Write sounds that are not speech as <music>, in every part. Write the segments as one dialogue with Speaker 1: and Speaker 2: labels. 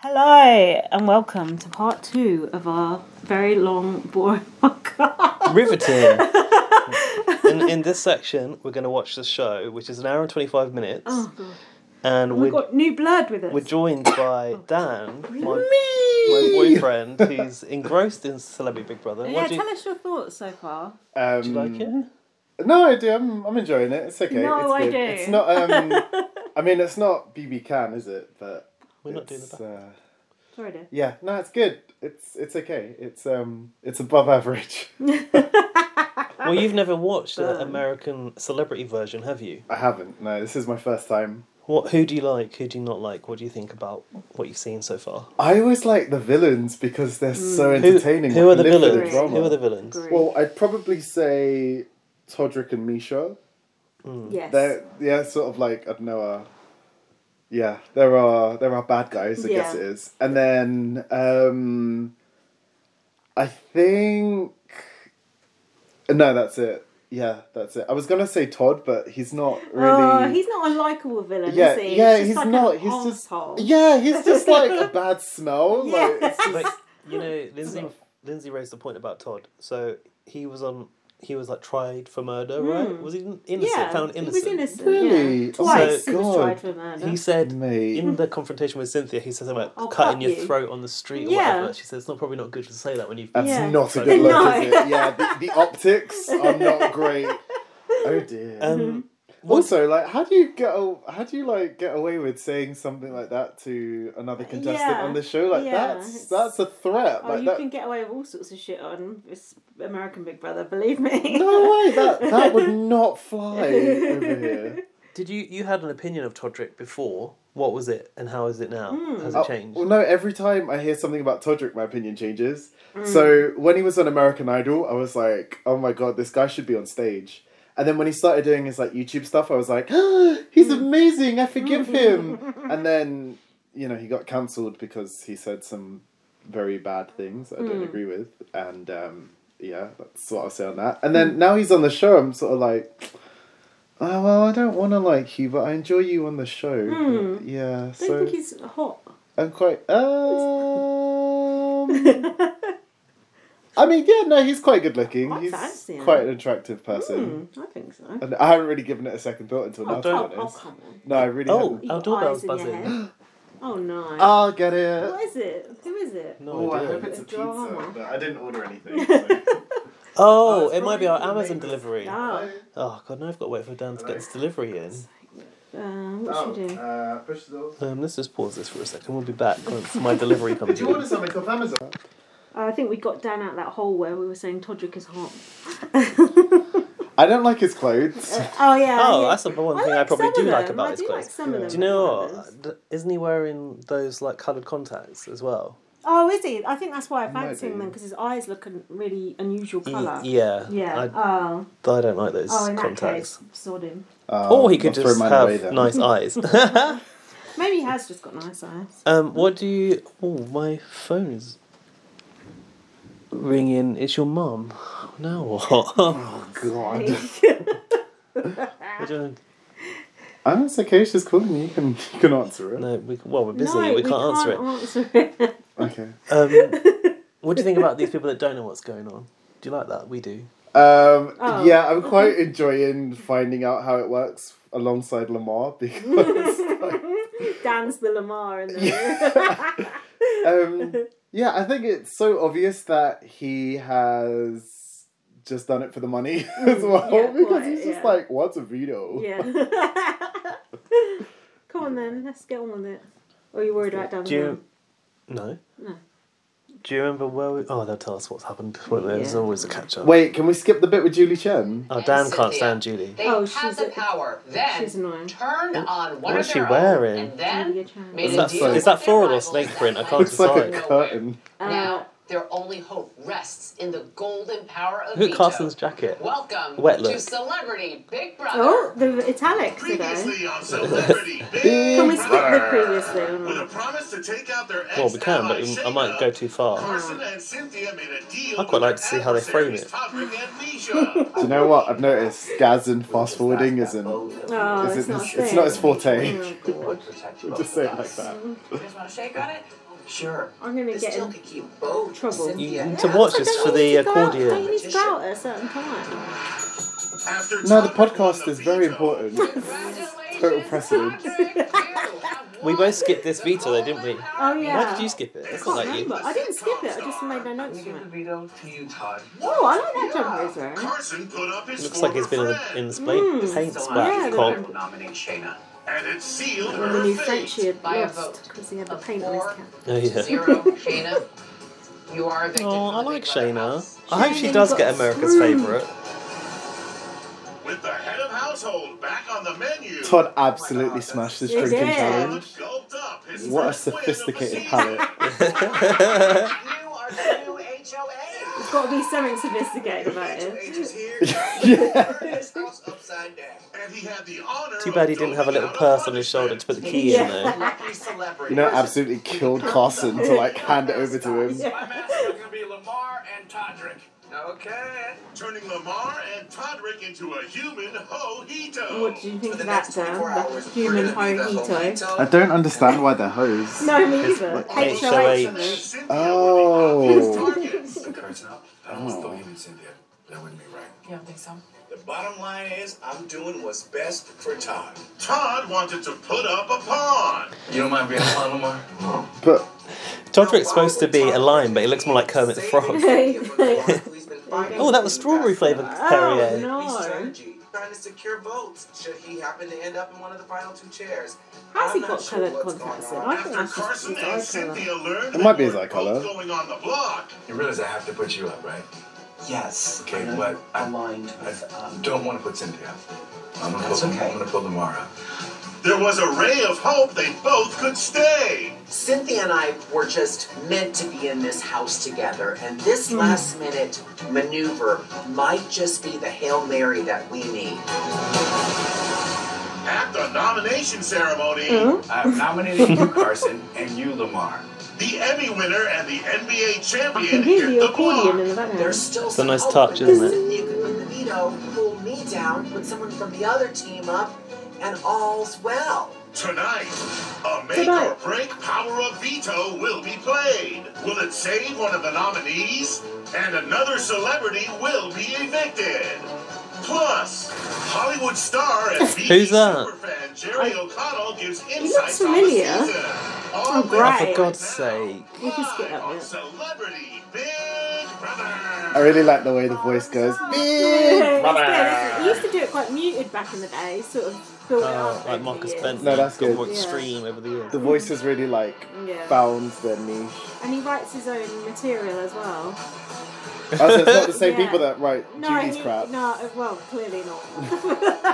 Speaker 1: Hello and welcome to part two of our very long, boring podcast. <laughs>
Speaker 2: Riveting. in, in this section, we're going to watch the show, which is an hour and 25 minutes.
Speaker 1: Oh Oh. god,
Speaker 2: and
Speaker 1: we
Speaker 2: we're,
Speaker 1: got new blood with us.
Speaker 2: we're joined by Dan, my, my
Speaker 3: Me.
Speaker 2: boyfriend, who's engrossed in Celebrity Big Brother.
Speaker 1: yeah,
Speaker 2: What do you,
Speaker 1: tell us your thoughts so far.
Speaker 3: Um,
Speaker 2: do you like it?
Speaker 3: No, I do. I'm, I'm enjoying it. It's okay.
Speaker 1: No,
Speaker 3: it's
Speaker 1: I
Speaker 3: good.
Speaker 1: do.
Speaker 3: It's not.
Speaker 1: <laughs>
Speaker 3: Um, I mean, it's not BB Can, is it? But
Speaker 2: We're not doing
Speaker 3: it's,
Speaker 2: the back.
Speaker 3: Uh,
Speaker 1: Sorry, dear.
Speaker 3: yeah, no, it's good. It's it's okay. It's um, it's above
Speaker 1: <laughs>
Speaker 3: average.
Speaker 2: Well, you've never watched an
Speaker 1: Burn.
Speaker 2: American celebrity version, have you?
Speaker 3: I haven't. No, this is my first time.
Speaker 2: What? Who do you like? Who do you not like? What do you think about what you've seen so far?
Speaker 3: I always like the villains because they're so
Speaker 1: Mm. Hmm.
Speaker 2: Who,
Speaker 3: entertaining.
Speaker 2: who are
Speaker 3: Like,
Speaker 2: the
Speaker 3: live for
Speaker 2: villains?
Speaker 3: drama.
Speaker 2: Who are the villains?
Speaker 1: Agree.
Speaker 3: Well, I'd probably say Todrick and Misha.
Speaker 2: Mm.
Speaker 1: yes.
Speaker 3: Hmm.
Speaker 1: <laughs>
Speaker 3: They're yeah, sort of like I don't know. Uh, yeah, there are there are bad guys. I guess
Speaker 1: Yeah.
Speaker 3: it is, and then um, I think no, that's it. Yeah, that's it. I was gonna say Todd, but he's not really.
Speaker 1: Oh, he's not a likable villain,
Speaker 3: yeah,
Speaker 1: is he?
Speaker 3: yeah,
Speaker 1: just
Speaker 3: he's
Speaker 1: like
Speaker 3: not.
Speaker 1: An
Speaker 3: He's
Speaker 1: arsehole.
Speaker 3: just yeah, he's just
Speaker 1: <laughs>
Speaker 3: like a bad smell. Like,
Speaker 1: Yeah.
Speaker 3: it's just-
Speaker 2: But you
Speaker 1: <laughs>
Speaker 2: know, Lindsay Lindsay raised the point about Todd. So he was on. He was like tried for murder, right? Was he innocent?
Speaker 1: Hmm. Yeah,
Speaker 2: found innocent.
Speaker 1: He was innocent.
Speaker 3: Really?
Speaker 1: Yeah.
Speaker 3: Oh my
Speaker 1: Twice he was
Speaker 3: God.
Speaker 1: tried for murder.
Speaker 2: He said
Speaker 3: Mate.
Speaker 2: in the confrontation with Cynthia, he says something about
Speaker 1: I'll
Speaker 2: cutting
Speaker 1: cut
Speaker 2: your
Speaker 1: you.
Speaker 2: throat on the street or
Speaker 1: Yeah.
Speaker 2: whatever. She says it's not probably not good to say that when you've
Speaker 3: That's
Speaker 1: Yeah.
Speaker 3: not a
Speaker 2: No.
Speaker 3: good look,
Speaker 1: <laughs> No.
Speaker 3: is it? Yeah, the, the optics are
Speaker 1: <laughs>
Speaker 3: not great. Oh dear.
Speaker 1: Mm-hmm.
Speaker 2: Um,
Speaker 3: Also, like, how do you get a- how do you like get away with saying something like that to another contestant
Speaker 1: Yeah.
Speaker 3: on the show? Like
Speaker 1: Yeah, it's-
Speaker 3: that's that's a threat.
Speaker 1: Oh,
Speaker 3: Like
Speaker 1: you <laughs>
Speaker 3: that.
Speaker 1: can get away with all sorts of shit on this American Big Brother, believe me.
Speaker 3: No way.
Speaker 1: <laughs>
Speaker 3: That that would not fly over here.
Speaker 2: Did you you had an opinion of Todrick before? What was it, and how is it now?
Speaker 1: Hmm.
Speaker 2: Has it
Speaker 3: Oh,
Speaker 2: changed?
Speaker 3: well, no. Every time I hear something about Todrick, my opinion changes.
Speaker 1: Mm.
Speaker 3: So when he was on American Idol, I was like, oh my god, this guy should be on stage. And then when he started doing his like YouTube stuff, I was like, <gasps> ah, he's amazing. I <laughs> forgive him. and then you know he got cancelled because he said some very bad things that I
Speaker 1: Hmm.
Speaker 3: don't agree with, and um, yeah, that's what I'll say on that. And
Speaker 1: Hmm.
Speaker 3: then now he's on the show. I'm sort of like. Oh, well, I don't want to like you, but I enjoy you on the show. Yeah,
Speaker 1: I Hmm. don't
Speaker 3: so
Speaker 1: think he's hot.
Speaker 3: <gasps> I'm quite.
Speaker 1: <laughs>
Speaker 3: Um, I mean, yeah, no, he's quite good looking.
Speaker 1: I
Speaker 3: he's
Speaker 1: fancy him.
Speaker 3: quite an attractive person.
Speaker 1: I think so.
Speaker 3: And I haven't really given it a second thought until
Speaker 2: Oh,
Speaker 3: now, to be
Speaker 1: Oh, oh,
Speaker 3: honest.
Speaker 1: come on.
Speaker 3: No, I really
Speaker 2: oh,
Speaker 3: haven't.
Speaker 1: You've
Speaker 2: our
Speaker 1: got eyes
Speaker 2: doorbell's
Speaker 1: in your
Speaker 2: buzzing.
Speaker 1: head. Oh no.
Speaker 3: I'll get it.
Speaker 1: what is it? Who is it?
Speaker 2: No idea.
Speaker 1: it's a Drama.
Speaker 3: but I
Speaker 1: <laughs>
Speaker 3: didn't order anything. so-
Speaker 2: Oh,
Speaker 3: Oh, it's
Speaker 2: it might be our
Speaker 3: probably
Speaker 2: Amazon
Speaker 3: the neighbours.
Speaker 2: delivery.
Speaker 1: Ah,
Speaker 2: Oh god, now I've got to wait for Dan to get his delivery in.
Speaker 1: uh, what should we do?
Speaker 3: uh, push those.
Speaker 2: Um, let's just pause this for a second. We'll be back once my
Speaker 1: <laughs>
Speaker 2: delivery comes in.
Speaker 3: something off Amazon?
Speaker 1: Oh, I think we got down out that hole where we were saying Todrick is hot.
Speaker 3: I don't like his clothes.
Speaker 1: Oh yeah.
Speaker 2: Oh,
Speaker 1: yeah.
Speaker 2: that's the one
Speaker 1: I
Speaker 2: thing I
Speaker 1: like
Speaker 2: probably
Speaker 1: some
Speaker 2: do
Speaker 1: of
Speaker 2: like
Speaker 1: them.
Speaker 2: about
Speaker 1: I
Speaker 2: his
Speaker 1: do
Speaker 2: clothes.
Speaker 1: like some of them
Speaker 2: do you know
Speaker 1: about others.
Speaker 2: what? D- Isn't he wearing those like coloured contacts as well?
Speaker 1: Oh, is he? I think that's why I
Speaker 3: Might
Speaker 1: fancy him
Speaker 3: be.
Speaker 1: then because his eyes look a really unusual
Speaker 2: Y-
Speaker 1: colour.
Speaker 2: Yeah.
Speaker 1: Yeah.
Speaker 2: I,
Speaker 1: oh.
Speaker 2: I don't like those
Speaker 1: Oh, in that
Speaker 2: contacts.
Speaker 1: case, sod him.
Speaker 2: Or he could
Speaker 3: Oh, I'll throw
Speaker 2: just
Speaker 3: mine away
Speaker 2: have
Speaker 3: then.
Speaker 1: <laughs>
Speaker 2: nice eyes. <laughs>
Speaker 1: Maybe he has just got nice eyes.
Speaker 2: um, what do you? Oh, my phone is ringing. It's your mum. Now what? <laughs>
Speaker 3: Oh, God.
Speaker 2: We're doing-
Speaker 3: Oh, it's okay. She's calling me. You can, you can answer it.
Speaker 2: no, we, well, we're busy.
Speaker 1: No,
Speaker 2: we, can't answer it.
Speaker 1: answer it.
Speaker 3: Okay.
Speaker 2: Um, <laughs> what do you think about these people that don't know what's going on? Do you like that? We do.
Speaker 3: Um,
Speaker 1: Oh.
Speaker 3: Yeah, I'm quite enjoying finding out how it works alongside Lamar <laughs> because, like,
Speaker 1: <laughs> Dan's the Lamar in the
Speaker 3: um, yeah, I think it's so obvious that he has just done it for the money <laughs> as well
Speaker 1: Mm, yeah,
Speaker 3: because
Speaker 1: quite,
Speaker 3: he's just
Speaker 1: yeah.
Speaker 3: like, what's a veto?
Speaker 1: Yeah. <laughs> Come on then, let's get on with it. Or are you worried about Dan?
Speaker 2: Do you?
Speaker 1: Mm-hmm.
Speaker 2: No.
Speaker 1: No.
Speaker 2: Do you remember where we? Oh, they'll tell us what's happened. <laughs> won't they? There's
Speaker 1: Yeah.
Speaker 2: always a catch up.
Speaker 3: Wait, can we skip the bit with Julie Chen?
Speaker 2: Oh, Dan
Speaker 4: And
Speaker 2: can't
Speaker 4: Cynthia.
Speaker 2: stand Julie.
Speaker 4: They
Speaker 1: Oh, she's
Speaker 4: had the
Speaker 1: a-
Speaker 4: power, then
Speaker 1: she's annoying.
Speaker 4: turned on one
Speaker 2: What's
Speaker 4: of
Speaker 2: Oh, she
Speaker 4: their
Speaker 2: wearing?
Speaker 4: own, and then
Speaker 1: Maybe a chance.
Speaker 4: made
Speaker 3: Is
Speaker 4: a
Speaker 3: that-
Speaker 4: deal
Speaker 3: is
Speaker 2: that
Speaker 4: with their
Speaker 2: forward or
Speaker 4: rivals
Speaker 2: snake
Speaker 4: that
Speaker 2: print? I
Speaker 4: went
Speaker 2: can't
Speaker 3: Looks like a
Speaker 2: Sorry.
Speaker 4: nowhere.
Speaker 3: curtain.
Speaker 1: Uh,
Speaker 4: Now their only hope rests in the golden power of
Speaker 2: Look at
Speaker 4: veto.
Speaker 2: Carson's jacket.
Speaker 4: Welcome
Speaker 2: Wet <laughs>
Speaker 4: to
Speaker 2: look.
Speaker 4: Celebrity Big Brother.
Speaker 1: Oh, the italics today.
Speaker 5: Previously on Celebrity Big
Speaker 1: Can we skip the
Speaker 5: Brother,
Speaker 1: previously one?
Speaker 5: With a promise to take out their ex
Speaker 2: Well, we can, but
Speaker 5: ally,
Speaker 2: I might
Speaker 5: Shayna,
Speaker 2: go too
Speaker 1: Oh.
Speaker 2: far.
Speaker 5: Carson and Cynthia made a deal
Speaker 2: I'd quite like to see how they frame it.
Speaker 1: <laughs>
Speaker 3: Do you know what? I've noticed Gaz and fast forwarding isn't.
Speaker 1: Oh,
Speaker 3: isn't
Speaker 1: it's not
Speaker 3: his-
Speaker 1: fair.
Speaker 3: it's not his forte.
Speaker 1: Oh, God.
Speaker 3: <laughs> Just say it like that.
Speaker 4: You guys want to shake on it?
Speaker 6: Sure.
Speaker 7: I'm gonna
Speaker 6: this
Speaker 7: get
Speaker 6: deal
Speaker 7: in
Speaker 6: could keep both
Speaker 1: trouble.
Speaker 2: You
Speaker 6: Cynthia
Speaker 2: need
Speaker 6: and
Speaker 2: to watch this
Speaker 1: oh,
Speaker 2: for the accordion.
Speaker 1: He's out at a certain time.
Speaker 5: After
Speaker 3: No, the
Speaker 5: Tucker
Speaker 3: podcast
Speaker 5: won the
Speaker 3: is very
Speaker 5: veto,
Speaker 3: important. Total precedent.
Speaker 2: We both skipped this veto, though, didn't we?
Speaker 1: Oh yeah.
Speaker 2: Why did you skip it? That's
Speaker 1: I
Speaker 2: not like
Speaker 1: can't
Speaker 2: you.
Speaker 1: remember. I didn't skip it. I just made no notes
Speaker 6: We give the
Speaker 1: from it.
Speaker 6: veto to you, Todd.
Speaker 1: Oh, I like that jumper he's wearing.
Speaker 5: Carson put up his
Speaker 2: Looks like
Speaker 5: former
Speaker 2: it's been in the,
Speaker 5: friend,
Speaker 2: in the spa-
Speaker 1: Hmm.
Speaker 2: paint
Speaker 6: So
Speaker 1: yeah,
Speaker 2: splat
Speaker 1: the-
Speaker 2: comp.
Speaker 6: will nominate Shayna.
Speaker 5: and it sealed
Speaker 1: When
Speaker 5: her
Speaker 1: the new
Speaker 5: fate.
Speaker 1: Frenchie had
Speaker 6: By a
Speaker 1: lost
Speaker 6: vote
Speaker 1: because he had the
Speaker 6: of
Speaker 1: paint on his
Speaker 6: four
Speaker 1: cap.
Speaker 2: Oh, yeah.
Speaker 6: Zero, Shayna. You are evicted.
Speaker 2: Oh,
Speaker 6: from
Speaker 2: I
Speaker 6: the
Speaker 2: like
Speaker 6: Big Brother
Speaker 2: Shayna.
Speaker 6: house.
Speaker 2: I hope she
Speaker 1: Shayna
Speaker 2: does
Speaker 1: got
Speaker 2: get America's
Speaker 1: screwed.
Speaker 2: favourite.
Speaker 5: With the head of household back on the menu.
Speaker 3: Todd absolutely smashed this
Speaker 1: He
Speaker 3: drinking
Speaker 1: did.
Speaker 3: challenge.
Speaker 5: gulped up his
Speaker 3: What a
Speaker 5: first win of the
Speaker 3: sophisticated
Speaker 5: season.
Speaker 3: palate.
Speaker 6: You are the new HOA.
Speaker 1: It's got to be something sophisticated about
Speaker 6: HOH is
Speaker 1: it.
Speaker 2: <laughs>
Speaker 6: here.
Speaker 3: yeah.
Speaker 6: Turn this house upside down.
Speaker 5: And he had the honor
Speaker 2: Too bad he
Speaker 5: of
Speaker 2: didn't have a little
Speaker 5: doling out
Speaker 2: purse on his shoulder
Speaker 5: punishment.
Speaker 2: to put the key in there.
Speaker 1: <laughs>
Speaker 6: Lucky celebrity.
Speaker 3: You know, absolutely killed Carson to like hand it over to him.
Speaker 6: My master
Speaker 5: It's gonna be Lamar and Todrick.
Speaker 6: Okay.
Speaker 5: Turning Lamar and Todrick into a human ho-hito.
Speaker 1: What do you think
Speaker 6: For
Speaker 1: of
Speaker 6: the
Speaker 1: that,
Speaker 6: next
Speaker 1: Dan?
Speaker 6: 24
Speaker 1: The
Speaker 6: hours,
Speaker 1: human
Speaker 6: we're gonna be the
Speaker 1: Haruhito. <laughs>
Speaker 6: Hohito.
Speaker 3: I don't understand why they're hoes.
Speaker 1: No, me either.
Speaker 2: like
Speaker 1: HOH.
Speaker 2: HOH.
Speaker 5: And Cynthia
Speaker 3: Oh.
Speaker 5: were the obvious targets.
Speaker 4: The curtain up. I almost thought you meant Cynthia. That wouldn't be right.
Speaker 6: You don't think so?
Speaker 4: The bottom line is, I'm doing what's best for Todd.
Speaker 5: Todd wanted to put up a pawn.
Speaker 4: You don't mind being on Lamar?
Speaker 3: But
Speaker 2: Todrick's supposed to be a lime, but he looks more like Kermit the
Speaker 1: <laughs>
Speaker 2: Frog. Oh, that was strawberry flavoured
Speaker 1: Oh
Speaker 2: Perrier.
Speaker 1: no!
Speaker 4: Strategy, trying to secure votes. Should he happen to end up in one of the final two chairs?
Speaker 1: How's he
Speaker 4: I'm not
Speaker 1: got
Speaker 4: sure
Speaker 1: coloured
Speaker 4: what's
Speaker 1: contacts in?
Speaker 4: going on.
Speaker 1: I think
Speaker 5: After
Speaker 1: that's
Speaker 5: Carson and
Speaker 1: just his eye colour.
Speaker 5: Cynthia learned
Speaker 3: It
Speaker 5: that
Speaker 3: might be his
Speaker 5: they
Speaker 3: eye
Speaker 5: were
Speaker 3: colour.
Speaker 5: both
Speaker 1: Oh,
Speaker 5: going on the block,
Speaker 4: You realize I have to put you up, right?
Speaker 8: Yes.
Speaker 4: Okay,
Speaker 8: I'm
Speaker 4: but I-
Speaker 8: aligned
Speaker 4: I
Speaker 8: with um,
Speaker 4: don't want to put Cynthia up. I'm gonna,
Speaker 8: That's
Speaker 4: put,
Speaker 8: okay.
Speaker 4: I'm gonna put Lamar up.
Speaker 5: <laughs> there was a ray of hope they both could stay.
Speaker 6: Cynthia and I were just meant to be in this house together, and this
Speaker 1: Hmm.
Speaker 6: last minute maneuver might just be the Hail Mary that we need.
Speaker 5: At the nomination ceremony,
Speaker 1: Hmm?
Speaker 4: I've nominated you, Carson, and you, Lamar.
Speaker 5: the Emmy winner and the NBA
Speaker 1: I
Speaker 5: champion
Speaker 1: <laughs> can hear
Speaker 5: hit
Speaker 1: the
Speaker 5: the
Speaker 1: accordion
Speaker 5: block.
Speaker 1: in the background.
Speaker 6: There's still
Speaker 2: a nice touch, isn't it?
Speaker 6: You could win the veto, pull me down, put someone from the other team up, and all's well.
Speaker 5: Tonight, a make or
Speaker 1: Tonight.
Speaker 5: break power of veto will be played. Will it save one of the nominees? And another celebrity will be evicted. Plus, Hollywood
Speaker 1: <laughs>
Speaker 5: star and BET
Speaker 2: Who's that?
Speaker 5: superfan Jerry
Speaker 1: I-
Speaker 5: O'Connell gives
Speaker 1: looks
Speaker 5: insights
Speaker 1: familiar.
Speaker 5: on the season. All
Speaker 1: Oh,
Speaker 5: this
Speaker 1: great.
Speaker 2: Oh, for God's sake.
Speaker 1: We can skip
Speaker 5: live
Speaker 1: that
Speaker 5: on
Speaker 1: bit.
Speaker 5: Celebrity Big
Speaker 3: I
Speaker 5: Brother.
Speaker 3: really like the way the voice goes.
Speaker 1: Yeah, it's good, isn't it? You used to do it quite muted back in the day, sort of built it
Speaker 2: Oh,
Speaker 1: up.
Speaker 2: like
Speaker 1: over
Speaker 2: Marcus
Speaker 1: the years.
Speaker 2: Bentley.
Speaker 3: No, that's
Speaker 2: got
Speaker 3: good.
Speaker 2: more
Speaker 1: Yeah.
Speaker 2: extreme over the years.
Speaker 3: The voice is really like
Speaker 1: Yeah.
Speaker 3: found their niche.
Speaker 1: And he writes his own material as well.
Speaker 3: Oh, so it's not the same
Speaker 1: Yeah.
Speaker 3: people that write
Speaker 1: No,
Speaker 3: Judy's
Speaker 1: he,
Speaker 3: crap.
Speaker 1: no, well, clearly not.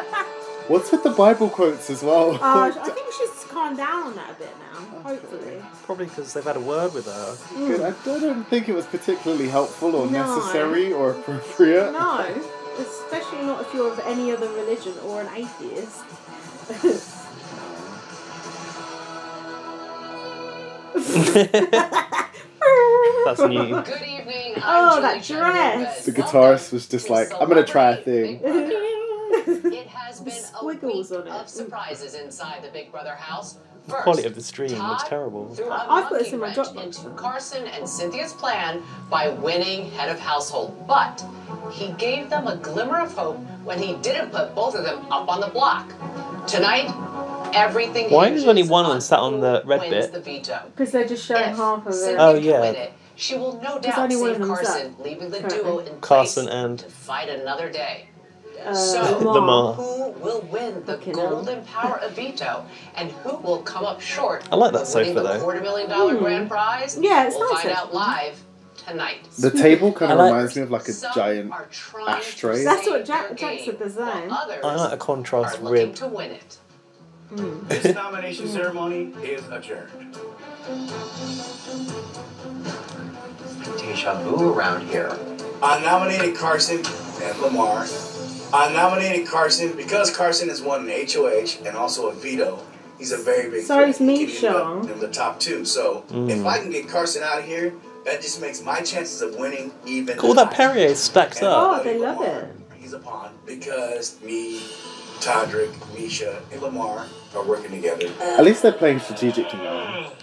Speaker 3: What's with the Bible quotes as well? <laughs>
Speaker 1: Uh, I think she's calmed down on that a bit now, hopefully.
Speaker 2: Probably because they've had a word with her.
Speaker 3: Good. I don't even think it was particularly helpful or
Speaker 1: No.
Speaker 3: necessary or appropriate.
Speaker 1: No, especially not if you're of any other religion or an atheist. <laughs>
Speaker 2: That's new.
Speaker 9: Good evening.
Speaker 1: Oh,
Speaker 9: I'm
Speaker 1: that
Speaker 9: Julie Chandler
Speaker 1: dress.
Speaker 9: Lopez.
Speaker 3: The guitarist was just like, I'm gonna try a
Speaker 9: <laughs> Celebrity
Speaker 3: thing.
Speaker 9: Big Brother. It has been a
Speaker 1: Squiggles
Speaker 9: week
Speaker 1: on it.
Speaker 9: of surprises inside the Big Brother house. First,
Speaker 2: Quality of the stream was
Speaker 9: Todd
Speaker 2: terrible.
Speaker 9: threw a
Speaker 1: I've got this
Speaker 9: monkey
Speaker 1: in my
Speaker 9: wrench
Speaker 1: Dropbox.
Speaker 9: into Carson and Cynthia's plan by winning head of household, but he gave them a glimmer of hope when he didn't put both of them up on the block. Tonight, everything.
Speaker 2: Why is
Speaker 9: hinges
Speaker 2: only one of them sat on
Speaker 9: who
Speaker 2: the red
Speaker 9: wins
Speaker 2: bit?
Speaker 9: The veto.
Speaker 1: Because they're just showing
Speaker 9: If
Speaker 1: half of it.
Speaker 9: Cynthia
Speaker 2: Oh,
Speaker 9: can
Speaker 2: yeah.
Speaker 9: win it, she will no doubt
Speaker 1: only one
Speaker 9: save
Speaker 1: of them's
Speaker 9: Carson, leaving the duo in
Speaker 2: Carson
Speaker 9: place
Speaker 2: and-
Speaker 9: to fight another day.
Speaker 1: Uh,
Speaker 9: So-
Speaker 1: Lamar.
Speaker 2: The Ma.
Speaker 9: Who will win the
Speaker 1: Fucking hell.
Speaker 9: golden power of veto, and who will come up short?
Speaker 2: I like that
Speaker 9: of winning
Speaker 2: sofa,
Speaker 9: the
Speaker 2: though.
Speaker 9: Quarter million dollar grand prize.
Speaker 1: Hmm. Yeah, it's
Speaker 9: We'll
Speaker 1: nice
Speaker 9: find
Speaker 1: sofa.
Speaker 9: out live tonight.
Speaker 3: <laughs> The table kind
Speaker 2: I
Speaker 3: of
Speaker 2: like-
Speaker 3: reminds me of like a
Speaker 9: Some
Speaker 3: giant.
Speaker 9: are trying to
Speaker 3: ashtray.
Speaker 9: save
Speaker 1: That's what Jack-
Speaker 9: their
Speaker 1: Jack said
Speaker 9: game,
Speaker 1: the same.
Speaker 9: while others
Speaker 2: I like a
Speaker 9: are
Speaker 2: contrast
Speaker 9: looking
Speaker 2: rib.
Speaker 9: to win it.
Speaker 4: This nomination ceremony is adjourned.
Speaker 6: Deja vu around here.
Speaker 4: I nominated Carson and Lamar. I nominated Carson because Carson has won an HOH and also a veto. He's a very big.
Speaker 1: Sorry, it's
Speaker 4: threat. He
Speaker 1: me,
Speaker 4: can end up
Speaker 1: Sean.
Speaker 4: In the top two, so if I can get Carson out of here, that just makes my chances of winning even.
Speaker 2: All that
Speaker 4: higher.
Speaker 2: Perrier stacked
Speaker 4: And
Speaker 2: up.
Speaker 1: Oh, they love
Speaker 4: Lamar,
Speaker 1: it.
Speaker 4: He's a pawn because me, Todrick, Misha, and Lamar are working together.
Speaker 3: At least they're playing strategically now,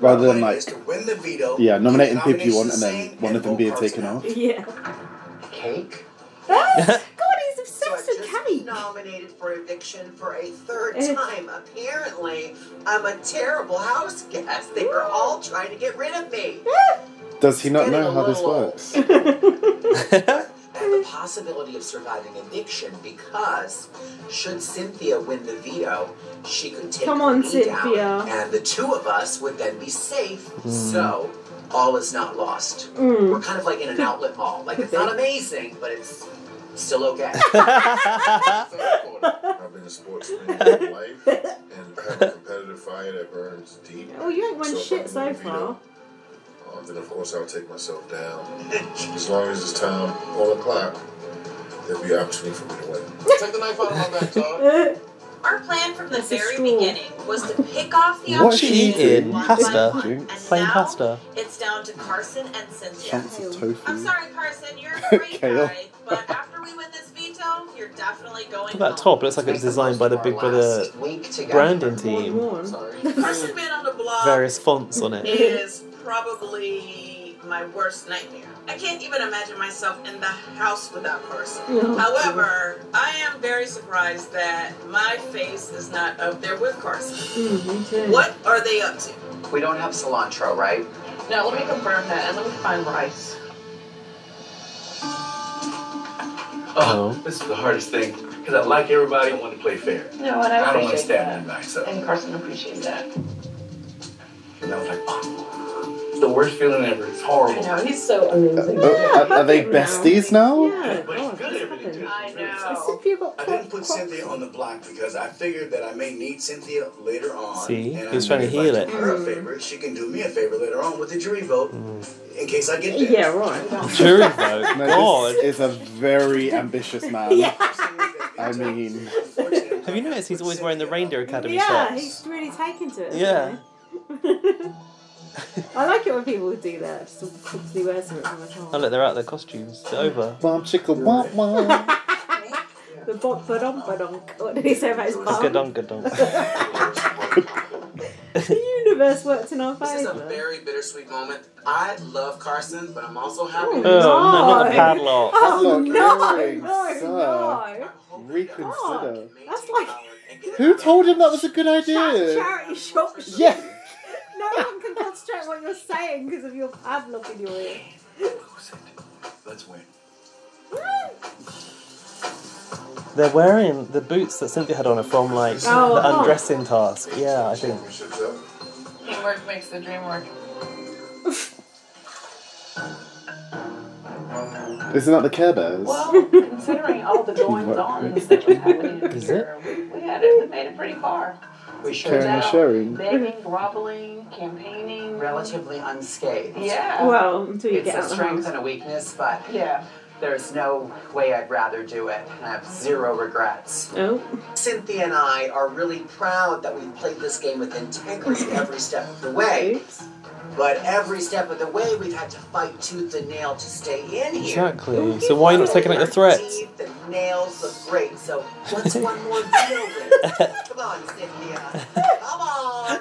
Speaker 3: rather than like
Speaker 4: Is to win the veto.
Speaker 3: yeah, nominating
Speaker 4: keep the
Speaker 3: people you want
Speaker 4: nominations
Speaker 3: and then
Speaker 4: the same,
Speaker 3: one of them
Speaker 4: vote
Speaker 3: being
Speaker 4: Carson
Speaker 3: taken
Speaker 4: out.
Speaker 3: off.
Speaker 1: <laughs> Yeah. Ah,
Speaker 6: Cake?
Speaker 1: God, he's
Speaker 6: So I've
Speaker 1: obsessed with
Speaker 6: just
Speaker 1: cake.
Speaker 6: been nominated for eviction for a third
Speaker 1: Eh.
Speaker 6: time. Apparently, I'm a terrible house guest. They were all trying to get rid of me.
Speaker 1: Ah.
Speaker 3: Does he not
Speaker 6: Getting
Speaker 3: know
Speaker 6: a
Speaker 3: how this
Speaker 6: little old.
Speaker 3: works?
Speaker 6: I have the possibility of surviving eviction because should Cynthia win the veto, she could take
Speaker 1: Come on,
Speaker 6: me
Speaker 1: Cynthia.
Speaker 6: down, and the two of us would then be safe.
Speaker 3: Hmm.
Speaker 6: So all is not lost. We're kind of like in an outlet mall. Like it's not amazing, but it's
Speaker 3: <laughs>
Speaker 6: still okay.
Speaker 2: <laughs>
Speaker 10: I've been a sportsman all my life and I have a competitive fire that burns deep.
Speaker 1: Oh, you ain't won
Speaker 10: So if
Speaker 1: shit
Speaker 10: I'm
Speaker 1: so
Speaker 10: gonna beat
Speaker 1: far.
Speaker 10: up, uh, then of course I'll take myself down. As long as it's time, one o'clock, there'll be opportunity for me to win. Take the knife out of my back, Todd.
Speaker 1: Uh,
Speaker 11: Our plan from the
Speaker 1: It's a
Speaker 11: very
Speaker 1: school.
Speaker 11: beginning was to pick off the
Speaker 3: What is
Speaker 11: options
Speaker 3: she eating?
Speaker 11: one by
Speaker 2: Pasta.
Speaker 11: one,
Speaker 3: Drinks.
Speaker 11: and
Speaker 2: Plain
Speaker 11: now
Speaker 2: pasta.
Speaker 11: It's down to Carson and Cynthia.
Speaker 3: Chunks of
Speaker 11: I'm
Speaker 3: tofu.
Speaker 11: sorry, Carson, you're
Speaker 3: <laughs>
Speaker 11: a great
Speaker 3: Kale.
Speaker 11: guy, but after we win this veto, you're definitely going
Speaker 2: Look at that
Speaker 11: home.
Speaker 2: top. It looks like it's
Speaker 6: Make the
Speaker 2: designed by the
Speaker 6: most
Speaker 2: Big
Speaker 6: of our
Speaker 2: Brother
Speaker 6: last week together.
Speaker 2: branding
Speaker 1: one
Speaker 2: team.
Speaker 1: one.
Speaker 6: Sorry.
Speaker 11: Carson Man on the blog
Speaker 2: Various fonts on it.
Speaker 11: is probably my worst nightmare. I can't even imagine myself in the house without Carson.
Speaker 1: Oh,
Speaker 11: However, I am very surprised that my face is not up there with Carson.
Speaker 1: Mm, me too.
Speaker 11: What are they up to?
Speaker 6: We don't have cilantro, right?
Speaker 7: Now let me confirm that and let me find rice.
Speaker 4: Oh, this is the hardest thing because I like everybody. I want to play fair.
Speaker 7: You know what?
Speaker 4: I don't want to stand in myself.
Speaker 7: And Carson appreciates that.
Speaker 4: And I was like, oh, it's the worst feeling ever. It's horrible.
Speaker 7: he's so amazing.
Speaker 3: Oh, are, are they
Speaker 1: Yeah,
Speaker 3: besties now?
Speaker 1: Yeah,
Speaker 4: But
Speaker 1: God,
Speaker 4: it's good
Speaker 1: what's
Speaker 4: everything.
Speaker 1: happened?
Speaker 4: too.
Speaker 11: I know.
Speaker 1: Cynthia got
Speaker 4: I didn't put Cynthia on the block because I figured that I may need Cynthia later on.
Speaker 2: See?
Speaker 4: and
Speaker 2: He was
Speaker 4: I
Speaker 2: trying to
Speaker 4: knew if I
Speaker 2: heal
Speaker 4: did
Speaker 2: it.
Speaker 4: Her a favor, she can do me a favor later on with the jury vote, in case I get there.
Speaker 1: Yeah,
Speaker 4: <laughs>
Speaker 1: right.
Speaker 2: Jury <laughs> vote.
Speaker 3: No,
Speaker 2: God.
Speaker 3: this is a very ambitious
Speaker 2: <laughs>
Speaker 3: man. I mean,
Speaker 2: Have you noticed he's always wearing the Reindeer Academy
Speaker 1: Yeah,
Speaker 2: shirts?
Speaker 1: he's really taken to it.
Speaker 2: Yeah.
Speaker 1: hasn't he? I like it when people do that. Just constantly wear something from the
Speaker 7: <laughs>
Speaker 2: Oh
Speaker 1: top.
Speaker 2: look, they're out their costumes. They're over.
Speaker 3: bomb chicka womp womp.
Speaker 1: The bop ba dum ba donk. What did he say about his bum?
Speaker 2: Gadonk, gadonk.
Speaker 1: <laughs> The universe works in our
Speaker 6: This is a
Speaker 1: favour.
Speaker 6: very bittersweet moment. I love Carson, but I'm also happy.
Speaker 2: Oh
Speaker 1: Oh,
Speaker 2: no, not the
Speaker 1: No.
Speaker 2: padlock.
Speaker 1: Oh
Speaker 3: Look,
Speaker 1: no, Oh,
Speaker 3: earrings,
Speaker 1: no,
Speaker 3: sir.
Speaker 2: Uh,
Speaker 1: no!
Speaker 3: Reconsider.
Speaker 1: That's like-
Speaker 3: Who told him that was a good
Speaker 1: That's
Speaker 3: idea?
Speaker 1: charity shop.
Speaker 3: Yeah.
Speaker 1: No one can concentrate what you're saying because of your padlock in your ear.
Speaker 4: Let's win.
Speaker 2: They're wearing the boots that Cynthia had on her from like
Speaker 1: Oh,
Speaker 2: the
Speaker 1: oh.
Speaker 2: undressing task. Yeah, I think.
Speaker 10: Championships up.
Speaker 7: Teamwork makes the dream work.
Speaker 3: Isn't that the Care Bears?
Speaker 7: Well, considering all the goings on that was happening in
Speaker 2: Is
Speaker 7: here, we had it. We made it pretty far.
Speaker 6: We
Speaker 3: Caring
Speaker 6: sure
Speaker 3: and sharing.
Speaker 7: Begging, groveling, campaigning.
Speaker 6: relatively unscathed.
Speaker 7: Yeah.
Speaker 1: Well, until you
Speaker 6: It's
Speaker 1: get
Speaker 6: a
Speaker 1: out of the
Speaker 6: strength
Speaker 1: house.
Speaker 6: and a weakness, but
Speaker 7: yeah.
Speaker 6: there's no way I'd rather do it. And I have zero regrets.
Speaker 1: Oh,
Speaker 6: Cynthia and I are really proud that we've played this game with integrity every step of the way.
Speaker 1: oops.
Speaker 6: But every step of the way, we've had to fight tooth and nail to stay in here.
Speaker 2: Exactly. So why are you not taking out your threats?
Speaker 6: Teeth and nails look great, so
Speaker 1: <laughs>
Speaker 6: what's one more deal with? Come on, Cynthia. Come on.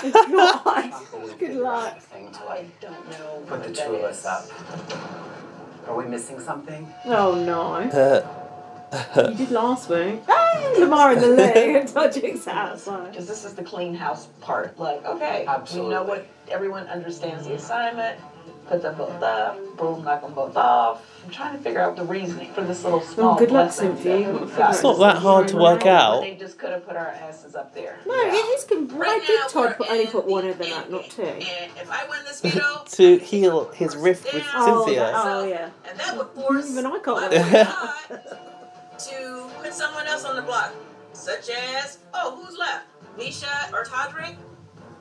Speaker 1: Good luck.
Speaker 7: I don't know.
Speaker 6: Put the two of us up. Are we missing something?
Speaker 1: Oh no.
Speaker 2: Uh,
Speaker 1: You did last week. Hey, Lamar <laughs> in the leg and Todrick's outside.
Speaker 7: Because this is the clean house part. Like, okay, we know
Speaker 6: Absolutely.
Speaker 7: what everyone understands the assignment. Put them both up. Boom, knock them both off. I'm trying to figure out the reasoning for this little small.
Speaker 1: Oh, good luck,
Speaker 7: blessing that
Speaker 1: Cynthia.
Speaker 7: we've got.
Speaker 2: it's not that hard to work
Speaker 7: But
Speaker 2: out.
Speaker 7: They just could have put our asses up there.
Speaker 1: No, it is. Con- why
Speaker 11: Right
Speaker 1: did
Speaker 11: now,
Speaker 1: Todd
Speaker 11: we're
Speaker 1: put, only
Speaker 11: in
Speaker 1: put
Speaker 11: the
Speaker 1: one of them out, not two?
Speaker 11: endgame, And if I win this veto,
Speaker 2: To heal his rift with
Speaker 1: Oh,
Speaker 2: Cynthia.
Speaker 1: that- oh yeah.
Speaker 11: and that would force
Speaker 1: Even I got
Speaker 11: my
Speaker 1: one.
Speaker 7: <laughs>
Speaker 11: boy Todd to put someone else on the block, such as oh, who's left? Misha or Todrick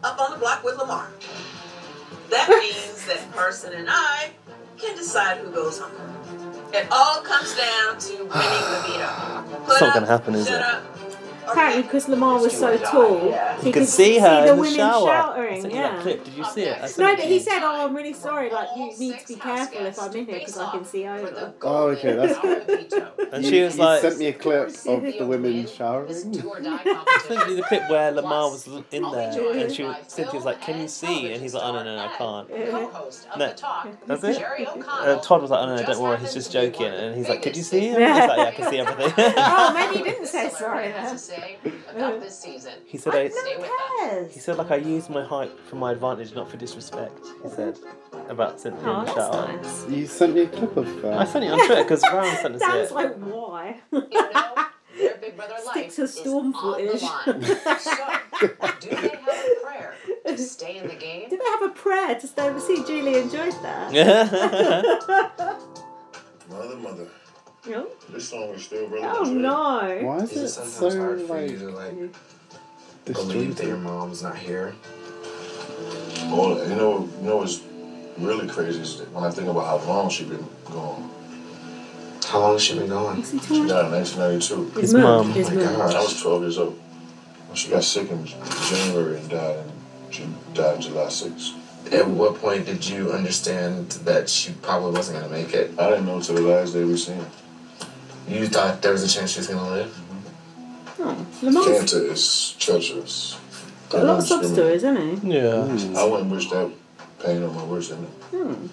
Speaker 11: up on the block with Lamar.
Speaker 1: <laughs>
Speaker 11: That means that Carson and I can decide who goes home. It all comes down to winning
Speaker 2: <sighs>
Speaker 11: the veto. Put
Speaker 2: It's not
Speaker 11: up,
Speaker 2: gonna happen, is
Speaker 11: shut
Speaker 2: it?
Speaker 11: Up, or
Speaker 1: Apparently,
Speaker 11: back.
Speaker 1: because Lamar was
Speaker 6: It's
Speaker 1: so
Speaker 6: do or die,
Speaker 1: tall,
Speaker 7: yeah.
Speaker 1: He
Speaker 2: You can see her
Speaker 1: the
Speaker 2: in the
Speaker 1: women
Speaker 2: shower. I
Speaker 1: shouting.
Speaker 2: sent you
Speaker 1: Yeah.
Speaker 2: that clip. Did you see it? I sent
Speaker 1: No,
Speaker 2: it
Speaker 1: but
Speaker 2: to
Speaker 1: he
Speaker 2: you.
Speaker 1: said, "Oh, I'm really sorry. Like, you need to be careful if I'm in here because I can see over."
Speaker 3: Oh, okay, that's
Speaker 2: And
Speaker 3: You-
Speaker 2: she was
Speaker 3: you
Speaker 2: like,
Speaker 3: sent me a clip of the women showering. <laughs>
Speaker 2: I sent you the clip where Lamar was l- in there,
Speaker 1: joined
Speaker 2: and she was, Cynthia was like, "Can you see?" And he's like, "Oh no, no, no, I can't."
Speaker 7: Co-host of
Speaker 2: No.
Speaker 1: <laughs>
Speaker 7: the talk,
Speaker 2: That's it?
Speaker 7: Jerry O'Connell.
Speaker 2: Uh, Todd was like, "Oh no, no, don't
Speaker 7: just
Speaker 2: worry,
Speaker 7: happens
Speaker 2: he's just
Speaker 7: to be
Speaker 2: joking."
Speaker 7: one of the
Speaker 2: And he's like, "Could you
Speaker 7: biggest
Speaker 2: see?" him?"
Speaker 1: Yeah.
Speaker 2: He's <laughs> like, "Yeah, I can see everything."
Speaker 1: <laughs> Oh, maybe he
Speaker 9: <laughs>
Speaker 1: didn't say sorry
Speaker 7: Has
Speaker 1: then.
Speaker 7: to say about this season.
Speaker 2: <laughs> he said, <laughs> "I."
Speaker 7: Stay
Speaker 1: No
Speaker 7: with us.
Speaker 1: one
Speaker 2: He
Speaker 1: cares.
Speaker 2: said, like, I used my height for my advantage, not for disrespect, he said, about Cynthia
Speaker 1: Oh,
Speaker 2: in the
Speaker 1: that's
Speaker 2: shower.
Speaker 1: nice.
Speaker 3: You sent me a clip of
Speaker 2: I
Speaker 3: that.
Speaker 2: sent it on Twitter because Brown sent us
Speaker 1: Dan's
Speaker 2: it.
Speaker 1: like, why?
Speaker 7: You know, their Big Brother
Speaker 1: <laughs>
Speaker 7: life
Speaker 1: Sticks to
Speaker 7: is
Speaker 1: storm
Speaker 7: on the
Speaker 1: footage.
Speaker 7: line.
Speaker 1: <laughs>
Speaker 7: So, do they have a prayer <laughs> to stay in the game?
Speaker 1: Did they have a prayer to stay over? See, Julie enjoyed that.
Speaker 2: <laughs>
Speaker 10: Mother, mother,
Speaker 1: No?
Speaker 10: this song is still relevant
Speaker 1: Oh
Speaker 10: today.
Speaker 1: no.
Speaker 3: Why is
Speaker 12: Is
Speaker 3: it
Speaker 12: it
Speaker 3: so
Speaker 12: sometimes hard for you
Speaker 3: like
Speaker 12: to like believe that your
Speaker 3: disjointed?
Speaker 12: mom's not here?
Speaker 10: Oh, you know, you know what's really crazy is that when I think about how long she been gone.
Speaker 12: How long has she been gone?
Speaker 1: What's he
Speaker 10: She
Speaker 1: talking about?
Speaker 10: died in 1992.
Speaker 1: His
Speaker 2: His mum.
Speaker 1: mum. His
Speaker 12: Oh my
Speaker 1: mum.
Speaker 12: God.
Speaker 10: I was 12 years old. She got sick in January and died in, she died July 6th.
Speaker 12: At what point did you understand that she probably wasn't gonna make it?
Speaker 10: I didn't know till the last day we seen her.
Speaker 12: You thought there was a chance she was gonna live?
Speaker 1: Oh, Lamar's
Speaker 10: Cancer is treacherous.
Speaker 1: got a lot of sub stories, hasn't he?
Speaker 2: yeah.
Speaker 10: I wouldn't wish that pain on my worst enemy.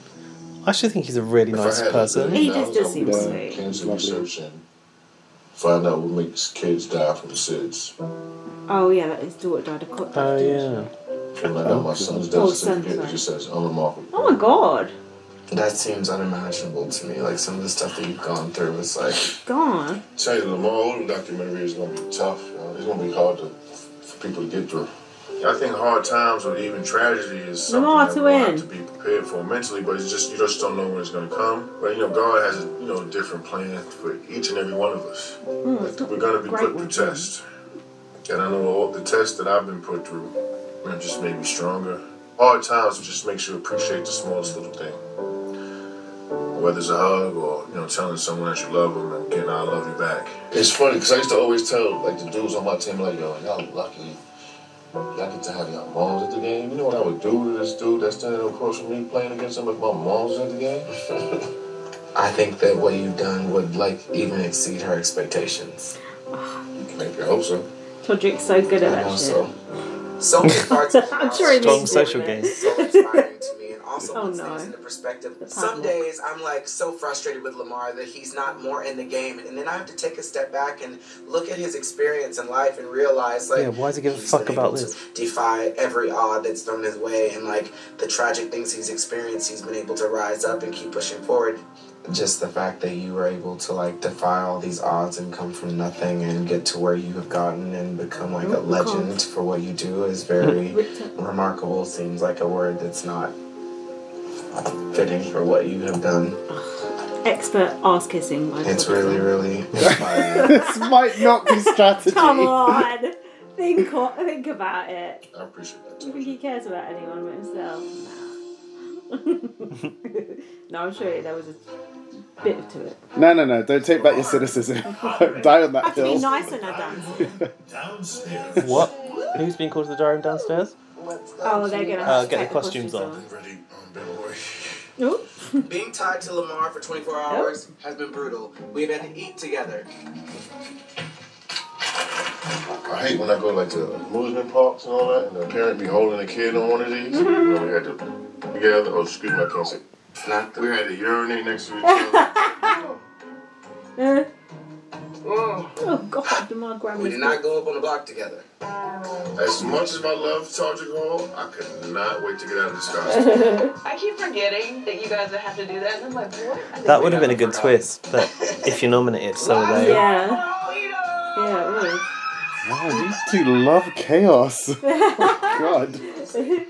Speaker 2: I actually think he's a really
Speaker 10: If I
Speaker 2: nice
Speaker 10: had
Speaker 2: person.
Speaker 10: the
Speaker 1: Hmm. He just does seem
Speaker 10: $30,000, I would
Speaker 1: sweet.
Speaker 10: do Cancer
Speaker 3: Lovely.
Speaker 10: research and find out what makes kids die from SIDS.
Speaker 1: <laughs> Oh yeah, that his daughter died of cot.
Speaker 2: Oh, yeah.
Speaker 10: And I know my son's
Speaker 1: Oh,
Speaker 10: death
Speaker 1: son,
Speaker 10: certificate it just says unremarkable.
Speaker 1: Oh my god.
Speaker 12: That seems unimaginable to me. Like some of the stuff that you've gone through is like
Speaker 1: Gone.
Speaker 10: Tell you, the Lamar Odom documentary is going to be tough. You know? It's going to be hard to, for people to get through. I think hard times or even tragedy is something
Speaker 1: Lamar
Speaker 10: that
Speaker 1: to
Speaker 10: we have
Speaker 1: win.
Speaker 10: to be prepared for mentally, but it's just you just don't know when it's going to come. But you know, God has a you know different plan for each and every one of us. We're going to be
Speaker 1: great
Speaker 10: put to
Speaker 1: one.
Speaker 10: test, and I know all the tests that I've been put through you know, just made me stronger. Hard times just makes you appreciate the smallest little thing whether it's a hug or you know telling someone that you love them and getting I love you back. It's funny because I used to always tell like the dudes on my team like yo y'all lucky y'all get to have y'all moms at the game. You know what I would do to this dude that's standing across from me playing against him if my mom's at the game?
Speaker 12: <laughs> I think that what you've done would like even exceed her expectations.
Speaker 10: Maybe I hope so.
Speaker 1: Todrick's so good at
Speaker 12: I
Speaker 1: that
Speaker 12: know,
Speaker 1: shit.
Speaker 12: so so many
Speaker 2: <laughs>
Speaker 1: <laughs>
Speaker 12: parts. of
Speaker 1: I'm sure he
Speaker 12: Strong
Speaker 1: means
Speaker 2: social
Speaker 1: it.
Speaker 2: game.
Speaker 12: so inspiring to me and also
Speaker 1: Oh,
Speaker 12: puts
Speaker 1: no.
Speaker 12: things into perspective.
Speaker 1: padlock.
Speaker 12: Some days I'm like so frustrated with Lamar that he's not more in the game and then I have to take a step back and look at his experience in life and realize like
Speaker 2: Yeah, why does he give a
Speaker 12: he's
Speaker 2: fuck
Speaker 12: been
Speaker 2: about
Speaker 12: able to
Speaker 2: this?
Speaker 12: defy every odd that's thrown his way and like the tragic things he's experienced he's been able to rise up and keep pushing forward. Just the fact that you were able to like defy all these odds and come from nothing and get to where you have gotten and become like a
Speaker 1: Oh,
Speaker 12: legend
Speaker 1: God.
Speaker 12: for what you do is <laughs>
Speaker 1: <laughs>
Speaker 12: very
Speaker 1: Richter.
Speaker 12: Remarkable seems like a word that's not fitting for what you have done.
Speaker 1: Expert ass kissing. by
Speaker 12: It's
Speaker 1: Todrick.
Speaker 12: really, really inspiring.
Speaker 3: this might not be
Speaker 2: <laughs>
Speaker 3: strategy.
Speaker 1: Come on. think o- think about it.
Speaker 10: I appreciate that.
Speaker 1: Do you think he cares about anyone but himself? No. <laughs> no, I'm sure there was a bit to it.
Speaker 3: No, no, no! Don't take back your cynicism. <laughs> Die on
Speaker 1: I
Speaker 3: that
Speaker 1: have to be
Speaker 3: hill. <laughs>
Speaker 1: nicer now, Dan.
Speaker 10: Downstairs.
Speaker 1: <laughs>
Speaker 2: What? Who's been called to the diary room downstairs?
Speaker 1: Oh, they're gonna
Speaker 2: Uh,
Speaker 1: have to
Speaker 2: get
Speaker 1: take
Speaker 2: the
Speaker 1: the
Speaker 2: costumes on.
Speaker 10: Ready, um, big boy.
Speaker 1: Oh,
Speaker 4: <laughs>
Speaker 12: Being tied to Lamar for 24 hours has been brutal. We've had to eat together.
Speaker 10: I hate when I go like to amusement parks and all that, and the parent be holding a kid on one of these. you know, we had to together. Oh, excuse me, I can't say.
Speaker 12: Not
Speaker 10: We had to urinate next to each other.
Speaker 1: Uh,
Speaker 12: Oh.
Speaker 1: oh God, my
Speaker 12: We
Speaker 1: grandma's.
Speaker 12: did not go up on the block together.
Speaker 10: As much as I love Sergeant Hall, I could not wait to get out of this costume.
Speaker 7: <laughs>
Speaker 13: I keep forgetting that you guys have to do that, and I'm like, what?
Speaker 2: That would have been a good twist, but if you're nominated, so are they.
Speaker 1: Yeah,
Speaker 13: Oh,
Speaker 1: <laughs> yeah, really.
Speaker 3: Wow, these two love chaos. <laughs>
Speaker 1: Oh,
Speaker 3: God.
Speaker 13: you know,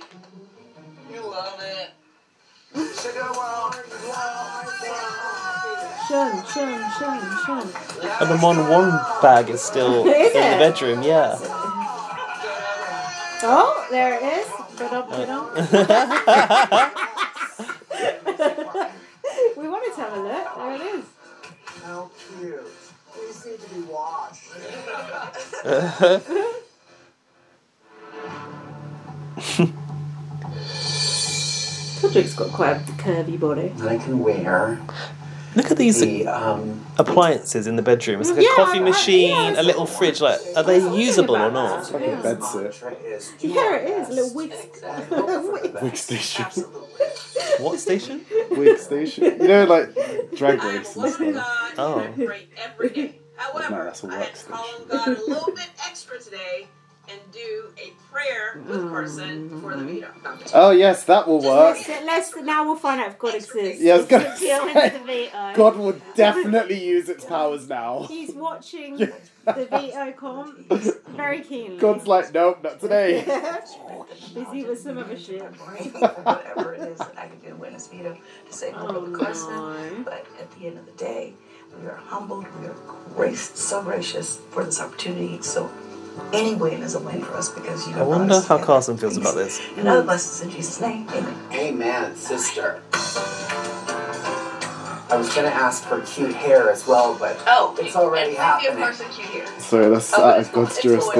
Speaker 13: you love it.
Speaker 1: Shun, shun, shun, shun. <laughs>
Speaker 2: And the Mon One bag is still in
Speaker 1: Is
Speaker 2: the
Speaker 1: it?
Speaker 2: bedroom, yeah.
Speaker 1: Oh, there it is. Ba-dum, ba-dum. we wanted to have a look. There it is.
Speaker 12: How cute.
Speaker 3: <laughs>
Speaker 12: These need to be washed.
Speaker 1: Todrick's got quite a curvy body.
Speaker 4: I can wear
Speaker 2: Look at these
Speaker 4: the um,
Speaker 2: appliances in the bedroom. It's like
Speaker 1: Yeah,
Speaker 2: a coffee
Speaker 1: I- I-
Speaker 2: machine,
Speaker 1: yeah, I
Speaker 2: a
Speaker 1: saw
Speaker 2: little fridge. Like, are they
Speaker 1: thinking
Speaker 2: usable or
Speaker 1: about
Speaker 2: not?
Speaker 3: Like a bed set.
Speaker 4: mantra is do
Speaker 1: Yeah,
Speaker 4: your
Speaker 1: it is. A little wig.
Speaker 4: best
Speaker 1: <laughs>
Speaker 4: and hope for the best.
Speaker 3: Wig station.
Speaker 4: Absolutely.
Speaker 2: What station?
Speaker 3: Wig station. You know, like drag
Speaker 11: I am
Speaker 3: race
Speaker 11: a
Speaker 3: and
Speaker 11: woman of
Speaker 3: stuff. Oh,
Speaker 11: God
Speaker 2: Oh.
Speaker 11: and I pray every day. However,
Speaker 3: that's a
Speaker 11: I
Speaker 3: work
Speaker 11: had to call on God a little bit extra today and do a prayer with person for the meetup.
Speaker 3: Oh yes, that will work.
Speaker 1: Let's, let's- now we'll find out if God exists.
Speaker 3: Yeah, I was gonna
Speaker 1: <laughs> Let's appeal
Speaker 3: say,
Speaker 1: into the veto.
Speaker 3: God will definitely use its powers now.
Speaker 1: He's
Speaker 3: <laughs>
Speaker 1: watching
Speaker 3: Yeah.
Speaker 1: the veto comp very keenly.
Speaker 3: God's like, nope, not today.
Speaker 1: <laughs> Busy with some other shit.
Speaker 7: whatever it is that I can do to witness veto to save the
Speaker 1: Oh
Speaker 7: little person.
Speaker 1: no.
Speaker 7: But at the end of the day, we are humbled, we are grace, so gracious for this opportunity. So any win is a win for us because you
Speaker 2: I
Speaker 7: have brought
Speaker 2: wonder
Speaker 7: us
Speaker 2: how
Speaker 7: together.
Speaker 2: Carson feels about this.
Speaker 7: And other blessings in Jesus' name. Amen.
Speaker 4: Amen, sister. I was gonna ask for cute hair as well, but
Speaker 11: Oh,
Speaker 4: It's already
Speaker 11: and forgive
Speaker 4: happening.
Speaker 11: person cute here.
Speaker 3: So that's
Speaker 11: Oh,
Speaker 3: out
Speaker 11: it's
Speaker 3: of God's
Speaker 11: it's going on.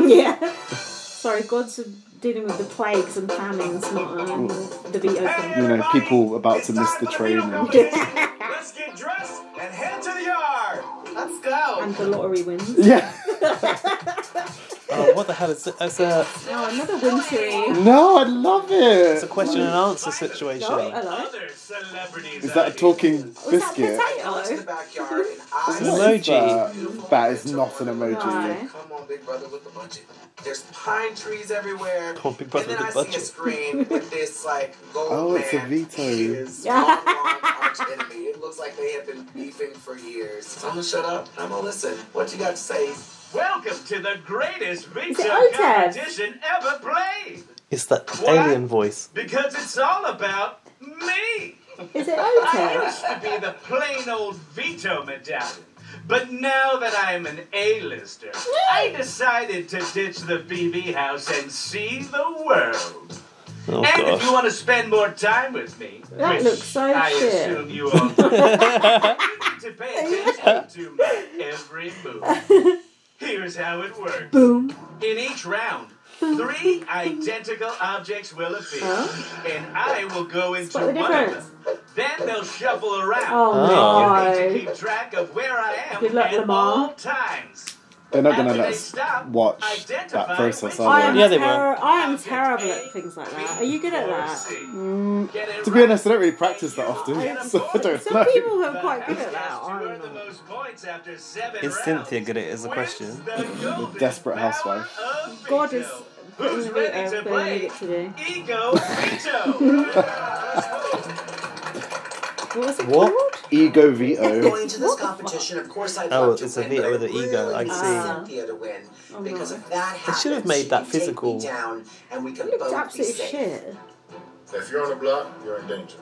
Speaker 3: jurisdiction.
Speaker 1: <laughs> Yeah. Sorry, God's dealing with the plagues and famines, not um, the veto comp.
Speaker 3: You know, people about to miss the train. And...
Speaker 14: Let's get dressed and head to the yard.
Speaker 4: let's go.
Speaker 1: And the
Speaker 7: <laughs>
Speaker 1: lottery wins.
Speaker 3: Yeah.
Speaker 2: Oh, what the hell is it? It's a,
Speaker 1: Oh, another wintry.
Speaker 3: No, I love
Speaker 2: it's a
Speaker 3: it.
Speaker 2: question and answer situation.
Speaker 1: Oh, hello.
Speaker 14: Other celebrities.
Speaker 3: Is that a
Speaker 14: out
Speaker 3: talking
Speaker 1: Was that
Speaker 4: To
Speaker 3: biscuit?
Speaker 4: the
Speaker 1: potato?
Speaker 4: backyard and
Speaker 3: What
Speaker 4: I
Speaker 3: is
Speaker 2: Emoji.
Speaker 3: that? That is not an emoji.
Speaker 1: No.
Speaker 4: Come on, Big Brother with the budget. There's pine trees everywhere.
Speaker 2: Come on, Big Brother
Speaker 4: and then
Speaker 2: with the
Speaker 4: I see a
Speaker 2: budget. <laughs>
Speaker 4: screen with this like gold
Speaker 3: Oh,
Speaker 4: man.
Speaker 3: it's a veto.
Speaker 4: He is
Speaker 1: Yeah.
Speaker 4: Don Juan's arch enemy. It looks like they have been beefing for years. So I'm gonna shut up. and I'm gonna listen. What you got to say?
Speaker 14: Welcome to the greatest pizza
Speaker 1: OTED?
Speaker 14: competition ever played.
Speaker 2: It's that alien voice.
Speaker 14: Because it's all about me.
Speaker 1: Is it
Speaker 14: I
Speaker 1: okay?
Speaker 14: used to be the plain old veto medallion, but now that I am an A-lister, I decided to ditch the BB house and see the world.
Speaker 2: Oh
Speaker 14: and if you
Speaker 2: gosh.
Speaker 14: want to spend more time with me,
Speaker 1: That
Speaker 14: which
Speaker 1: looks so
Speaker 14: I
Speaker 1: shit.
Speaker 14: assume you all
Speaker 1: <laughs>
Speaker 14: do, you need to pay attention to my every move. Here's how it works.
Speaker 1: Boom.
Speaker 14: In each round, three identical objects will appear, and I will go into
Speaker 1: Spot the
Speaker 14: one of
Speaker 1: difference.
Speaker 14: them. Then they'll shuffle around.
Speaker 1: Oh,
Speaker 14: You need
Speaker 1: no.
Speaker 14: to keep track of where I am
Speaker 1: Good luck,
Speaker 14: at
Speaker 1: Lamar.
Speaker 14: all times.
Speaker 3: They're not gonna
Speaker 14: After
Speaker 3: let
Speaker 14: they
Speaker 3: us
Speaker 14: stop,
Speaker 3: watch
Speaker 14: identify
Speaker 3: that process,
Speaker 14: which
Speaker 1: I
Speaker 3: are
Speaker 1: am,
Speaker 3: they?
Speaker 2: Yeah, they were.
Speaker 1: terror- I am
Speaker 14: Object
Speaker 1: terrible
Speaker 14: A,
Speaker 1: at things like
Speaker 14: B,
Speaker 1: that. Are you good at
Speaker 14: or
Speaker 1: that?
Speaker 14: C.
Speaker 3: Mm,
Speaker 14: Get it
Speaker 3: to be
Speaker 14: right,
Speaker 3: honest, I don't really practice that
Speaker 14: and you
Speaker 3: often,
Speaker 14: get a
Speaker 3: <laughs> so I
Speaker 14: point.
Speaker 3: don't
Speaker 1: Some
Speaker 3: know.
Speaker 1: people
Speaker 14: The
Speaker 1: are quite good at that,
Speaker 14: house has to
Speaker 1: aren't
Speaker 14: earn the
Speaker 1: they?
Speaker 14: most points after seven
Speaker 2: Is
Speaker 14: rounds
Speaker 2: Cynthia good at it? Is the
Speaker 14: wins
Speaker 2: question.
Speaker 14: the golden
Speaker 3: desperate
Speaker 14: power
Speaker 3: housewife.
Speaker 14: of
Speaker 1: God
Speaker 14: veto.
Speaker 1: is
Speaker 14: Who's
Speaker 1: Who's
Speaker 14: ready
Speaker 1: veto
Speaker 14: to
Speaker 1: going to
Speaker 14: play?
Speaker 1: it um, today?
Speaker 14: Ego veto.
Speaker 1: What was it
Speaker 2: What?
Speaker 1: called?
Speaker 3: Ego veto.
Speaker 4: Going to this competition, of course I'd
Speaker 2: Oh,
Speaker 4: love to
Speaker 2: it's a
Speaker 4: win,
Speaker 2: veto
Speaker 4: but I
Speaker 2: with an ego,
Speaker 4: really
Speaker 2: I
Speaker 4: need
Speaker 1: see.
Speaker 4: Cynthia to win
Speaker 1: Oh,
Speaker 4: because
Speaker 1: no.
Speaker 4: if that
Speaker 2: They
Speaker 4: happens,
Speaker 2: should have made
Speaker 4: she
Speaker 2: that
Speaker 4: can take me
Speaker 3: <laughs>
Speaker 2: physical.
Speaker 4: down, and we can
Speaker 1: You looked
Speaker 4: both be
Speaker 1: absolute
Speaker 4: safe.
Speaker 1: shit.
Speaker 10: If you're on the block, you're in danger.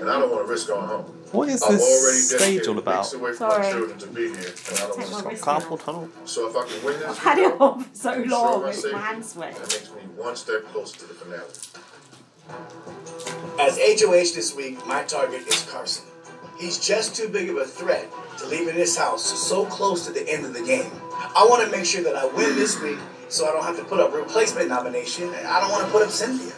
Speaker 10: And I don't want to risk going home.
Speaker 2: What is
Speaker 10: I'm already
Speaker 2: this stage
Speaker 10: dedicated
Speaker 2: all about?
Speaker 10: weeks away from
Speaker 1: Sorry.
Speaker 10: my children to be here, and I don't
Speaker 1: Take
Speaker 10: want
Speaker 1: my
Speaker 10: to
Speaker 1: wrist now.
Speaker 2: Carpool tunnel.
Speaker 10: So if I can win this,
Speaker 1: Had it
Speaker 10: veto,
Speaker 1: on for so long, it's my hand
Speaker 10: that
Speaker 1: sweat.
Speaker 10: makes me one step closer to the finale.
Speaker 4: As HOH this week, my target is Carson. He's just too big of a threat to leave in this house so close to the end of the game. I want to make sure that I win this week so I don't have to put up replacement nomination and I don't want to put up Cynthia.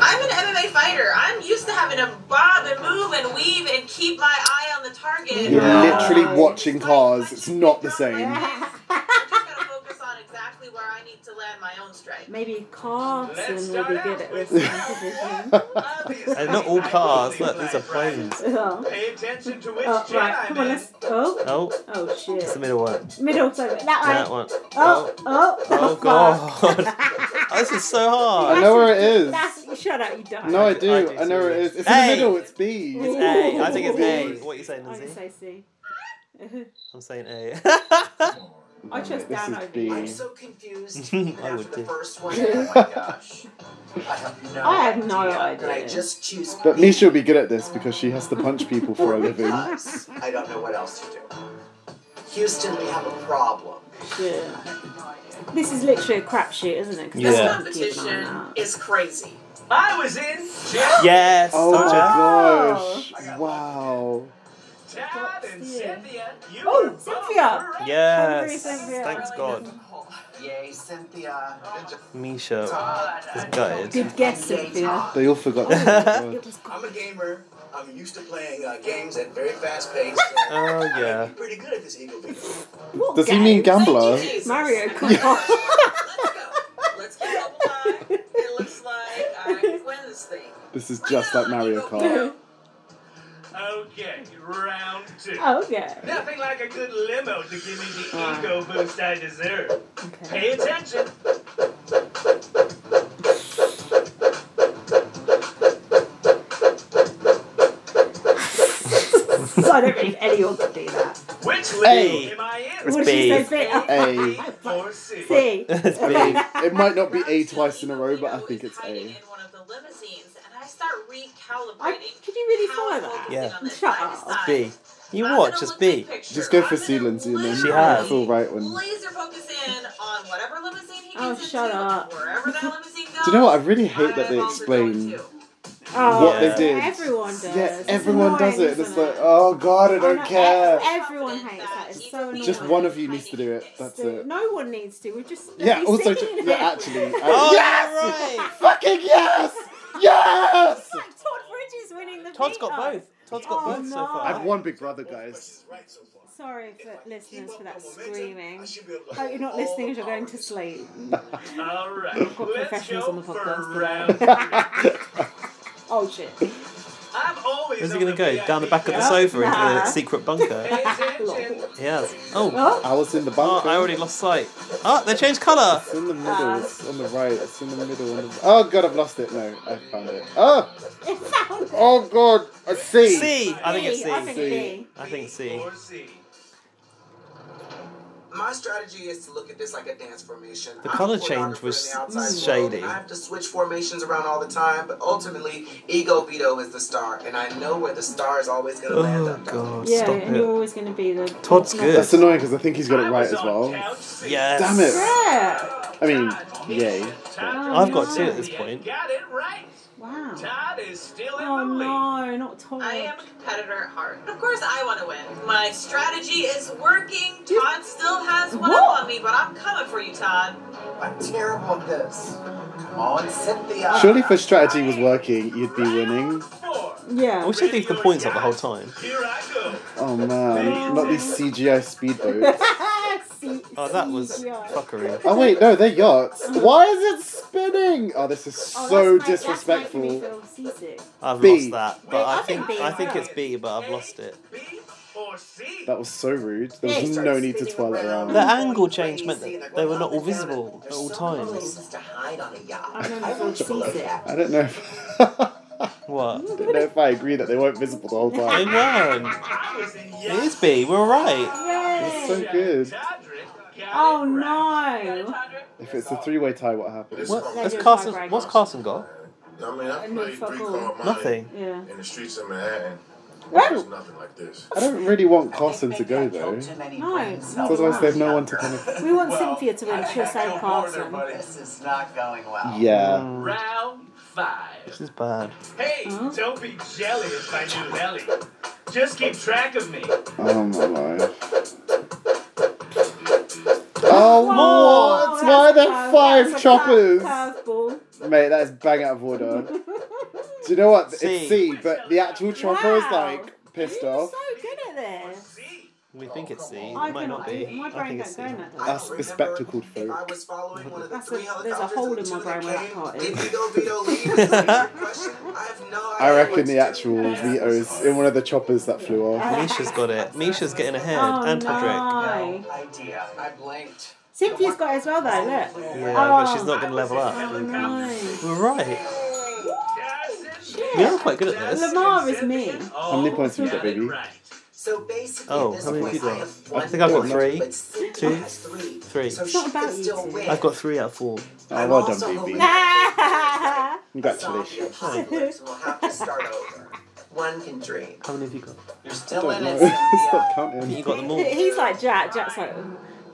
Speaker 11: I'm an MMA fighter. I'm used to having to bob and move and weave and keep my eye on the target.
Speaker 3: You're
Speaker 2: Yeah.
Speaker 3: literally watching cars. It's not the same.
Speaker 11: I'm just gonna focus on exactly where I need to land my own strike.
Speaker 1: Maybe Carson
Speaker 14: Let's
Speaker 1: will be
Speaker 14: start
Speaker 1: good
Speaker 14: out
Speaker 1: at
Speaker 14: with
Speaker 1: this
Speaker 14: round
Speaker 1: competition.
Speaker 14: <laughs> one.
Speaker 11: Obviously,
Speaker 2: And not all
Speaker 14: I
Speaker 2: cars.
Speaker 14: believe
Speaker 2: Look, these
Speaker 14: my
Speaker 2: are planes.
Speaker 1: Oh.
Speaker 14: Pay attention to which
Speaker 1: oh,
Speaker 14: chair
Speaker 1: right,
Speaker 14: I'm
Speaker 1: come on,
Speaker 14: in.
Speaker 1: let's. Oh,
Speaker 2: Oh,
Speaker 1: oh
Speaker 2: it's the
Speaker 1: shit.
Speaker 2: middle one.
Speaker 1: Middle time. That
Speaker 2: That
Speaker 1: way.
Speaker 2: one.
Speaker 1: Oh,
Speaker 2: Oh,
Speaker 1: oh,
Speaker 2: oh
Speaker 1: fuck. <laughs>
Speaker 2: god. Oh, this is so
Speaker 3: I
Speaker 2: hard.
Speaker 3: know where it is.
Speaker 1: That's, shut up, you don't.
Speaker 3: No, I
Speaker 2: I do
Speaker 3: do. I know where it is. It's in the
Speaker 2: Hey!
Speaker 3: middle. It's <laughs> B.
Speaker 1: It's
Speaker 2: A. I think it's
Speaker 1: Ooh.
Speaker 2: A. What are you saying,
Speaker 1: I
Speaker 2: Lindsay?
Speaker 1: Oh, say C.
Speaker 14: Oh
Speaker 2: I'm saying A. <laughs>
Speaker 1: I chose
Speaker 3: Mate, this
Speaker 1: down
Speaker 3: is
Speaker 1: over you.
Speaker 4: I'm
Speaker 3: B.
Speaker 4: so confused.
Speaker 2: <laughs> I
Speaker 4: Even
Speaker 2: would
Speaker 4: after the
Speaker 2: too.
Speaker 4: first
Speaker 3: <laughs>
Speaker 4: one, oh my gosh. I have no
Speaker 1: <laughs> I have <laughs> no
Speaker 4: Could I
Speaker 1: idea.
Speaker 4: just choose
Speaker 3: But
Speaker 4: B?
Speaker 3: Misha will be good at this because she has to punch people for a
Speaker 15: <laughs>
Speaker 3: living.
Speaker 4: Because I don't know what else to do. Houston, we have a problem.
Speaker 1: Shit. This is literally a crapshoot, isn't it? 'Cause
Speaker 2: Yeah.
Speaker 11: this
Speaker 1: there's nothing to keep an eye
Speaker 11: competition
Speaker 1: on.
Speaker 11: is crazy.
Speaker 14: I was in. Jeff.
Speaker 2: Yes.
Speaker 3: Oh my
Speaker 2: told
Speaker 3: gosh! Wow.
Speaker 11: Chad and
Speaker 1: Cynthia.
Speaker 11: Cynthia, you
Speaker 1: Oh,
Speaker 11: are both
Speaker 1: Cynthia.
Speaker 11: correct.
Speaker 2: Yes.
Speaker 1: Henry Sandville.
Speaker 2: Thanks God.
Speaker 15: Yay, Cynthia. Good job.
Speaker 2: Misha
Speaker 15: God,
Speaker 2: is
Speaker 15: I-
Speaker 2: gutted.
Speaker 1: Good guess, Cynthia.
Speaker 3: They all
Speaker 2: <laughs>
Speaker 3: forgot. that.
Speaker 1: It was good.
Speaker 4: I'm a gamer. I'm used to playing uh, games at very fast pace.
Speaker 2: <laughs> Oh yeah.
Speaker 4: I'm pretty good at this Eagle game.
Speaker 1: What
Speaker 3: Does he
Speaker 1: game?
Speaker 3: mean
Speaker 1: <laughs>
Speaker 3: gambler?
Speaker 11: Jesus.
Speaker 1: Mario Kart.
Speaker 11: Let's go.
Speaker 3: <laughs>
Speaker 11: Let's keep up alive. It looks like I can win this thing.
Speaker 3: This is just like Mario Kart.
Speaker 5: Okay, round two.
Speaker 1: okay.
Speaker 5: Nothing like a good limo to give me the
Speaker 11: Ah.
Speaker 1: Wow.
Speaker 5: ego boost I deserve.
Speaker 1: okay.
Speaker 5: Pay attention.
Speaker 1: So I don't think anyone could do that.
Speaker 5: Which limo
Speaker 2: Hey.
Speaker 5: am I in?
Speaker 2: It's
Speaker 1: What did she
Speaker 2: big.
Speaker 1: <laughs> say?
Speaker 3: A.
Speaker 5: Or C?
Speaker 1: See?
Speaker 2: It's
Speaker 3: big.
Speaker 2: big.
Speaker 3: It might not be
Speaker 11: Round
Speaker 3: A
Speaker 11: two,
Speaker 3: twice in a row, but I
Speaker 11: Eagle
Speaker 3: think
Speaker 11: is
Speaker 3: it's A.
Speaker 11: hiding In one of the limousines, and I start recalibrating.
Speaker 1: I, could you really follow that?
Speaker 2: Yeah.
Speaker 1: Shut up.
Speaker 2: B. You watch, it's B.
Speaker 3: Just go for C, Lindsay, and then
Speaker 2: She has.
Speaker 3: it's all right when. Do
Speaker 11: Laser focus in on whatever limousine he gets
Speaker 1: Oh,
Speaker 11: into,
Speaker 1: shut up.
Speaker 11: wherever that limousine goes.
Speaker 3: you know what? I really hate that they
Speaker 11: eyeballs are going
Speaker 3: explain
Speaker 11: too.
Speaker 1: Oh,
Speaker 2: What they
Speaker 1: yeah.
Speaker 3: did.
Speaker 1: Everyone does.
Speaker 3: Yeah,
Speaker 1: It's
Speaker 3: everyone does
Speaker 1: annoying,
Speaker 3: it. and It's
Speaker 1: isn't
Speaker 3: like, oh god, I
Speaker 1: I
Speaker 3: don't
Speaker 1: know,
Speaker 3: care.
Speaker 1: ev- Everyone hates that. It's so annoying.
Speaker 3: Just one of you needs to do it. That's
Speaker 1: So
Speaker 3: it.
Speaker 1: No one needs to. We're just
Speaker 3: <laughs> Yeah.
Speaker 1: we're
Speaker 3: Also,
Speaker 1: singing
Speaker 3: ju-
Speaker 1: it.
Speaker 3: yeah.
Speaker 1: <laughs>
Speaker 3: Actually, I-
Speaker 2: Oh,
Speaker 3: yes.
Speaker 2: right.
Speaker 3: Fucking yes. Yes.
Speaker 1: It's like Todd Bridges winning the.
Speaker 2: Todd's got
Speaker 1: veto.
Speaker 2: both. Todd's got
Speaker 1: Oh,
Speaker 2: both so
Speaker 1: no.
Speaker 2: far.
Speaker 3: I've won Big Brother,
Speaker 4: Both
Speaker 3: guys.
Speaker 4: questions right so far.
Speaker 1: Sorry
Speaker 4: If I
Speaker 1: for
Speaker 4: keep up
Speaker 1: listeners for
Speaker 4: the
Speaker 1: that
Speaker 4: momentum,
Speaker 1: screaming.
Speaker 4: I should be able to
Speaker 1: Hope you're not
Speaker 4: hold
Speaker 1: listening as
Speaker 4: the
Speaker 1: you're going to
Speaker 4: powers.
Speaker 1: sleep.
Speaker 5: All right,
Speaker 1: got
Speaker 5: let's
Speaker 1: professionals on
Speaker 5: go for
Speaker 1: the podcast.
Speaker 5: round.
Speaker 1: Oh shit.
Speaker 5: I'm always.
Speaker 2: Where's he
Speaker 5: on
Speaker 2: gonna
Speaker 5: the
Speaker 2: go?
Speaker 5: VIP
Speaker 2: Down the back of the
Speaker 5: couch.
Speaker 2: sofa into
Speaker 1: Nah.
Speaker 2: the secret bunker.
Speaker 5: Pay attention.
Speaker 1: Lol.
Speaker 2: Yes. Oh.
Speaker 1: Oh,
Speaker 3: I was in the
Speaker 2: Oh,
Speaker 3: bunker.
Speaker 2: I already lost sight. Ah, they changed colour.
Speaker 3: It's in the middle.
Speaker 1: Ah.
Speaker 3: It's on the right. It's in the middle. On the... Oh god, I've lost it. No, I found it. Oh. Oh god, I see.
Speaker 2: C. I think it's
Speaker 1: B. I think
Speaker 2: C.
Speaker 1: B.
Speaker 2: I think
Speaker 5: B
Speaker 2: C.
Speaker 5: or C.
Speaker 15: My strategy is to look at this like a dance formation.
Speaker 2: The
Speaker 15: I'm a
Speaker 2: colour
Speaker 15: choreographer
Speaker 2: change
Speaker 15: in
Speaker 2: was
Speaker 15: the outside
Speaker 2: shady.
Speaker 15: world, and I
Speaker 1: Mm.
Speaker 15: have to switch formations around all the time, but ultimately, Ego Vito is the star, and I know where the star is always going to land
Speaker 2: Oh
Speaker 15: up.
Speaker 2: god,
Speaker 1: Yeah,
Speaker 2: stop
Speaker 1: you're
Speaker 2: it.
Speaker 1: always going to be the.
Speaker 2: Todd's
Speaker 1: no.
Speaker 2: good.
Speaker 3: That's annoying because I think he's got
Speaker 5: I
Speaker 3: it right
Speaker 5: was
Speaker 3: as
Speaker 5: on
Speaker 3: well.
Speaker 5: couch C.
Speaker 2: Yes.
Speaker 3: Damn it.
Speaker 1: Yeah.
Speaker 3: I mean, yay.
Speaker 5: Todd
Speaker 1: Oh,
Speaker 2: I've got
Speaker 1: no.
Speaker 2: two at this point.
Speaker 5: Got it right.
Speaker 1: <laughs> Wow.
Speaker 5: Todd is still in
Speaker 1: Oh
Speaker 5: the lead.
Speaker 1: no, not Todd.
Speaker 11: I am a competitor at heart. Of course, I want to win. My strategy is working.
Speaker 1: You-
Speaker 11: Todd still has one
Speaker 1: What?
Speaker 11: up on me, but I'm coming for you, Todd.
Speaker 15: I'm terrible at this. Come on, Cynthia.
Speaker 3: Surely if a strategy was working, you'd be winning.
Speaker 5: Four.
Speaker 1: Yeah.
Speaker 2: We should leave the points up the whole time.
Speaker 5: Here I go.
Speaker 3: Oh man, not these CGI speedboats.
Speaker 1: See-
Speaker 2: Oh, that was
Speaker 1: CGI.
Speaker 2: fuckery.
Speaker 3: Oh wait, no, they're yachts. <laughs> Why is it spinning? Oh, this is so
Speaker 1: Oh, that's making- that's making me
Speaker 3: disrespectful.
Speaker 1: feel seasick.
Speaker 2: I've
Speaker 3: B.
Speaker 2: lost that, but I
Speaker 1: I
Speaker 2: think
Speaker 1: think B
Speaker 2: I
Speaker 1: as
Speaker 2: think
Speaker 1: well.
Speaker 2: it's B, but I've
Speaker 5: A,
Speaker 2: lost it.
Speaker 5: B or C?
Speaker 3: That was so rude. There
Speaker 1: Yeah,
Speaker 3: was
Speaker 1: he
Speaker 3: no need to twirl it
Speaker 2: The
Speaker 3: around.
Speaker 2: angle change meant that they were not all visible at all times.
Speaker 15: Places to hide on a yacht.
Speaker 1: I've known you feel seasick.
Speaker 3: I don't know. If, <laughs> I
Speaker 2: What?
Speaker 3: don't know if I agree that they weren't visible the whole
Speaker 2: They
Speaker 3: time.
Speaker 2: weren't.
Speaker 5: I was in
Speaker 2: It is B. We're right.
Speaker 1: Yay!
Speaker 3: It's so good.
Speaker 1: Oh
Speaker 11: Got it,
Speaker 1: no!
Speaker 11: Todrick?
Speaker 3: If it's a three-way tie, what happens?
Speaker 10: This
Speaker 2: What?
Speaker 10: call-
Speaker 1: They
Speaker 2: That's
Speaker 1: do
Speaker 2: Carson.
Speaker 1: tiebreakers.
Speaker 2: What's Carson got?
Speaker 10: I mean, I
Speaker 1: And then
Speaker 10: played
Speaker 1: fuck
Speaker 10: three
Speaker 1: all.
Speaker 10: card money
Speaker 2: Nothing.
Speaker 1: Yeah.
Speaker 10: in the streets of Manhattan.
Speaker 1: Well,
Speaker 10: There's nothing like this.
Speaker 3: I don't really want Carson to go though.
Speaker 1: no.
Speaker 3: Otherwise, they have no one to kind of.
Speaker 1: <laughs> We want Cynthia to win. She'll save Carson.
Speaker 15: This is not going well.
Speaker 3: Yeah.
Speaker 2: Mm,
Speaker 5: Round five.
Speaker 2: this is bad.
Speaker 5: Hey,
Speaker 1: Huh?
Speaker 5: don't be jealous by new belly. Just keep track of me.
Speaker 3: Oh my life. Oh,
Speaker 1: Whoa,
Speaker 3: what?
Speaker 1: that's
Speaker 3: Why are
Speaker 1: a
Speaker 3: there
Speaker 1: curve-
Speaker 3: five
Speaker 1: that's a
Speaker 3: choppers?
Speaker 1: curve- Curveball.
Speaker 3: Mate, that is bang out of order. Do you know what?
Speaker 2: C.
Speaker 3: It's C, but the actual chopper is like pissed
Speaker 1: You're
Speaker 3: off.
Speaker 1: so good at this.
Speaker 5: C.
Speaker 2: We think it's C.
Speaker 1: I
Speaker 2: It might
Speaker 1: can,
Speaker 2: not be.
Speaker 1: my
Speaker 2: I
Speaker 1: brain
Speaker 2: think it's
Speaker 1: don't
Speaker 2: C.
Speaker 1: go in that
Speaker 15: I
Speaker 1: way.
Speaker 3: Us
Speaker 15: don't
Speaker 3: bespectacled folk.
Speaker 15: remember If I was following one of the
Speaker 1: That's
Speaker 15: three
Speaker 1: a- there's a
Speaker 15: helicopters
Speaker 1: hole
Speaker 15: or
Speaker 1: in
Speaker 15: two
Speaker 1: my brain where that
Speaker 15: came,
Speaker 1: part is.
Speaker 15: Did Vigo Vito leave? Is the
Speaker 1: <laughs>
Speaker 15: answer to the question. I have no idea.
Speaker 3: <laughs> I reckon
Speaker 15: what
Speaker 3: the
Speaker 15: to
Speaker 3: actual
Speaker 15: do.
Speaker 3: Vito is in one of the choppers that flew off.
Speaker 2: Misha's got it. Misha's getting ahead.
Speaker 1: Oh
Speaker 2: and Todrick.
Speaker 1: no!
Speaker 15: idea. I blinked.
Speaker 1: Cynthia's got it as well though. Look.
Speaker 2: Yeah,
Speaker 1: Oh.
Speaker 2: but she's not going to level
Speaker 1: Oh
Speaker 2: up.
Speaker 1: no!
Speaker 2: We're right.
Speaker 5: Carson.
Speaker 2: You're quite good at this.
Speaker 1: Lamar is me.
Speaker 5: How
Speaker 3: many points you got, baby?
Speaker 15: So basically,
Speaker 2: Oh,
Speaker 15: at this
Speaker 2: how many
Speaker 15: point,
Speaker 2: have you
Speaker 15: I
Speaker 2: got?
Speaker 15: have one
Speaker 2: I think I've got
Speaker 15: point,
Speaker 2: three,
Speaker 15: but Cynthia
Speaker 2: two,
Speaker 15: has three.
Speaker 2: three.
Speaker 15: So
Speaker 2: It's
Speaker 1: not
Speaker 15: she
Speaker 1: about
Speaker 15: can
Speaker 1: you
Speaker 15: still
Speaker 1: two.
Speaker 15: win.
Speaker 2: I've got three out of four.
Speaker 15: I'm
Speaker 3: Ah, Oh, well done,
Speaker 15: also
Speaker 3: BB.
Speaker 15: hoping
Speaker 1: Ah!
Speaker 15: a zombie
Speaker 3: Congratulations.
Speaker 1: <laughs>
Speaker 15: apocalypse will have to start over. One can dream.
Speaker 2: How many have you got?
Speaker 15: You're
Speaker 3: I
Speaker 15: still
Speaker 3: don't
Speaker 15: in it,
Speaker 2: <laughs>
Speaker 3: know.
Speaker 15: Cynthia.
Speaker 3: Stop
Speaker 2: I think you
Speaker 3: counting.
Speaker 2: got them all.
Speaker 1: <laughs> He's like Jack. Jack's like,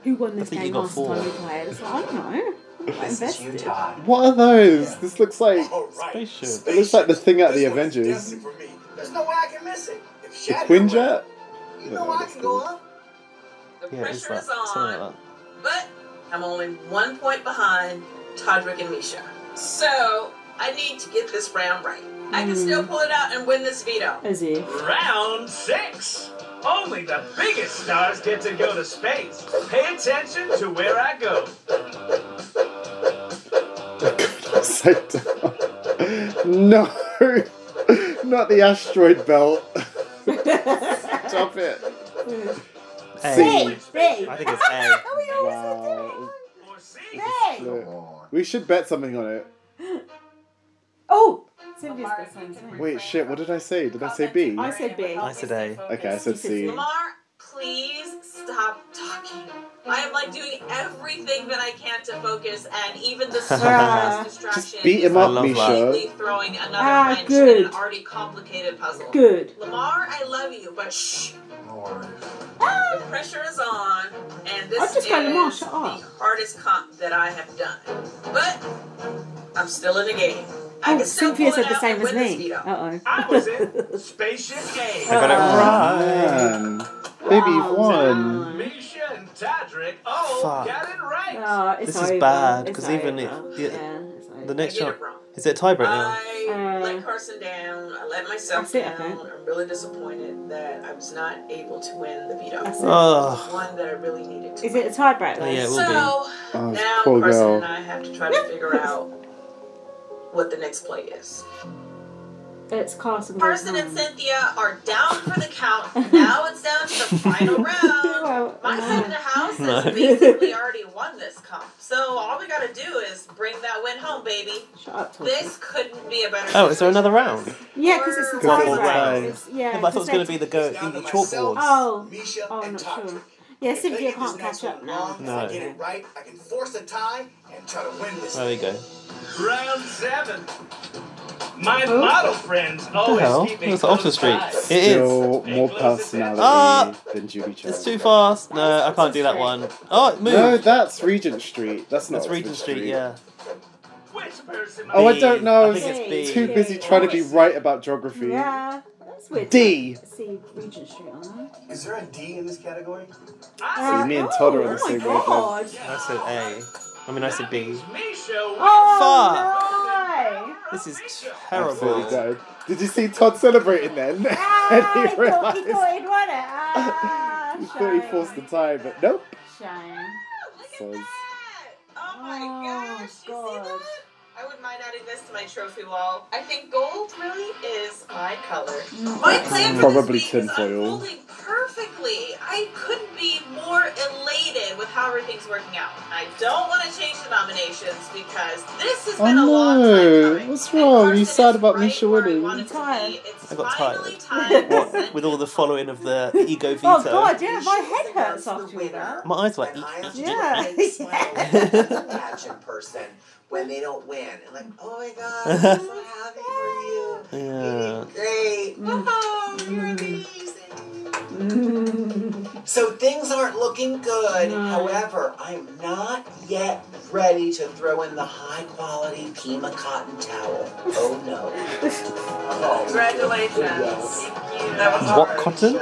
Speaker 1: who won this
Speaker 2: I think
Speaker 1: game
Speaker 2: you got
Speaker 1: last
Speaker 2: four.
Speaker 1: time we played? It's like, I don't know. I'm
Speaker 15: This is
Speaker 1: invested.
Speaker 15: Utah.
Speaker 3: What are those? This looks like.
Speaker 4: All right.
Speaker 2: Spaceship.
Speaker 3: It looks like the thing out of
Speaker 4: This
Speaker 3: the
Speaker 4: one is
Speaker 3: Avengers.
Speaker 4: definitely for me. There's no way I can miss it. If
Speaker 3: The
Speaker 4: Shaq
Speaker 3: twin
Speaker 4: were-
Speaker 3: jet?
Speaker 11: You
Speaker 3: Yeah,
Speaker 11: know
Speaker 3: that
Speaker 11: I
Speaker 3: is
Speaker 11: can go
Speaker 3: good.
Speaker 11: up. The
Speaker 2: Yeah, it's
Speaker 11: pressure
Speaker 2: that.
Speaker 11: is on,
Speaker 2: Something like
Speaker 11: but I'm only one point behind Todrick and Misha. So I need to get this round right. I can still pull it out and win this veto.
Speaker 1: Is he?
Speaker 14: Round six. Only the biggest stars get to go to space. Pay attention to where I go.
Speaker 3: so <laughs> dumb. No, <laughs> not the asteroid belt. Stop it.
Speaker 2: Hey.
Speaker 1: Hey.
Speaker 2: that. I think it's
Speaker 1: <laughs>
Speaker 2: A.
Speaker 3: Wow.
Speaker 14: Or see.
Speaker 1: Hey.
Speaker 10: Come
Speaker 3: Yeah.
Speaker 10: on.
Speaker 3: We should bet something on it.
Speaker 1: Oh, Cynthia's got something.
Speaker 3: Wait, shit, what did I say? Did I say B?
Speaker 1: I said B.
Speaker 2: I said A.
Speaker 3: Okay, I said C.
Speaker 11: Lamar, please stop talking. I am like doing everything that I can to focus, and even
Speaker 3: <laughs>
Speaker 11: the smallest distraction
Speaker 3: Just beat him
Speaker 2: I
Speaker 3: up,
Speaker 2: love that.
Speaker 3: Misha.
Speaker 11: completely throwing another
Speaker 1: Ah,
Speaker 11: wrench in
Speaker 1: good.
Speaker 11: an already complicated puzzle.
Speaker 1: Good.
Speaker 11: Lamar, I love you, but shh.
Speaker 10: No worries.
Speaker 11: The pressure is on, and this
Speaker 1: I've just
Speaker 11: is
Speaker 1: got Lamar, shut up.
Speaker 11: the hardest comp that I have done. But I'm still in the game. I
Speaker 1: Oh,
Speaker 11: can still
Speaker 1: Cynthia
Speaker 11: pull it
Speaker 1: said the
Speaker 11: out
Speaker 1: same
Speaker 11: and
Speaker 1: as
Speaker 11: win this
Speaker 1: me.
Speaker 11: veto.
Speaker 1: Uh
Speaker 14: I
Speaker 10: Oh,
Speaker 14: was in Spaceship A.
Speaker 2: I got it right.
Speaker 3: Man. Baby
Speaker 1: Wow.
Speaker 3: one.
Speaker 14: Misha and Todrick all
Speaker 2: Fuck.
Speaker 14: got it
Speaker 1: oh.
Speaker 14: right.
Speaker 1: Oh, it's
Speaker 2: This is
Speaker 1: over.
Speaker 2: bad,
Speaker 1: It's
Speaker 2: 'cause even
Speaker 1: over.
Speaker 2: if- yeah,
Speaker 1: Yeah, it's over.
Speaker 2: The
Speaker 11: I
Speaker 2: next
Speaker 11: did
Speaker 2: shot.
Speaker 11: it wrong.
Speaker 2: Is it a tiebreak now?
Speaker 11: I
Speaker 1: Uh,
Speaker 11: let Carson down. I let myself
Speaker 1: That's it, I
Speaker 11: down.
Speaker 1: think.
Speaker 11: I'm really disappointed that I was not able to win the veto.
Speaker 1: That's it.
Speaker 2: Oh.
Speaker 11: One that I really needed to.
Speaker 1: Is it a tiebreaker?
Speaker 2: Oh, <laughs> yeah, it will
Speaker 11: so
Speaker 3: Oh,
Speaker 11: now
Speaker 3: poor
Speaker 11: Carson
Speaker 3: girl.
Speaker 11: and I have to try to figure out what the next play is.
Speaker 1: <laughs> It's Carson.
Speaker 11: Carson and
Speaker 1: Goes Home.
Speaker 11: Cynthia are down for the
Speaker 1: <laughs>
Speaker 11: count. Now it's down to the final round.
Speaker 1: Well, uh,
Speaker 11: My side of the house
Speaker 2: No.
Speaker 1: <laughs>
Speaker 11: has basically already won this comp. So all we gotta do is bring that win home, baby.
Speaker 1: shut up. Tom.
Speaker 11: This couldn't be a better
Speaker 2: Oh, is there
Speaker 11: situation.
Speaker 2: another round?
Speaker 1: Yeah, because it's the
Speaker 11: Well,
Speaker 1: tiebreaker.
Speaker 2: wow.
Speaker 1: It's- Yeah,
Speaker 2: Yeah, but I thought it was going
Speaker 1: because
Speaker 2: to be
Speaker 1: they-
Speaker 2: the go
Speaker 4: Down
Speaker 2: in
Speaker 4: to
Speaker 2: the
Speaker 4: myself,
Speaker 2: chalkboards.
Speaker 1: Oh.
Speaker 4: Misha
Speaker 1: Oh,
Speaker 4: and
Speaker 1: not sure.
Speaker 4: Todrick.
Speaker 1: Yeah,
Speaker 4: If they
Speaker 1: Cynthia
Speaker 4: get this
Speaker 1: can't
Speaker 4: next
Speaker 1: catch up
Speaker 4: one wrong,
Speaker 1: now.
Speaker 4: If I
Speaker 2: No.
Speaker 4: get it right, I can force a tie and try to win this.
Speaker 2: There we go.
Speaker 14: Round seven. My model friends always
Speaker 2: hell?
Speaker 14: keep me
Speaker 2: That's
Speaker 14: close
Speaker 2: Ultra Street.
Speaker 14: by.
Speaker 2: It is.
Speaker 3: Still more personality
Speaker 2: Ah!
Speaker 3: than Judy Child.
Speaker 2: It's too fast. No, I can't do that one. Oh, it moved.
Speaker 3: No, that's Regent Street. That's not
Speaker 2: That's Regent Street, yeah.
Speaker 14: Which person?
Speaker 3: Oh, I
Speaker 2: B.
Speaker 3: don't know.
Speaker 2: I think it's B.
Speaker 3: Too busy trying to be right about geography.
Speaker 1: Yeah, that's weird.
Speaker 3: D.
Speaker 1: See Regent Street on that.
Speaker 4: Is there a D in this category?
Speaker 14: I
Speaker 1: Uh,
Speaker 3: See, me and
Speaker 1: oh,
Speaker 3: Todd are on the
Speaker 1: oh
Speaker 3: same
Speaker 1: my God.
Speaker 3: wavelength.
Speaker 2: I said A. I mean, I said B.
Speaker 14: Misha.
Speaker 1: Oh no!
Speaker 2: This is
Speaker 3: Absolutely
Speaker 2: terrible.
Speaker 3: died. Did you see Todd celebrating then?
Speaker 1: Ah,
Speaker 3: <laughs>
Speaker 1: I
Speaker 3: and he
Speaker 1: thought he
Speaker 3: realized
Speaker 1: thought he'd won it. Ah,
Speaker 3: he thought he forced the
Speaker 1: shame.
Speaker 3: tie, but nope.
Speaker 1: Shame.
Speaker 11: Look at
Speaker 3: Says-
Speaker 11: that! Oh my
Speaker 1: Oh,
Speaker 11: gosh, you
Speaker 1: God.
Speaker 11: see that? I wouldn't mind adding this to my trophy wall. I think gold really is my color. My plan for
Speaker 3: Probably
Speaker 11: this week is
Speaker 3: tinfoil.
Speaker 11: unfolding perfectly. I couldn't be more elated with how everything's working out. I don't want to change the nominations because this has
Speaker 3: Oh,
Speaker 11: been a long time
Speaker 3: no.
Speaker 11: coming.
Speaker 3: What's
Speaker 11: And
Speaker 3: wrong? You
Speaker 11: Carson
Speaker 3: sad
Speaker 11: is
Speaker 3: about
Speaker 11: right
Speaker 3: Misha
Speaker 11: where I
Speaker 3: winning? <laughs>
Speaker 11: wanted to
Speaker 1: Tired.
Speaker 11: be. It's
Speaker 2: I got
Speaker 11: finally time to
Speaker 2: What
Speaker 11: send
Speaker 2: with all the following of the ego veto?
Speaker 1: <laughs> Oh God, yeah, my head hurts
Speaker 15: That's the
Speaker 1: after all
Speaker 15: winner.
Speaker 1: that.
Speaker 2: My eyes were like,
Speaker 15: And I am
Speaker 1: Yeah.
Speaker 15: the big smile imagine person when they don't win. And like, oh my god, I'm so happy for you.
Speaker 2: yeah.
Speaker 15: Great.
Speaker 11: Oh, you're amazing.
Speaker 3: Mm.
Speaker 15: So things aren't looking good.
Speaker 1: No.
Speaker 15: However, I'm not yet ready to throw in the high quality Pima cotton towel. Oh no. oh,
Speaker 11: <laughs> Congratulations.
Speaker 15: Yes.
Speaker 11: Thank you. That was
Speaker 2: What cotton?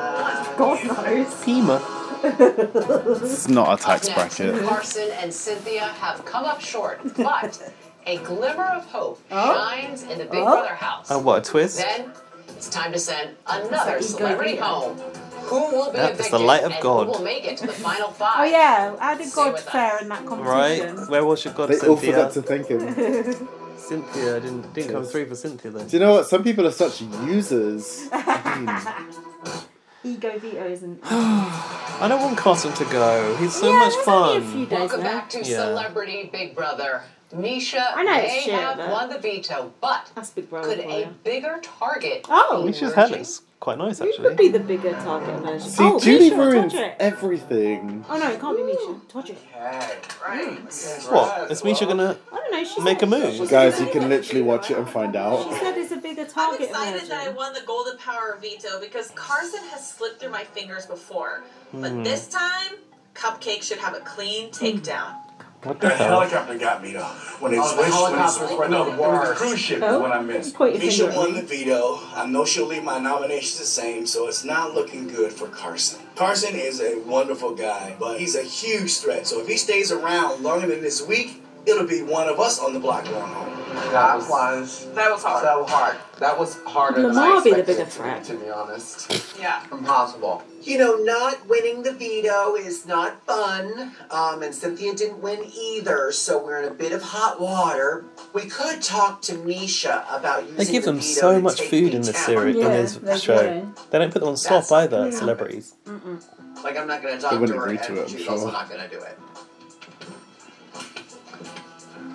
Speaker 1: God knows.
Speaker 2: Pima.
Speaker 9: <laughs>
Speaker 3: It's not a tax
Speaker 9: Up next,
Speaker 3: bracket.
Speaker 9: Carson and Cynthia have come up short, but a glimmer of hope
Speaker 1: Oh.
Speaker 9: shines in the Big
Speaker 1: Oh.
Speaker 9: Brother house.
Speaker 2: Oh, what a twist.
Speaker 9: Then it's time to send another
Speaker 1: It's an ego
Speaker 9: celebrity
Speaker 1: video.
Speaker 9: home. Who will be
Speaker 2: Yep,
Speaker 9: evicted
Speaker 2: it's the light of
Speaker 9: and
Speaker 2: God.
Speaker 9: who will make it to the final five?
Speaker 1: <laughs> Oh yeah, I did
Speaker 9: Stay
Speaker 1: God
Speaker 9: with us.
Speaker 1: fair in that
Speaker 2: Right?
Speaker 1: competition.
Speaker 2: Where was your god,
Speaker 3: They all
Speaker 2: Cynthia?
Speaker 3: forgot to thank
Speaker 9: <laughs>
Speaker 3: him. Do
Speaker 2: Cynthia didn't didn't come through for Cynthia though.
Speaker 3: you know what? Some people are such users.
Speaker 1: <laughs>
Speaker 3: I
Speaker 1: Ego veto isn't. Oh,
Speaker 2: I don't want Carson to go. He's so
Speaker 1: yeah,
Speaker 2: much
Speaker 1: there's
Speaker 2: fun.
Speaker 1: Only a few days
Speaker 9: Welcome
Speaker 1: now.
Speaker 9: back to
Speaker 2: Yeah.
Speaker 9: Celebrity Big Brother. Misha
Speaker 1: I know it's
Speaker 9: may
Speaker 1: shit,
Speaker 9: have
Speaker 1: but-
Speaker 9: won the veto, but
Speaker 1: That's Big Brotell.
Speaker 9: could a bigger target?
Speaker 1: Oh.
Speaker 9: be
Speaker 1: Misha's
Speaker 2: Misha's head
Speaker 9: emerging?
Speaker 2: is quite nice
Speaker 1: Who could
Speaker 2: actually.
Speaker 1: be the bigger target version?
Speaker 3: mean, see,
Speaker 1: oh,
Speaker 3: Judy
Speaker 1: Misha,
Speaker 3: ruins
Speaker 1: Todrick.
Speaker 3: everything.
Speaker 1: Oh no, it can't be Misha. Todrick. Hmm.
Speaker 4: Hey,
Speaker 11: Right.
Speaker 2: What? Is Misha gonna
Speaker 1: I don't know. She
Speaker 2: make a
Speaker 1: said-
Speaker 2: move?
Speaker 3: Guys, you can literally watch it and find
Speaker 2: Oh,
Speaker 1: She
Speaker 3: out.
Speaker 1: said it's a bigger
Speaker 11: I'm
Speaker 1: target
Speaker 11: excited that I
Speaker 1: version.
Speaker 11: won the Golden Power veto because Carson has slipped through my
Speaker 2: Hmm.
Speaker 1: Hmm.
Speaker 11: fingers before. But this time, Cupcake should have a clean takedown.
Speaker 2: What
Speaker 4: The
Speaker 2: the hell?
Speaker 4: helicopter got me though. When they
Speaker 5: Oh, the
Speaker 4: switched, when they
Speaker 5: helicopter.
Speaker 4: switched, right, no, the, when the cruise ship is
Speaker 1: Oh,
Speaker 4: what I missed.
Speaker 1: point your
Speaker 4: Misha
Speaker 1: finger at
Speaker 4: won
Speaker 1: me.
Speaker 4: the veto. I know she'll leave my nominations the same, so it's not looking good for Carson. Carson is a wonderful guy, but he's a huge threat. So if he stays around longer than this week, it'll be one of us on the block going home.
Speaker 15: That was, that was hard. That was hard. That was harder
Speaker 1: Would
Speaker 15: than I
Speaker 1: Lamar be the
Speaker 15: expected
Speaker 1: bigger
Speaker 15: it to be,
Speaker 1: threat?
Speaker 15: To be honest,
Speaker 11: Yeah.
Speaker 15: impossible.
Speaker 6: You know, not winning the veto is not fun. Um, and Cynthia didn't win either, so we're in a bit of hot water. We could talk to Misha about using
Speaker 2: They give
Speaker 6: the
Speaker 2: them
Speaker 6: veto
Speaker 2: so
Speaker 6: to
Speaker 2: much
Speaker 6: take
Speaker 2: food
Speaker 6: me
Speaker 2: in this
Speaker 6: down.
Speaker 2: series,
Speaker 1: Yeah,
Speaker 2: in this
Speaker 1: they
Speaker 2: show.
Speaker 1: do.
Speaker 2: They don't put them on slop
Speaker 6: That's-
Speaker 2: either.
Speaker 1: yeah.
Speaker 2: Celebrities.
Speaker 1: Mm-mm.
Speaker 6: Like I'm not gonna
Speaker 3: They
Speaker 6: talk to
Speaker 3: wouldn't
Speaker 6: her,
Speaker 3: agree
Speaker 6: and
Speaker 3: to it, I'm
Speaker 6: she's
Speaker 3: sure.
Speaker 6: also not gonna do it.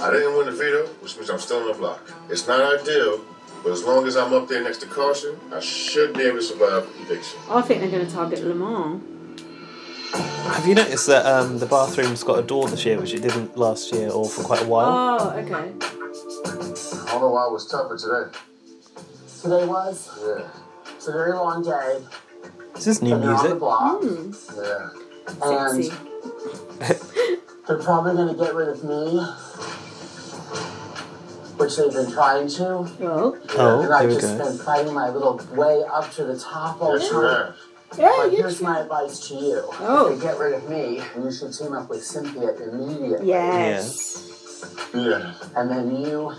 Speaker 10: I didn't win the veto, which means I'm still on the block. It's not ideal, but as long as I'm up there next to Carson, I should be able to survive eviction.
Speaker 1: Oh, I think they're going to target Le Mans.
Speaker 2: Have you noticed that um, the bathroom's got a door this year, which it didn't last year or for quite a while?
Speaker 1: Oh, okay.
Speaker 10: I don't know why it was tougher today.
Speaker 6: Today was
Speaker 10: Yeah,
Speaker 6: it's a very long day.
Speaker 1: Oh.
Speaker 2: Is this new
Speaker 6: but they're on the
Speaker 2: music?
Speaker 6: block,
Speaker 1: Mm,
Speaker 10: yeah.
Speaker 6: and
Speaker 9: Um,
Speaker 1: sexy.
Speaker 6: <laughs> they're probably gonna get rid of me, which they've been trying to.
Speaker 1: Oh.
Speaker 2: Oh,
Speaker 6: And I've
Speaker 2: there we
Speaker 6: just
Speaker 2: go.
Speaker 6: been fighting my little way up to the top all
Speaker 10: Yes, you
Speaker 6: time.
Speaker 10: have.
Speaker 1: Yeah,
Speaker 6: But
Speaker 1: you
Speaker 6: here's my advice to you.
Speaker 1: Oh.
Speaker 6: If they get rid of me, you should team up with Cynthia immediately.
Speaker 1: Yes.
Speaker 10: Yeah.
Speaker 6: And then you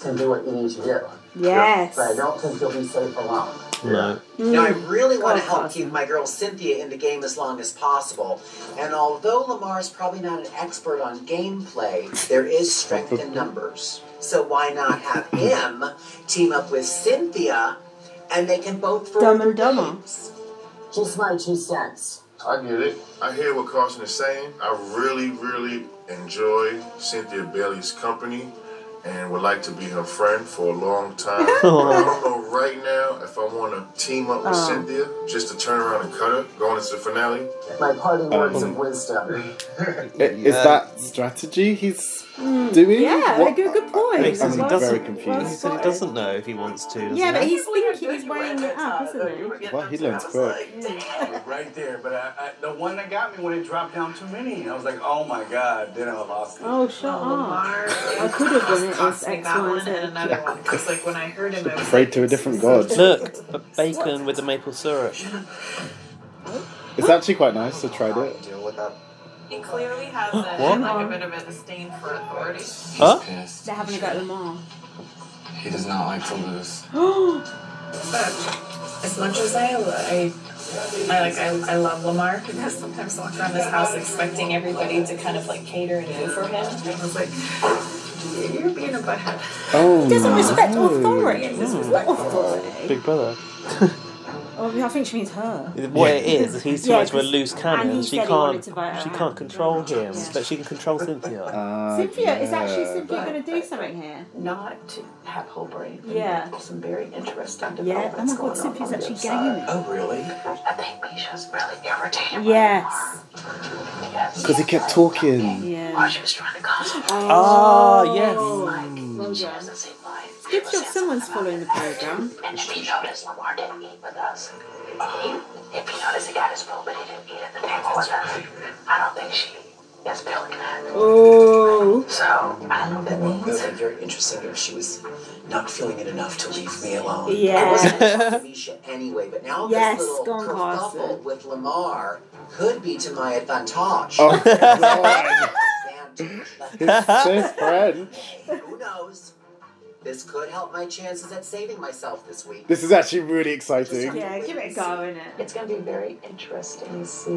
Speaker 6: can do what you need to do.
Speaker 1: Yes.
Speaker 6: But I don't think you'll be safe alone.
Speaker 2: No.
Speaker 6: Now, I
Speaker 1: Mm.
Speaker 6: really want to
Speaker 1: Oh,
Speaker 6: help
Speaker 1: awesome.
Speaker 6: keep my girl Cynthia in the game as long as possible. And although Lamar's probably not an expert on gameplay, there is strength in numbers. So why not
Speaker 1: <laughs>
Speaker 6: have him team up with Cynthia and they can both throw
Speaker 1: Dumb and Dumber.
Speaker 6: games? Just my two cents.
Speaker 10: I get it. I hear what Carson is saying. I really, really enjoy Cynthia Bailey's company and would like to be her friend for a long
Speaker 3: <laughs>
Speaker 10: time. I don't know right now if I want to team up with
Speaker 1: Oh.
Speaker 10: Cynthia just to turn around and cut her going into the finale.
Speaker 6: My parting words
Speaker 3: Um,
Speaker 6: of wisdom.
Speaker 3: I- Is
Speaker 2: Yeah.
Speaker 3: that strategy he's
Speaker 7: Hmm.
Speaker 3: doing?
Speaker 1: Yeah,
Speaker 3: What-
Speaker 1: they do good points.
Speaker 2: Because
Speaker 3: I'm
Speaker 2: he
Speaker 1: Well-
Speaker 2: doesn't.
Speaker 3: very confused.
Speaker 2: He said he doesn't know if he wants to. Doesn't
Speaker 1: Yeah, but
Speaker 2: he?
Speaker 1: he's thinking he's weighing it up, isn't he?
Speaker 3: Well, he learns quick.
Speaker 4: right there, but I, I, the one that got me when it dropped down too many, I was like, oh my god, then I lost it.
Speaker 1: Oh, shut up. I
Speaker 11: I
Speaker 1: could have done it as X,
Speaker 11: that
Speaker 1: Y,
Speaker 11: one
Speaker 1: and Z.
Speaker 11: and another one because like when I heard him, I was
Speaker 3: Prayed
Speaker 11: like,
Speaker 3: to a different god.
Speaker 2: Look, a bacon with the maple syrup.
Speaker 3: It's actually quite nice. I tried it.
Speaker 15: Deal with that.
Speaker 11: he clearly has a,
Speaker 2: What?
Speaker 11: like a bit of a disdain for authority.
Speaker 15: He's
Speaker 2: Huh?
Speaker 15: pissed.
Speaker 1: They're having a go at Le Mans.
Speaker 15: He does not like to lose.
Speaker 11: But as much as I, I, I like, I, I love Lamar <laughs> because sometimes I walk around this house expecting everybody to kind of like cater and do for him. And I was like, you're being a butthead.
Speaker 3: Oh,
Speaker 1: He doesn't
Speaker 3: no.
Speaker 1: respect authority. What
Speaker 2: Hmm.
Speaker 1: authority?
Speaker 2: Big brother.
Speaker 1: Oh, I think she means her.
Speaker 2: What it is, is he's too
Speaker 1: Yeah,
Speaker 2: much of a
Speaker 1: 'cause-
Speaker 2: loose
Speaker 1: and
Speaker 2: cannon.
Speaker 1: he
Speaker 2: She
Speaker 1: said he wanted
Speaker 2: can't.
Speaker 1: to vote her
Speaker 2: She
Speaker 1: out.
Speaker 2: can't control him,
Speaker 1: Yeah.
Speaker 2: but she can control Cynthia.
Speaker 3: Ah,
Speaker 1: Cynthia, is actually
Speaker 3: yeah.
Speaker 1: Cynthia going to do something here?
Speaker 16: Not to have whole brain.
Speaker 1: Yeah.
Speaker 16: Some very interesting
Speaker 1: Yeah. Oh
Speaker 16: developments
Speaker 1: my god,
Speaker 16: going on.
Speaker 1: Cynthia's
Speaker 16: on the
Speaker 1: actually
Speaker 16: other side.
Speaker 1: gaming.
Speaker 4: Oh, really?
Speaker 16: I think Misha's really irritated.
Speaker 1: Yes.
Speaker 3: Because he kept talking. <laughs>
Speaker 16: While
Speaker 1: Yeah.
Speaker 16: she was trying to cause him.
Speaker 2: Ah,
Speaker 1: Well
Speaker 16: She
Speaker 1: done.
Speaker 16: doesn't seem like.
Speaker 1: Oh. Good job someone's following the program.
Speaker 16: And if you notice, Lamar didn't eat with us. He, if you notice, he got his food, but he didn't eat at the table with us. I don't think she is feeling that.
Speaker 1: Oh.
Speaker 16: So I don't know what that means.
Speaker 6: Really very interesting if she was not feeling it enough to leave me alone.
Speaker 1: Yeah.
Speaker 6: I wasn't
Speaker 1: <laughs>
Speaker 6: gonna talk to Misha anyway, but now
Speaker 1: Yes,
Speaker 6: this little
Speaker 1: go on, Carson.
Speaker 6: kerfuffle with Lamar could be to my advantage.
Speaker 3: Oh, God.
Speaker 6: Advantage.
Speaker 3: His
Speaker 1: <laughs>
Speaker 3: best friend.
Speaker 6: Who knows? This could help my chances at saving myself this week.
Speaker 3: This is actually really exciting.
Speaker 1: Yeah, give it a go, innit?
Speaker 16: It's going to be very interesting to see.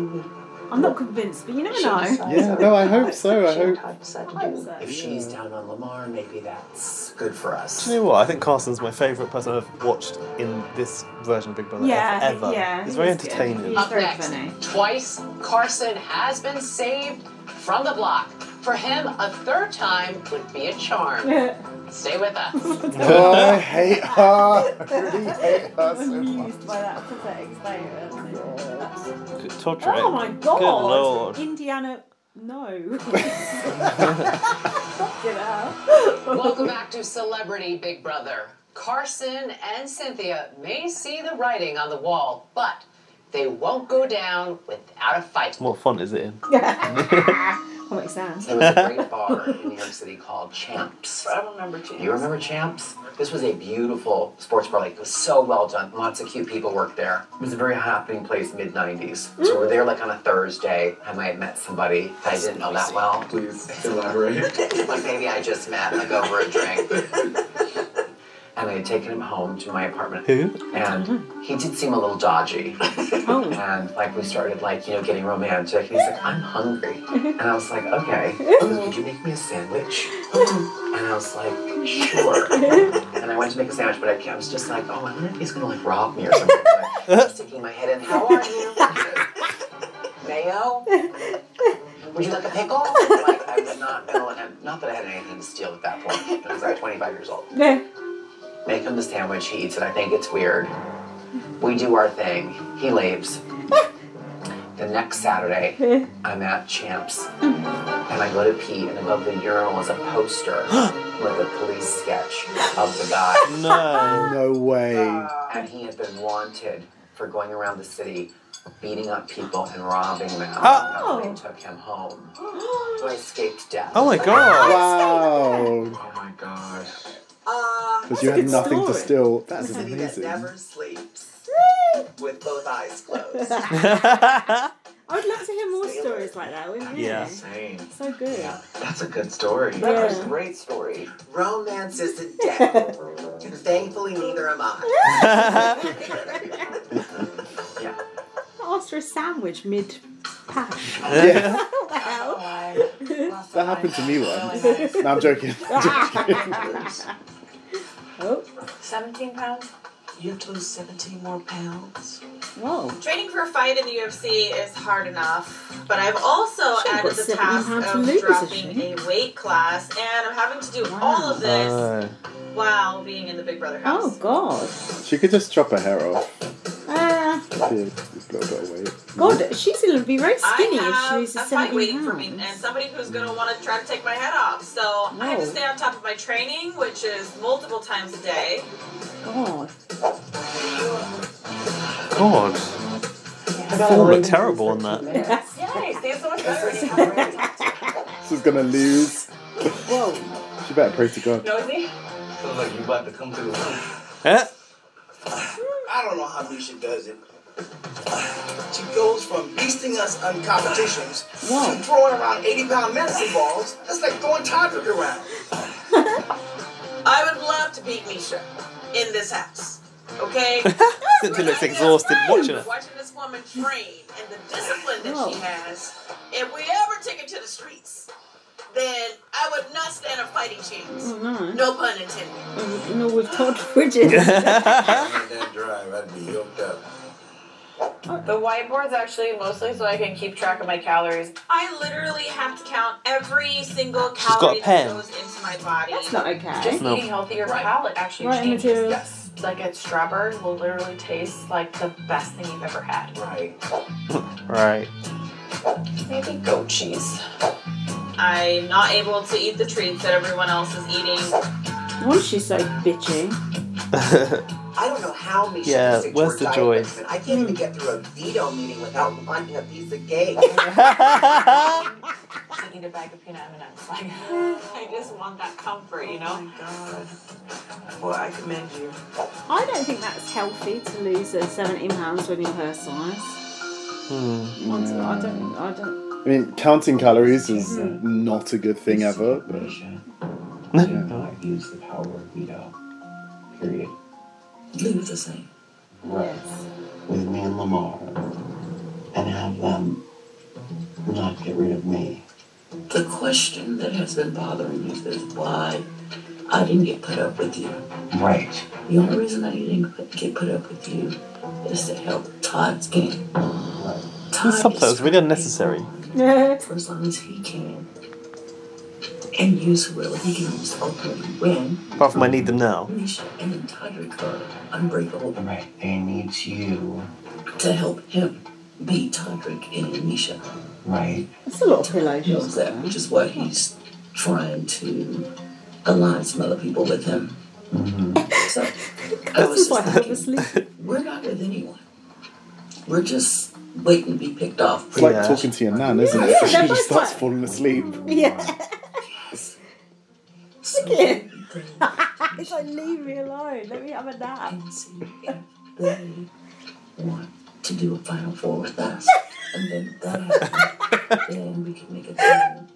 Speaker 1: I'm not convinced, but you never
Speaker 16: She
Speaker 1: know.
Speaker 16: decides
Speaker 3: Yeah, no, I hope so. I
Speaker 16: she
Speaker 3: hope.
Speaker 16: decide to
Speaker 1: I hope
Speaker 16: do.
Speaker 1: so.
Speaker 6: If she's down on Lamar, maybe that's good for us.
Speaker 2: Do you know what? I think Carson's my favourite person I've watched in this version of Big Brother
Speaker 1: Yeah,
Speaker 2: ever.
Speaker 1: yeah,
Speaker 2: He's
Speaker 1: he
Speaker 2: very
Speaker 1: is good.
Speaker 2: entertaining.
Speaker 1: He's
Speaker 9: Up
Speaker 1: very
Speaker 9: next,
Speaker 1: funny.
Speaker 9: twice Carson has been saved from the block. For him, a third time would be a charm.
Speaker 1: <laughs>
Speaker 9: Stay with us.
Speaker 3: Oh,
Speaker 2: <laughs>
Speaker 3: I hate her.
Speaker 9: <laughs>
Speaker 3: I really hate her so much.
Speaker 1: Amused by that pathetic statement.
Speaker 2: Todrick.
Speaker 1: Oh my god!
Speaker 2: Good lord.
Speaker 1: Indiana, <laughs> no. Fuck it out.
Speaker 9: <laughs> Welcome back to Celebrity Big Brother. Carson and Cynthia may see the writing on the wall, but They won't go down without a
Speaker 1: <laughs>
Speaker 9: fight.
Speaker 2: What font is it in?
Speaker 1: What makes sense?
Speaker 6: There was a great bar in New York City called Champs. I remember Champs. You remember Champs? This was a beautiful sports bar. Like, it was so well done. Lots of cute people worked there. It was a very happening place, mid 90s. So we're there like on a Thursday. I might have met somebody that I didn't know that well. Please elaborate. <laughs> like maybe I just met, like over a drink. And I had taken him home to my apartment.
Speaker 2: Who?
Speaker 6: And he did seem a little dodgy. And like we started like, you know, getting romantic. And he's like, I'm hungry. And I was like, okay. Oh, could you make me a sandwich? And I was like, sure. and I went to make a sandwich, but I, I was just like, oh, I wonder if he's gonna like rob me or something. But I'm sticking my head in. How are you? Mayo? Would you like a pickle? Like I was not gonna let him. Not that I had anything to steal at that point. I was like 25 years old. Make him the sandwich. He eats it. I think it's weird. We do our thing. He leaves. the next Saturday, I'm at Champs. And I go to pee, and above the urinal is a
Speaker 2: <gasps>
Speaker 6: poster with a police sketch of the guy.
Speaker 2: No.
Speaker 3: No way.
Speaker 6: And he had been wanted for going around the city beating up people and robbing them.
Speaker 2: Oh.
Speaker 6: And they took him home. So I escaped death.
Speaker 2: Oh my god.
Speaker 3: Wow.
Speaker 6: Oh my gosh.
Speaker 3: Because you had nothing to steal. That's
Speaker 6: The city that
Speaker 3: amazing.
Speaker 6: never sleeps with both
Speaker 3: <laughs>
Speaker 6: eyes closed.
Speaker 1: I would love to hear more stories like that, wouldn't you?
Speaker 2: Yeah.
Speaker 15: Same.
Speaker 1: So good.
Speaker 15: That's a good story.
Speaker 1: Yeah.
Speaker 6: That's a great story. Romance is a
Speaker 2: <laughs>
Speaker 6: devil. and thankfully, neither am I. Yeah.
Speaker 1: After a sandwich mid pash.
Speaker 3: Yeah. <laughs>
Speaker 1: wow.
Speaker 3: That happened <laughs> to me once. No, I'm
Speaker 11: <laughs>
Speaker 3: joking. <laughs>
Speaker 1: Oh,
Speaker 11: 17 pounds? You have to lose 17 more pounds.
Speaker 1: whoa.
Speaker 11: Training for a fight in the UFC is hard enough, but I've also
Speaker 1: Shit,
Speaker 11: added
Speaker 1: but
Speaker 11: the
Speaker 1: seven
Speaker 11: task
Speaker 1: pounds
Speaker 11: of
Speaker 1: to lose,
Speaker 11: dropping
Speaker 1: isn't
Speaker 11: a weight class, and I'm having to do all of this
Speaker 2: No.
Speaker 11: while being in the Big Brother
Speaker 1: Oh,
Speaker 11: house.
Speaker 1: God.
Speaker 3: She could just chop her hair off.
Speaker 16: Ah.
Speaker 1: Uh,
Speaker 3: She- just a little bit of weight.
Speaker 1: God, she's going to be very skinny if
Speaker 11: I
Speaker 1: she
Speaker 11: have
Speaker 1: loses
Speaker 11: a fight
Speaker 1: 17
Speaker 11: waiting for me, and
Speaker 1: pounds.
Speaker 11: somebody who's going to want to try to take my head off. So I have to
Speaker 1: No.
Speaker 11: stay on top of my training, which is multiple times a day.
Speaker 1: God.
Speaker 2: God. Paul looked terrible on that. <laughs>
Speaker 11: Yay, stay so much better.
Speaker 3: She's gonna lose.
Speaker 1: Whoa.
Speaker 3: She better pray to God.
Speaker 11: Nosy?
Speaker 15: Feels like you about to come through.
Speaker 2: Eh?
Speaker 4: I don't know how Misha does it. She goes from beasting us on competitions
Speaker 1: Whoa.
Speaker 4: to throwing around 80 pound medicine balls. That's like throwing Todrick around.
Speaker 11: I would love to beat Misha in this house. Okay?
Speaker 2: Cynthia looks exhausted watching it.
Speaker 11: Watching this woman train and the discipline that
Speaker 1: Whoa.
Speaker 11: she has. If we ever take it to the streets, then I would not stand a fighting chance.
Speaker 1: No.
Speaker 11: No pun intended.
Speaker 1: Um, No, we've told <laughs>
Speaker 10: <laughs>
Speaker 1: Bridget.
Speaker 10: that drive, I'd be yoked up.
Speaker 7: The whiteboard's actually mostly so I can keep track of my calories.
Speaker 11: I literally have to count every single
Speaker 2: got a
Speaker 11: calorie that
Speaker 2: pen.
Speaker 11: goes into my body.
Speaker 1: That's not okay.
Speaker 7: Just
Speaker 2: No.
Speaker 7: eating healthy, your palate actually
Speaker 1: Right,
Speaker 7: changes.
Speaker 1: material.
Speaker 7: Yes. Like a strawberry will literally taste like the best thing you've ever had.
Speaker 6: Right.
Speaker 2: Right.
Speaker 7: Maybe goat cheese.
Speaker 11: I'm not able to eat the treats that everyone else is eating.
Speaker 1: No wonder she's so bitchy.
Speaker 6: I don't know how
Speaker 2: <laughs>
Speaker 6: Misha
Speaker 2: Yeah,
Speaker 6: can stick to
Speaker 2: where's
Speaker 6: her
Speaker 2: the
Speaker 6: diet
Speaker 2: joy?
Speaker 6: regimen. I can't even get through a veto meeting without wanting a piece of cake.
Speaker 7: I eat a bag of peanut M&Ms. Like, <laughs> I just want that comfort, you
Speaker 11: Oh
Speaker 7: know?
Speaker 6: God. Well, I commend you.
Speaker 1: I don't think that's healthy to lose uh, 17 pounds when you're her size.
Speaker 2: Hmm.
Speaker 1: I don't, I don't, I don't.
Speaker 3: I mean, counting calories is not a good thing ever. But
Speaker 15: Misha,
Speaker 2: No.
Speaker 15: do not use the power of veto. Period.
Speaker 7: Leave the same.
Speaker 15: Right. With me and Lamar. And have them not get rid of me.
Speaker 7: The question that has been bothering me is why I didn't get put up with you.
Speaker 15: Right.
Speaker 7: The only reason I didn't put- get put up with you is to help Todd's game.
Speaker 15: Right.
Speaker 7: Todd
Speaker 2: These
Speaker 7: is
Speaker 2: subtitles are really
Speaker 7: trying
Speaker 2: unnecessary.
Speaker 7: for as long as he can, and use whoever he can use to ultimately win.
Speaker 2: Apart from I need them now.
Speaker 7: Misha and Todrick are unbreakable
Speaker 15: Right. They need you.
Speaker 7: to help him beat Todrick and Misha.
Speaker 15: Right.
Speaker 1: That's a lot of
Speaker 7: He knows
Speaker 1: relations.
Speaker 7: that, which is why he's trying to align some other people with him. So I
Speaker 1: This
Speaker 15: Mm-hmm.
Speaker 7: was
Speaker 1: is
Speaker 7: just
Speaker 1: why
Speaker 7: thinking, <laughs>
Speaker 1: obviously.
Speaker 7: we're not with anyone. We're just waiting to be picked off.
Speaker 3: It's like talking to your nan, isn't it?
Speaker 7: Yeah,
Speaker 3: she
Speaker 7: that
Speaker 3: just
Speaker 7: was
Speaker 3: starts
Speaker 7: fun.
Speaker 3: falling asleep.
Speaker 1: Yeah.
Speaker 7: Look
Speaker 1: at him. it's like, leave me alone. Let me have a nap.
Speaker 7: They want to do a final four with us, and then that happens.
Speaker 1: <laughs>
Speaker 7: then we can make a deal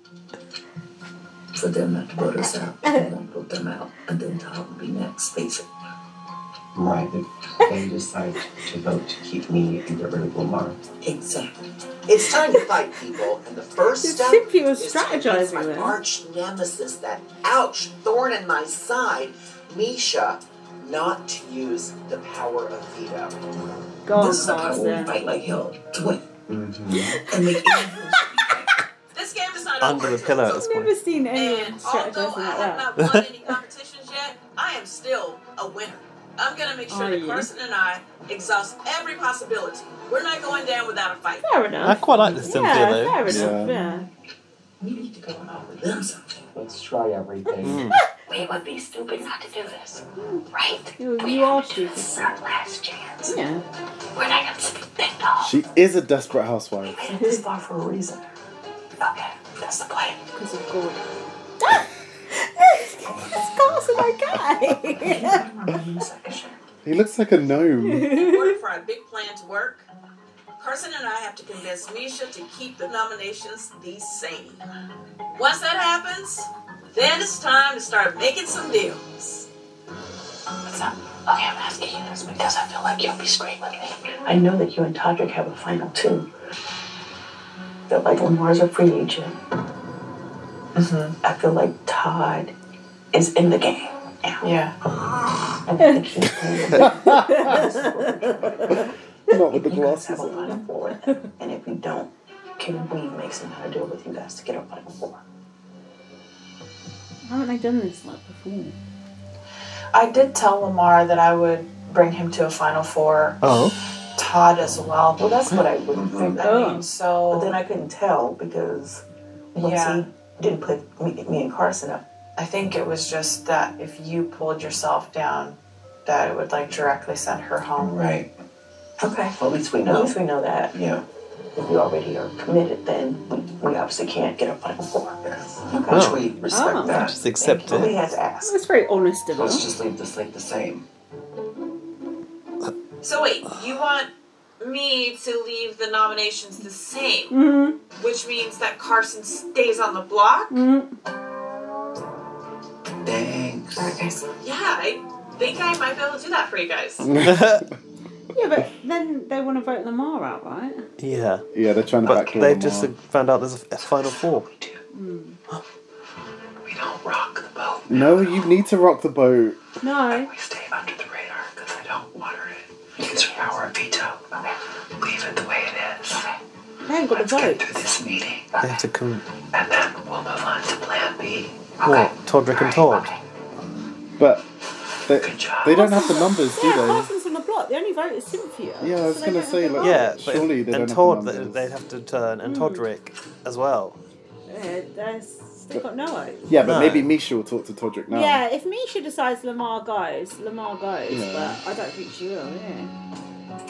Speaker 7: for them not to vote us out. We won't vote them out, and then Todd will be next, basically.
Speaker 15: Right. They decide to vote to keep me and get rid of Lamar.
Speaker 7: Exactly.
Speaker 6: It's time to fight people, and the first step
Speaker 1: Cynthia was
Speaker 6: is to against my
Speaker 1: strategizing then.
Speaker 6: arch nemesis, that ouch thorn in my side, Misha, not to use the power of veto.
Speaker 1: God,
Speaker 7: this is how
Speaker 1: Tarzan.
Speaker 7: we fight like hell to win. And make
Speaker 11: This game is
Speaker 2: Mm-hmm. <laughs>
Speaker 11: not
Speaker 2: Under the pillow at
Speaker 1: <laughs>
Speaker 2: this
Speaker 1: I've
Speaker 2: point.
Speaker 1: never seen anyone strategizing
Speaker 11: although I
Speaker 1: like
Speaker 11: have
Speaker 1: that.
Speaker 11: not
Speaker 1: <laughs>
Speaker 11: won any competitions yet, I am still a winner. I'm gonna make sure
Speaker 1: Are
Speaker 11: that
Speaker 1: you?
Speaker 11: Carson and I exhaust every possibility. We're not going down without a fight.
Speaker 1: Fair enough.
Speaker 2: I quite like this Cynthia
Speaker 1: yeah,
Speaker 2: though.
Speaker 1: fair enough. Yeah.
Speaker 7: We need to go on all with them something.
Speaker 15: Let's
Speaker 12: <laughs>
Speaker 15: try everything.
Speaker 16: We would be stupid not to do this, right?
Speaker 1: Mm-hmm. You,
Speaker 16: we
Speaker 1: you
Speaker 16: have
Speaker 1: are
Speaker 16: to do
Speaker 1: stupid.
Speaker 16: this. It's our last chance.
Speaker 1: Yeah.
Speaker 16: We're not going to be picked off.
Speaker 3: She is a desperate housewife.
Speaker 16: Made it this far for a reason. Okay, that's the plan.
Speaker 1: Because of God. <laughs> That's Carson, <laughs> my
Speaker 3: He looks like a
Speaker 16: <laughs>
Speaker 3: gnome.
Speaker 11: <laughs> In order for our big plan to work, Carson and I have to convince Misha to keep the nominations the same. Once that happens, then it's time to start making some deals.
Speaker 16: What's up? Okay, I'm asking you this because I feel like you'll be straight with me. I know that you and Todrick have a final two.
Speaker 7: feel like Lamar's a free agent. I feel like Todd is in the game. Yeah. I think he's playing the
Speaker 1: guy.
Speaker 3: Not with the glasses
Speaker 7: have a
Speaker 3: on.
Speaker 7: final four with them. And if we don't, can we make some kind of deal with you guys to get a final four?
Speaker 1: Haven't I done this like before?
Speaker 17: I did tell Lamar that I would bring him to a Final Four.
Speaker 2: Oh.
Speaker 17: Todd as well.
Speaker 7: Well, that's what I would think.
Speaker 17: I
Speaker 7: I
Speaker 15: Oh.
Speaker 17: mean, so.
Speaker 7: But then I couldn't tell because once
Speaker 17: Yeah.
Speaker 7: he didn't put me, me and Carson up.
Speaker 17: I think it was just that if you pulled yourself down, that it would like directly send her home.
Speaker 15: Right.
Speaker 7: Okay.
Speaker 15: At least we
Speaker 7: At
Speaker 15: know.
Speaker 7: least we know that.
Speaker 15: Yeah.
Speaker 7: If we already are committed, then we, we obviously can't get a final four.
Speaker 15: Which we respect
Speaker 1: Oh.
Speaker 15: that.
Speaker 2: Just accept
Speaker 3: <laughs>
Speaker 7: We
Speaker 2: it. <laughs>
Speaker 7: had to ask.
Speaker 1: That's very honest of
Speaker 15: Let's
Speaker 1: us.
Speaker 15: just leave this thing the same.
Speaker 11: So, wait, you want me to leave the nominations the same,
Speaker 1: Mm,
Speaker 11: which means that Carson stays on the block?
Speaker 1: mm.
Speaker 15: Thanks.
Speaker 11: Yeah, I think I might be able to do that for you guys.
Speaker 1: Yeah, but then they want to vote Lamar out, right?
Speaker 2: yeah.
Speaker 3: Yeah, they're trying to
Speaker 2: But
Speaker 3: back
Speaker 2: they just found out there's a f- final four.
Speaker 1: Mm.
Speaker 16: We don't rock the boat.
Speaker 3: No, you need to rock the boat.
Speaker 1: No.
Speaker 16: We stay under the radar because I don't want her to use her power of veto. Leave it the way it is.
Speaker 1: They haven't got the vote.
Speaker 16: Through this meeting,
Speaker 2: They have to con-
Speaker 16: and then we'll move on to Plan B.
Speaker 2: what? Todrick and Todd.
Speaker 3: But they, they don't have the numbers, do
Speaker 1: Yeah,
Speaker 3: they?
Speaker 1: Carson's on the block. The only vote is Cynthia.
Speaker 3: Yeah, I was
Speaker 1: So they
Speaker 3: gonna
Speaker 1: don't
Speaker 3: say,
Speaker 1: have the
Speaker 3: like-
Speaker 1: vote.
Speaker 2: Yeah, but
Speaker 3: Surely they
Speaker 2: and
Speaker 3: don't have
Speaker 2: Todd
Speaker 3: the
Speaker 2: th-
Speaker 3: numbers.
Speaker 2: they'd have to turn and
Speaker 1: Mm.
Speaker 2: Todrick as well.
Speaker 1: Yeah, that's- they've got no vote.
Speaker 3: Yeah, but
Speaker 2: No.
Speaker 3: maybe Misha will talk to Todrick now.
Speaker 1: Yeah, if Misha decides Lamar goes, Lamar goes,
Speaker 3: Yeah.
Speaker 1: but I don't think she will, yeah.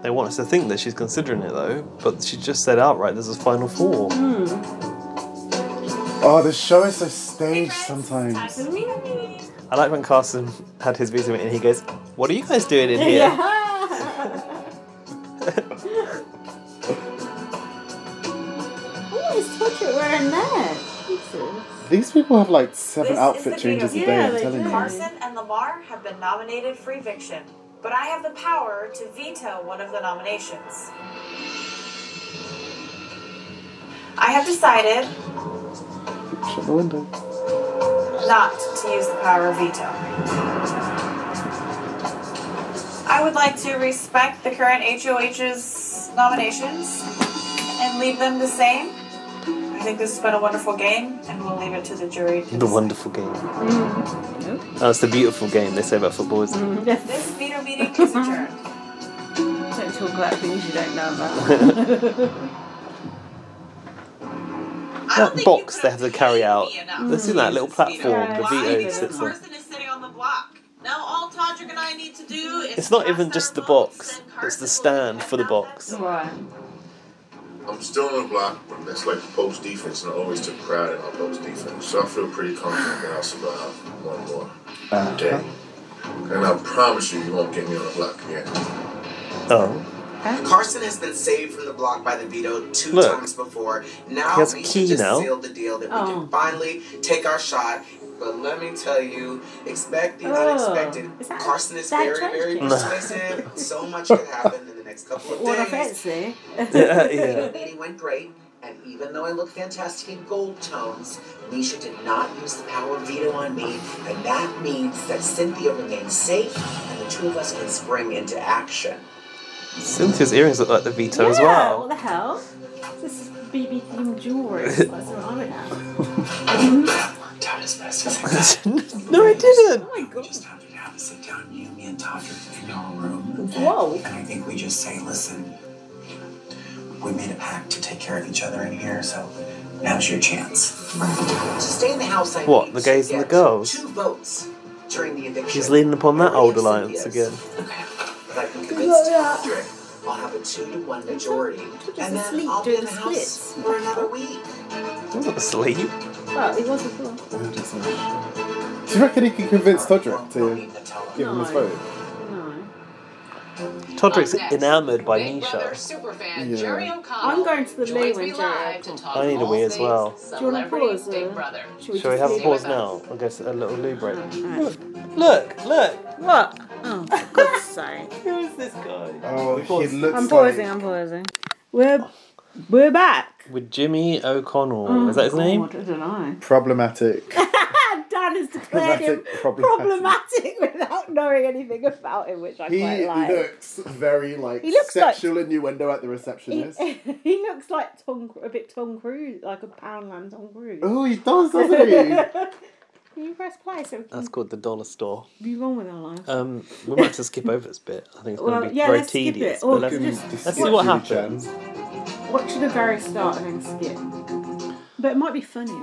Speaker 2: They want us to think that she's considering it though, but she just said outright there's a final four.
Speaker 16: Hmm.
Speaker 1: Mm.
Speaker 3: Oh, the show is so staged sometimes.
Speaker 2: I like when Carson had his visa and he goes, What are you guys doing <laughs> in here?
Speaker 1: Yeah. what is Todrick wearing there? Jesus.
Speaker 3: These people have like seven
Speaker 17: This is the
Speaker 3: outfit
Speaker 17: video.
Speaker 3: changes a
Speaker 1: Yeah,
Speaker 3: day, I'm
Speaker 1: they
Speaker 3: telling
Speaker 1: do.
Speaker 3: you.
Speaker 17: Carson and Lamar have been nominated for eviction, but I have the power to veto one of the nominations. I have decided
Speaker 3: Shut the window.
Speaker 17: not to use the power of veto. I would like to respect the current HOH's nominations and leave them the same. I think this has been a wonderful game, and we'll leave it to the jury. to
Speaker 2: The
Speaker 17: decide.
Speaker 2: wonderful game. Mm. Oh, it's the beautiful game they say about football, isn't it?
Speaker 17: This veto meeting is adjourned.
Speaker 1: Don't talk about things you don't know about.
Speaker 2: That box they have to carry out. They've seen that little platform,
Speaker 1: Yeah,
Speaker 2: the
Speaker 1: it's
Speaker 2: veto
Speaker 1: veto.
Speaker 2: sits on.
Speaker 11: Carson is sitting on the block. Now all Todrick and I need need to do is
Speaker 2: It's not even just the box, it's the stand for the box.
Speaker 12: Right.
Speaker 10: I'm still on the block, but that's like post defense, and I always took pride in my post defense. So I feel pretty confident that I'll survive one more day. And I promise you, you won't get me on the block again.
Speaker 2: Oh.
Speaker 6: Carson has been saved from the block by the veto two
Speaker 2: Look.
Speaker 6: times before. Now
Speaker 2: He has a
Speaker 6: we
Speaker 2: key
Speaker 6: can just
Speaker 2: now.
Speaker 6: seal the deal that we
Speaker 1: Oh.
Speaker 6: can finally take our shot. But let me tell you, expect the
Speaker 1: Oh.
Speaker 6: unexpected. Carson is
Speaker 1: that
Speaker 6: very,
Speaker 1: trash
Speaker 2: <laughs>
Speaker 6: very
Speaker 1: can?
Speaker 6: persuasive. so much can happen in the next couple of
Speaker 1: What
Speaker 16: <laughs>
Speaker 1: a
Speaker 6: days.
Speaker 2: <laughs>
Speaker 1: fancy.
Speaker 6: The meeting went great, and even though I looked fantastic in gold tones, Misha did not use the power of veto on me, and that means that Cynthia remains safe, and the two of us can spring into action.
Speaker 2: Cynthia's earrings look like the Vito as
Speaker 1: yeah,
Speaker 2: well.
Speaker 1: What the hell? This is BB themed
Speaker 2: <laughs>
Speaker 1: jewelry. What's wrong with that?
Speaker 7: Worked out as best
Speaker 2: <laughs>
Speaker 7: as
Speaker 2: no, I didn't.
Speaker 1: Oh my god.
Speaker 7: to have a sit down, you, me, and Todrick in our room.
Speaker 1: Whoa.
Speaker 7: And I think we just say, listen, we made a pact to take care of each other in here, so now's your chance.
Speaker 6: To stay in the house, I
Speaker 2: What, the gays and the girls?
Speaker 6: two votes during the eviction.
Speaker 2: She's leaning upon that old alliance again.
Speaker 6: If I can convince Todrick, I'll have a two to one majority, and then I'll be in the house for another week.
Speaker 2: I wasn't asleep.
Speaker 1: Well, Oh, it was before.
Speaker 3: Do you reckon he can convince Todrick to give him his
Speaker 9: No.
Speaker 3: vote?
Speaker 2: Todrick's
Speaker 9: Up next,
Speaker 2: enamoured by
Speaker 9: Big Brother
Speaker 2: Nisha.
Speaker 9: superfan
Speaker 2: Yeah.
Speaker 9: Jerry O'Connell.
Speaker 1: I'm going to the loo
Speaker 9: joins me
Speaker 1: when
Speaker 9: live to talk
Speaker 2: I need a
Speaker 9: all
Speaker 2: wee as
Speaker 9: things
Speaker 2: well.
Speaker 1: Do you want to
Speaker 9: Celebrity
Speaker 1: pause?
Speaker 9: Big
Speaker 1: uh,
Speaker 9: Brother.
Speaker 2: Shall we have a
Speaker 9: Stay
Speaker 2: pause
Speaker 9: with us.
Speaker 2: now? I guess a little loo break.
Speaker 1: Look,
Speaker 2: look, look.
Speaker 1: What? Oh,
Speaker 2: <laughs>
Speaker 1: for God's sake.
Speaker 2: Who is this guy?
Speaker 3: Oh, he
Speaker 2: Pause.
Speaker 3: looks
Speaker 1: I'm
Speaker 3: like...
Speaker 1: pausing, I'm pausing. We're, we're back.
Speaker 2: With Jimmy O'Connell.
Speaker 1: Oh,
Speaker 2: is that his name?
Speaker 1: God, I
Speaker 3: <laughs>
Speaker 1: don't know.
Speaker 3: Problematic.
Speaker 1: Dan has declared him problematic <laughs> without knowing anything about him, which I
Speaker 3: He
Speaker 1: quite like.
Speaker 3: looks very like
Speaker 1: He looks like-
Speaker 3: sexual innuendo at the receptionist.
Speaker 1: he, <laughs> he looks like Tom, a bit Tom Cruise, like a Poundland Tom Cruise.
Speaker 3: Oh, he does, doesn't he?
Speaker 1: <laughs> Can you press play so we can
Speaker 2: That's called the dollar store.
Speaker 1: be wrong with our lives?
Speaker 2: Um, we might have to skip over this bit. I think it's going
Speaker 1: Well,
Speaker 2: to be
Speaker 1: yeah,
Speaker 2: very
Speaker 1: let's skip it.
Speaker 2: tedious.
Speaker 1: Or
Speaker 2: but let's,
Speaker 1: just-
Speaker 2: let's see what
Speaker 1: Yeah.
Speaker 2: happens.
Speaker 1: Watch the very start and then skip. But it might be funny.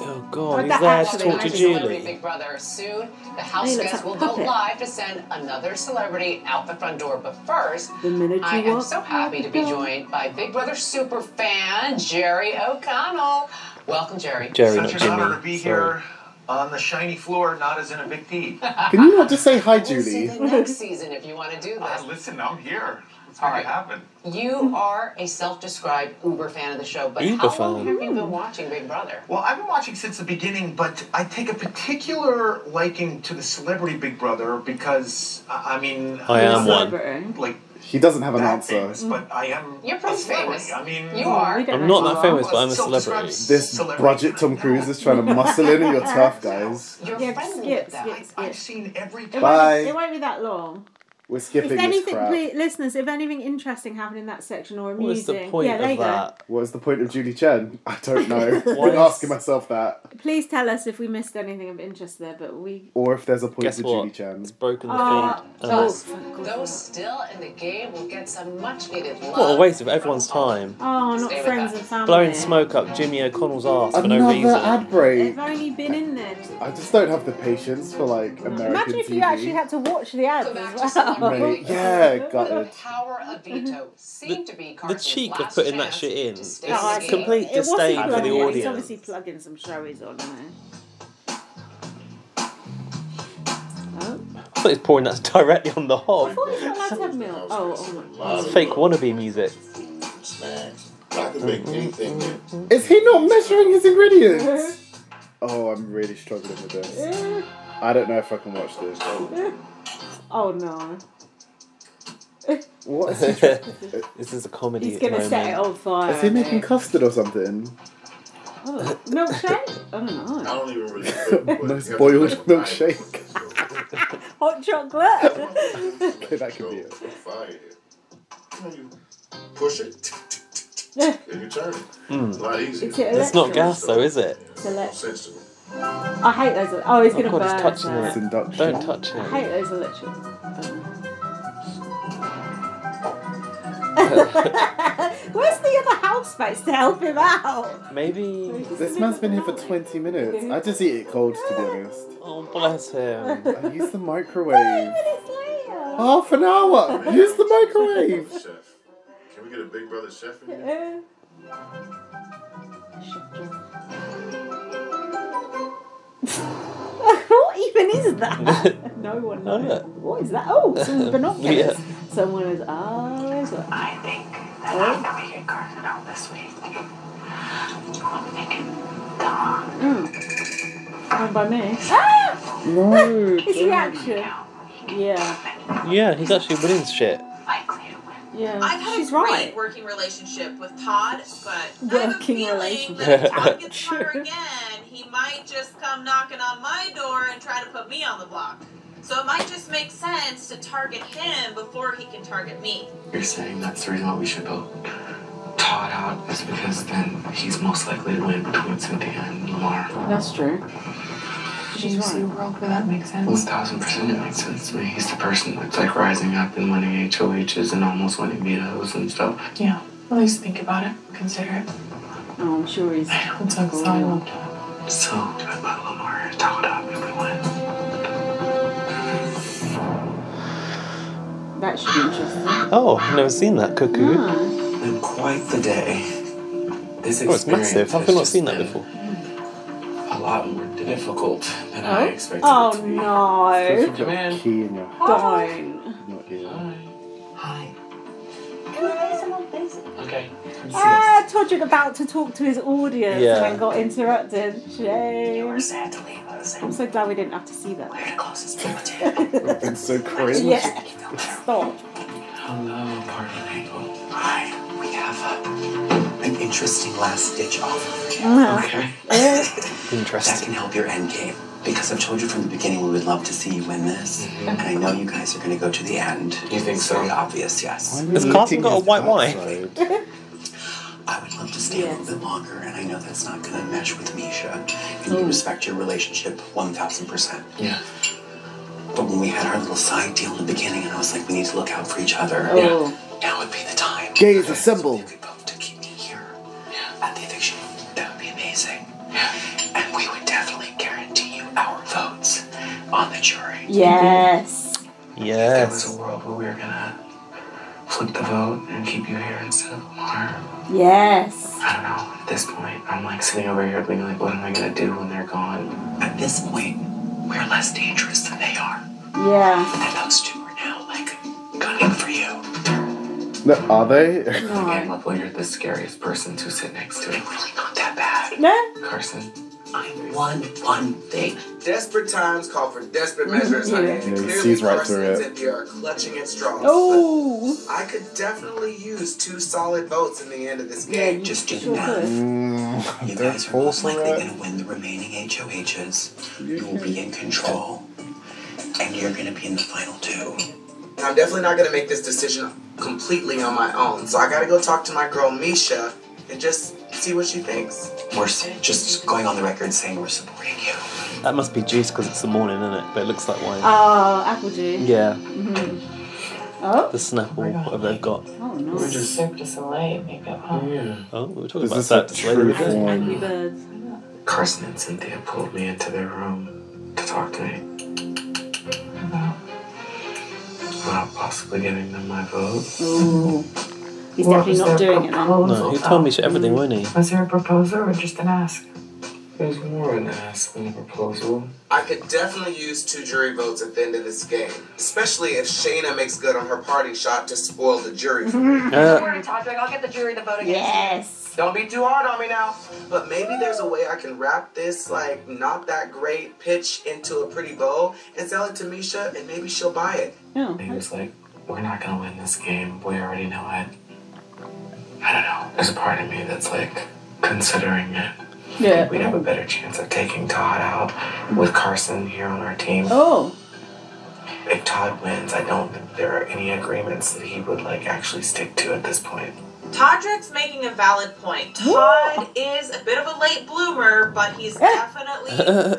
Speaker 2: Oh god,
Speaker 1: that
Speaker 2: he's there to talk
Speaker 1: actually
Speaker 2: to
Speaker 1: might be
Speaker 9: Celebrity
Speaker 2: Julie.
Speaker 9: Big Brother. Soon, the
Speaker 1: Hey,
Speaker 9: house
Speaker 1: looks
Speaker 9: guests
Speaker 1: like
Speaker 9: will
Speaker 1: a
Speaker 9: go
Speaker 1: puppet.
Speaker 9: live to send another celebrity out the front door. But first,
Speaker 1: The minute you
Speaker 9: I am
Speaker 1: walk
Speaker 9: so happy to be joined by Big Brother super fan Jerry O'Connell. Welcome, Jerry.
Speaker 2: Jerry,
Speaker 18: Such
Speaker 2: not
Speaker 18: an honor
Speaker 2: Jimmy.
Speaker 18: to be
Speaker 2: Sorry.
Speaker 18: here on the shiny floor, not as an evictee.
Speaker 3: Can you not just say hi,
Speaker 9: We'll <laughs> see
Speaker 3: Julie?
Speaker 9: you next season if you want to do this.
Speaker 18: Uh, listen, I'm here. Let's
Speaker 9: All
Speaker 18: make it
Speaker 9: right.
Speaker 18: happen.
Speaker 9: You are a self-described Uber fan of the show, but
Speaker 18: Uber
Speaker 9: how long
Speaker 18: fan.
Speaker 9: have you been watching Big Brother?
Speaker 18: Well, I've been watching since the beginning, but I take a particular liking to the celebrity Big Brother because, I I mean,
Speaker 3: I am one.
Speaker 1: one.
Speaker 18: Like,
Speaker 3: He doesn't have an answer.
Speaker 18: famous, but I am. You're
Speaker 9: pretty
Speaker 18: famous. I mean,
Speaker 9: You are.
Speaker 3: I'm not that famous, but I'm a
Speaker 18: Self-described
Speaker 3: This budget Tom Cruise is trying to muscle in
Speaker 1: <laughs>
Speaker 3: and you're tough, guys.
Speaker 9: Your
Speaker 1: yeah,
Speaker 9: friend
Speaker 1: skip,
Speaker 9: did that.
Speaker 1: skip, skip.
Speaker 18: I've seen every.
Speaker 1: It
Speaker 3: Bye.
Speaker 1: Won't, be- it won't be that long.
Speaker 3: We're skipping
Speaker 1: if
Speaker 3: this
Speaker 1: anything,
Speaker 3: crap.
Speaker 1: please, listeners, if anything interesting happened in that section or
Speaker 3: What is
Speaker 1: amusing, yeah, there you
Speaker 3: What is the point of Julie Chen? <laughs> I don't
Speaker 2: <laughs>
Speaker 3: know. I've
Speaker 2: Why
Speaker 3: been
Speaker 2: is-
Speaker 3: asking myself that.
Speaker 1: go. Please tell us if we missed anything of interest there, but we.
Speaker 3: Or if there's a point
Speaker 2: Guess
Speaker 3: to
Speaker 2: what?
Speaker 3: Julie Chen. It's
Speaker 2: broken
Speaker 1: Ah,
Speaker 2: feed.
Speaker 1: oh,
Speaker 2: Um,
Speaker 1: thank God.
Speaker 9: Those still in the game will get some much-needed love.
Speaker 2: What a waste of everyone's time.
Speaker 1: Oh, not
Speaker 9: Stay with
Speaker 1: friends
Speaker 9: us.
Speaker 1: and family.
Speaker 2: Blowing smoke up Jimmy O'Connell's arse for no
Speaker 3: Another
Speaker 2: reason.
Speaker 3: ad break.
Speaker 1: They've only been in there.
Speaker 3: I just don't have the patience for like American
Speaker 1: Imagine if
Speaker 3: TV.
Speaker 1: you actually had to watch the ads as well.
Speaker 3: Mate,
Speaker 1: <laughs>
Speaker 3: yeah, gutted.
Speaker 9: Power of veto seemed to be
Speaker 2: The
Speaker 9: Carson's
Speaker 2: cheek of
Speaker 9: last
Speaker 2: putting that
Speaker 9: chance
Speaker 2: shit in.
Speaker 9: to
Speaker 2: It's
Speaker 9: stay in the game.
Speaker 2: complete
Speaker 1: It wasn't
Speaker 2: disdain for
Speaker 1: plugged
Speaker 2: the
Speaker 1: in. He's
Speaker 2: audience.
Speaker 1: obviously plugging some showies on there. Oh,
Speaker 2: I <laughs> thought he's pouring that directly on the hob.
Speaker 1: oh, he's not allowed to have milk. Oh, oh my.
Speaker 2: It's fake wannabe music.
Speaker 10: I can make anything man.
Speaker 3: Is he not measuring his ingredients? oh, I'm really struggling with this.
Speaker 1: <laughs> Eh,
Speaker 3: I don't know if I can watch this.
Speaker 1: eh. <laughs> Oh no.
Speaker 3: What? Is he trying-
Speaker 2: <laughs> this is a comedy.
Speaker 1: He's
Speaker 2: at the
Speaker 1: gonna set it
Speaker 2: moment.
Speaker 1: on fire.
Speaker 3: Is he making custard or something? <laughs>
Speaker 1: Oh,
Speaker 2: <laughs>
Speaker 1: milkshake? I don't know.
Speaker 10: don't even really.
Speaker 3: <laughs> nice boiled
Speaker 1: <laughs>
Speaker 3: milkshake. <laughs>
Speaker 1: <laughs> Hot chocolate? <laughs>
Speaker 3: Okay, that could be it.
Speaker 10: Fire. You push it and you turn it. A lot easier.
Speaker 1: Is it
Speaker 2: Hmm. It's not
Speaker 1: electric?
Speaker 2: gas though, is it?
Speaker 1: It's electric. I hate those. Oh, he's gonna
Speaker 2: oh god,
Speaker 1: burn.
Speaker 2: he's touching
Speaker 1: us.
Speaker 2: it. Don't touch
Speaker 1: I
Speaker 2: it.
Speaker 1: hate those electric. <laughs> Where's the other housemates to help him out? <laughs>
Speaker 2: Maybe
Speaker 3: this man's been here for twenty minutes. I just eat it cold, to be honest.
Speaker 2: Oh bless him.
Speaker 3: I use the microwave. Half an hour. Use the microwave.
Speaker 10: Chef, can we get a Big Brother chef in here?
Speaker 1: Uh, what even is that? no one knows. What is that? Oh,
Speaker 3: <laughs>
Speaker 1: it's all binoculars. Someone is eyes. I think that I'm going to get Carson out this week. I'm thinking, Not by me. Ah!
Speaker 2: No,
Speaker 1: <laughs> His
Speaker 2: don't.
Speaker 1: reaction. Yeah.
Speaker 2: <laughs> Yeah, he's actually winning shit. <laughs>
Speaker 1: Yeah.
Speaker 11: I've had
Speaker 1: She's
Speaker 11: a great
Speaker 1: right.
Speaker 11: working relationship with Todd, but
Speaker 1: Working relationship.
Speaker 11: Todd gets her again, he might just come knocking on my door and try to put me on the block. So it might just make sense to target him before he can target me.
Speaker 15: You're saying that's the reason why we should vote Todd out is because then he's most likely to win between Cynthia and Lamar.
Speaker 1: That's true.
Speaker 7: She's you see a world where that makes sense?
Speaker 15: One thousand percent, it makes sense to me. He's the person that's like rising up and winning HOHs and almost winning vetoes and stuff.
Speaker 7: Yeah. At least think about it. Consider it.
Speaker 1: Oh, I'm sure he's.
Speaker 7: It's like silent.
Speaker 15: So goodbye, Lamar. Todd up, everyone.
Speaker 1: That should be interesting.
Speaker 2: Oh, I've never seen that cuckoo.
Speaker 1: Ah.
Speaker 15: And quite the day. This
Speaker 2: Oh, it's
Speaker 15: experience
Speaker 2: massive. I've
Speaker 15: has
Speaker 2: not
Speaker 15: just
Speaker 2: seen that
Speaker 15: been
Speaker 2: before.
Speaker 15: A lot more difficult than I expected.
Speaker 1: Oh no!
Speaker 15: Come in.
Speaker 3: Key in your
Speaker 1: Don't.
Speaker 3: not ear.
Speaker 15: Okay.
Speaker 1: Ah, Todrick about to talk to his audience
Speaker 15: Yeah.
Speaker 1: and then got interrupted. Shame. I'm so glad we didn't have to see that. We're the closest
Speaker 3: It's so cringe.
Speaker 1: yeah. Stop.
Speaker 15: Hello, party people.
Speaker 6: Hi, we have a, an interesting last ditch offer.
Speaker 1: <laughs> Okay.
Speaker 2: Interesting.
Speaker 6: That can help your end game. Because I've told you from the beginning we would love to see you win this. And I know you guys are going to go to the end. Mm-hmm. You think so? Very obvious, yes.
Speaker 2: Has Carson got a white wine?
Speaker 6: I would love to stay a little bit longer, and I know that's not going to mesh with Misha. And
Speaker 15: Mm.
Speaker 6: you respect your relationship 1,000%.
Speaker 15: Yeah.
Speaker 6: But when we had our little side deal in the beginning, and I was like, we need to look out for each other.
Speaker 15: Oh.
Speaker 6: Now would be the time.
Speaker 3: Gays assemble.
Speaker 6: At the eviction, that would be amazing. And we would definitely guarantee you our votes on the jury.
Speaker 1: Yes.
Speaker 2: Yes.
Speaker 15: There was a world where we were gonna flip the vote and keep you here instead of Lamar.
Speaker 1: Yes.
Speaker 15: I don't know. At this point, I'm like sitting over here being like, what am I gonna do when they're gone? At this point, we're less dangerous than they are.
Speaker 1: Yeah.
Speaker 6: And those two are now like gunning for you.
Speaker 3: No, are they?
Speaker 15: Again, lovely, you're the scariest person to sit next to. Really
Speaker 6: not that bad.
Speaker 1: No.
Speaker 15: Carson.
Speaker 6: I'm one one thing.
Speaker 15: Desperate times call for desperate
Speaker 6: measures, honey. And
Speaker 3: Mm-hmm. Yeah, he
Speaker 6: clearly
Speaker 3: sees right
Speaker 6: Carson
Speaker 3: through
Speaker 6: and
Speaker 3: it.
Speaker 6: Cynthia are clutching at straws.
Speaker 1: Oh!
Speaker 6: I could definitely use two solid votes in the end of this
Speaker 1: Yeah,
Speaker 6: game. Just do
Speaker 1: sure
Speaker 6: that.
Speaker 1: could.
Speaker 6: You guys are most likely going to win the remaining HOHs. You will be in control, and you're going to be in the final two.
Speaker 15: I'm definitely not gonna make this decision completely on my own, so I gotta go talk to my girl Misha and just see what she thinks.
Speaker 6: We're s- just going on the record saying we're supporting you.
Speaker 2: That must be juice because it's the morning, isn't it? But it looks like wine.
Speaker 1: Oh, apple juice.
Speaker 2: Yeah.
Speaker 1: Mhm. Oh.
Speaker 2: The Snapple, whatever they've got.
Speaker 1: Oh, nice.
Speaker 7: We're just Cirque du Soleil, maybe. Huh?
Speaker 2: Oh, we were talking
Speaker 15: This
Speaker 2: about
Speaker 15: is
Speaker 2: that
Speaker 15: a
Speaker 2: just later.
Speaker 15: true
Speaker 2: didn't we?
Speaker 1: Angry birds.
Speaker 15: Carson and Cynthia pulled me into their room to talk to me about possibly getting them my vote.
Speaker 1: Ooh. He's
Speaker 7: What
Speaker 1: definitely
Speaker 7: was Oh,
Speaker 1: not
Speaker 7: their
Speaker 1: doing it now.
Speaker 7: proposal,
Speaker 2: No, he told me
Speaker 7: though?
Speaker 2: everything, won't he?
Speaker 7: Was there a proposal or just an ask?
Speaker 15: There's more than ask than a proposal.
Speaker 6: I could definitely use two jury votes at the end of this game, especially if Shayna makes good on her party shot to spoil the jury.
Speaker 1: <laughs>
Speaker 6: For me.
Speaker 2: Uh.
Speaker 6: worry, Todrick. I'll get the jury to vote
Speaker 1: against Yes.
Speaker 6: Don't be too hard on me now. But maybe there's a way I can wrap this, like, not that great pitch into a pretty bow and sell it to Misha, and maybe she'll buy it.
Speaker 15: He was like, We're not gonna win this game. We already know it. I don't know. There's a part of me that's like considering it.
Speaker 1: Yeah.
Speaker 15: We'd have a better chance of taking Todd out with Carson here on our team.
Speaker 1: Oh.
Speaker 15: If Todd wins, I don't think there are any agreements that he would like actually stick to at this point.
Speaker 11: Todrick's making a valid point. Todd is a bit of a late bloomer, but
Speaker 1: <laughs>
Speaker 11: he's definitely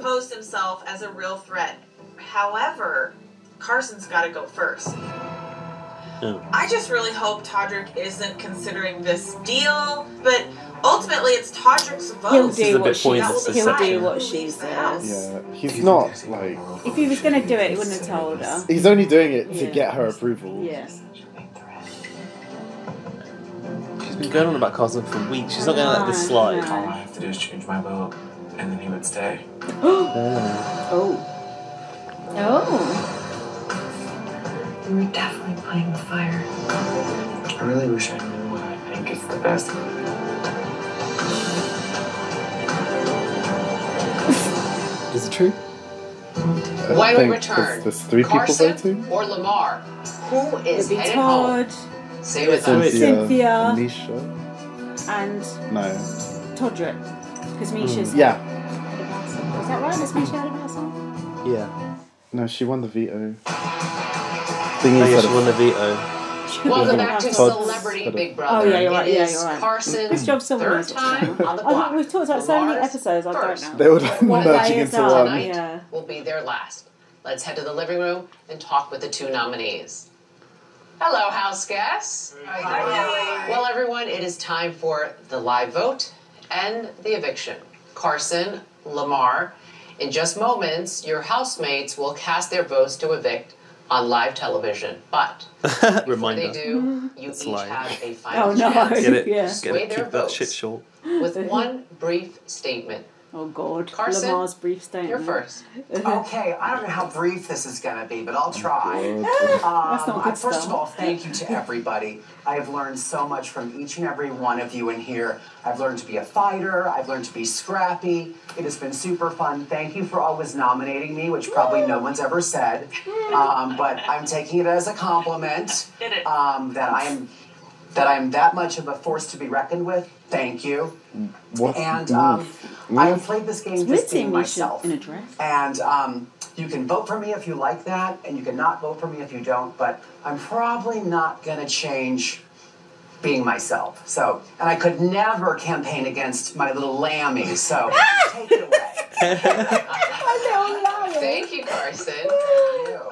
Speaker 11: posed himself as a real threat. However, Carson's got to go first.
Speaker 15: Oh.
Speaker 11: I just really hope Todrick isn't considering this deal, but ultimately it's Todrick's vote.
Speaker 1: He'll do what she he'll do what she says.
Speaker 3: Yeah, he's not like
Speaker 1: If he was gonna do it, he wouldn't have told her.
Speaker 3: he's only doing it to
Speaker 1: Yeah.
Speaker 3: get her approval.
Speaker 1: Yeah.
Speaker 2: She's been going on about Carson for weeks. She's not going to let this slide.
Speaker 1: All I
Speaker 15: have to do is change my vote, and then he
Speaker 1: <gasps>
Speaker 15: would stay. Uh,
Speaker 1: Oh. Oh.
Speaker 7: You were definitely playing with fire.
Speaker 15: I really wish I knew what I think is the best.
Speaker 2: Is it <laughs> true?
Speaker 3: I
Speaker 9: When we
Speaker 3: think
Speaker 9: return,
Speaker 3: there's, there's three
Speaker 9: Carson
Speaker 3: people voting.
Speaker 9: or Lamar, who is
Speaker 1: It'd be
Speaker 9: headed home?
Speaker 1: Todd
Speaker 9: Stay with us.
Speaker 3: Cynthia,
Speaker 1: Cynthia.
Speaker 3: Anisha.
Speaker 1: and
Speaker 3: No. Hmm. Mm.
Speaker 1: Todrick. Because Misha's
Speaker 3: Yeah.
Speaker 1: Is that right? Is Misha out of our song?
Speaker 2: Yeah.
Speaker 3: No, she won the veto.
Speaker 2: Oh, yeah,
Speaker 3: that
Speaker 2: she
Speaker 3: it-
Speaker 2: won the veto.
Speaker 9: Welcome back to
Speaker 3: Todd's
Speaker 9: Celebrity
Speaker 3: got a-
Speaker 9: Big
Speaker 1: Oh
Speaker 9: Brother.
Speaker 1: yeah, you're right.
Speaker 9: It
Speaker 1: Yeah,
Speaker 9: is
Speaker 1: you're right.
Speaker 9: Carson's
Speaker 1: Good job, someone
Speaker 9: third
Speaker 1: else.
Speaker 9: time on the
Speaker 1: I
Speaker 9: block.
Speaker 1: think we've talked about so many episodes. I don't know.
Speaker 3: They were like
Speaker 1: One day
Speaker 3: merging
Speaker 1: is
Speaker 3: into
Speaker 1: up.
Speaker 3: one.
Speaker 9: Tonight will be their last. Let's head to the living room and talk with the two nominees. Hello, house guests. Well, everyone, it is time for the live vote and the eviction. Carson, Lamar, in just moments, your housemates will cast their votes to evict on live television. But before
Speaker 2: Reminder.
Speaker 9: they do, you each
Speaker 2: live.
Speaker 9: have a final
Speaker 1: Oh, no.
Speaker 9: chance
Speaker 2: Get it?
Speaker 1: <laughs> Yeah.
Speaker 2: Get
Speaker 9: Sway
Speaker 2: it?
Speaker 9: their
Speaker 2: Keep that
Speaker 9: votes.
Speaker 2: shit short.
Speaker 1: <laughs>
Speaker 9: with one brief statement.
Speaker 1: Oh God,
Speaker 9: Carson,
Speaker 1: Lamar's brief statement.
Speaker 9: You're
Speaker 1: <laughs>
Speaker 9: first.
Speaker 6: okay, I don't know how brief this is going to be, but I'll try.
Speaker 3: God.
Speaker 1: That's not
Speaker 6: Um,
Speaker 1: good
Speaker 6: I- first of
Speaker 1: stuff.
Speaker 6: all, thank you
Speaker 1: <laughs>
Speaker 6: to everybody. I've learned so much from each and every one of you in here. I've learned to be a fighter. I've learned to be scrappy. It has been super fun. Thank you for always nominating me, which probably no one's ever said. Um, but I'm taking it as a compliment um, that I'm that I'm that much of a force to be reckoned with. Thank you.
Speaker 3: What?
Speaker 6: And um, I have played this game
Speaker 1: Weird
Speaker 6: just being
Speaker 1: seeing Misha
Speaker 6: myself.
Speaker 1: in a dress.
Speaker 6: And um, you can vote for me if you like that, and you can not vote for me if you don't, but I'm probably not going to change being myself. So, and I could never campaign against my little
Speaker 1: <laughs>
Speaker 6: lammy, so take it away.
Speaker 9: Thank you, Carson.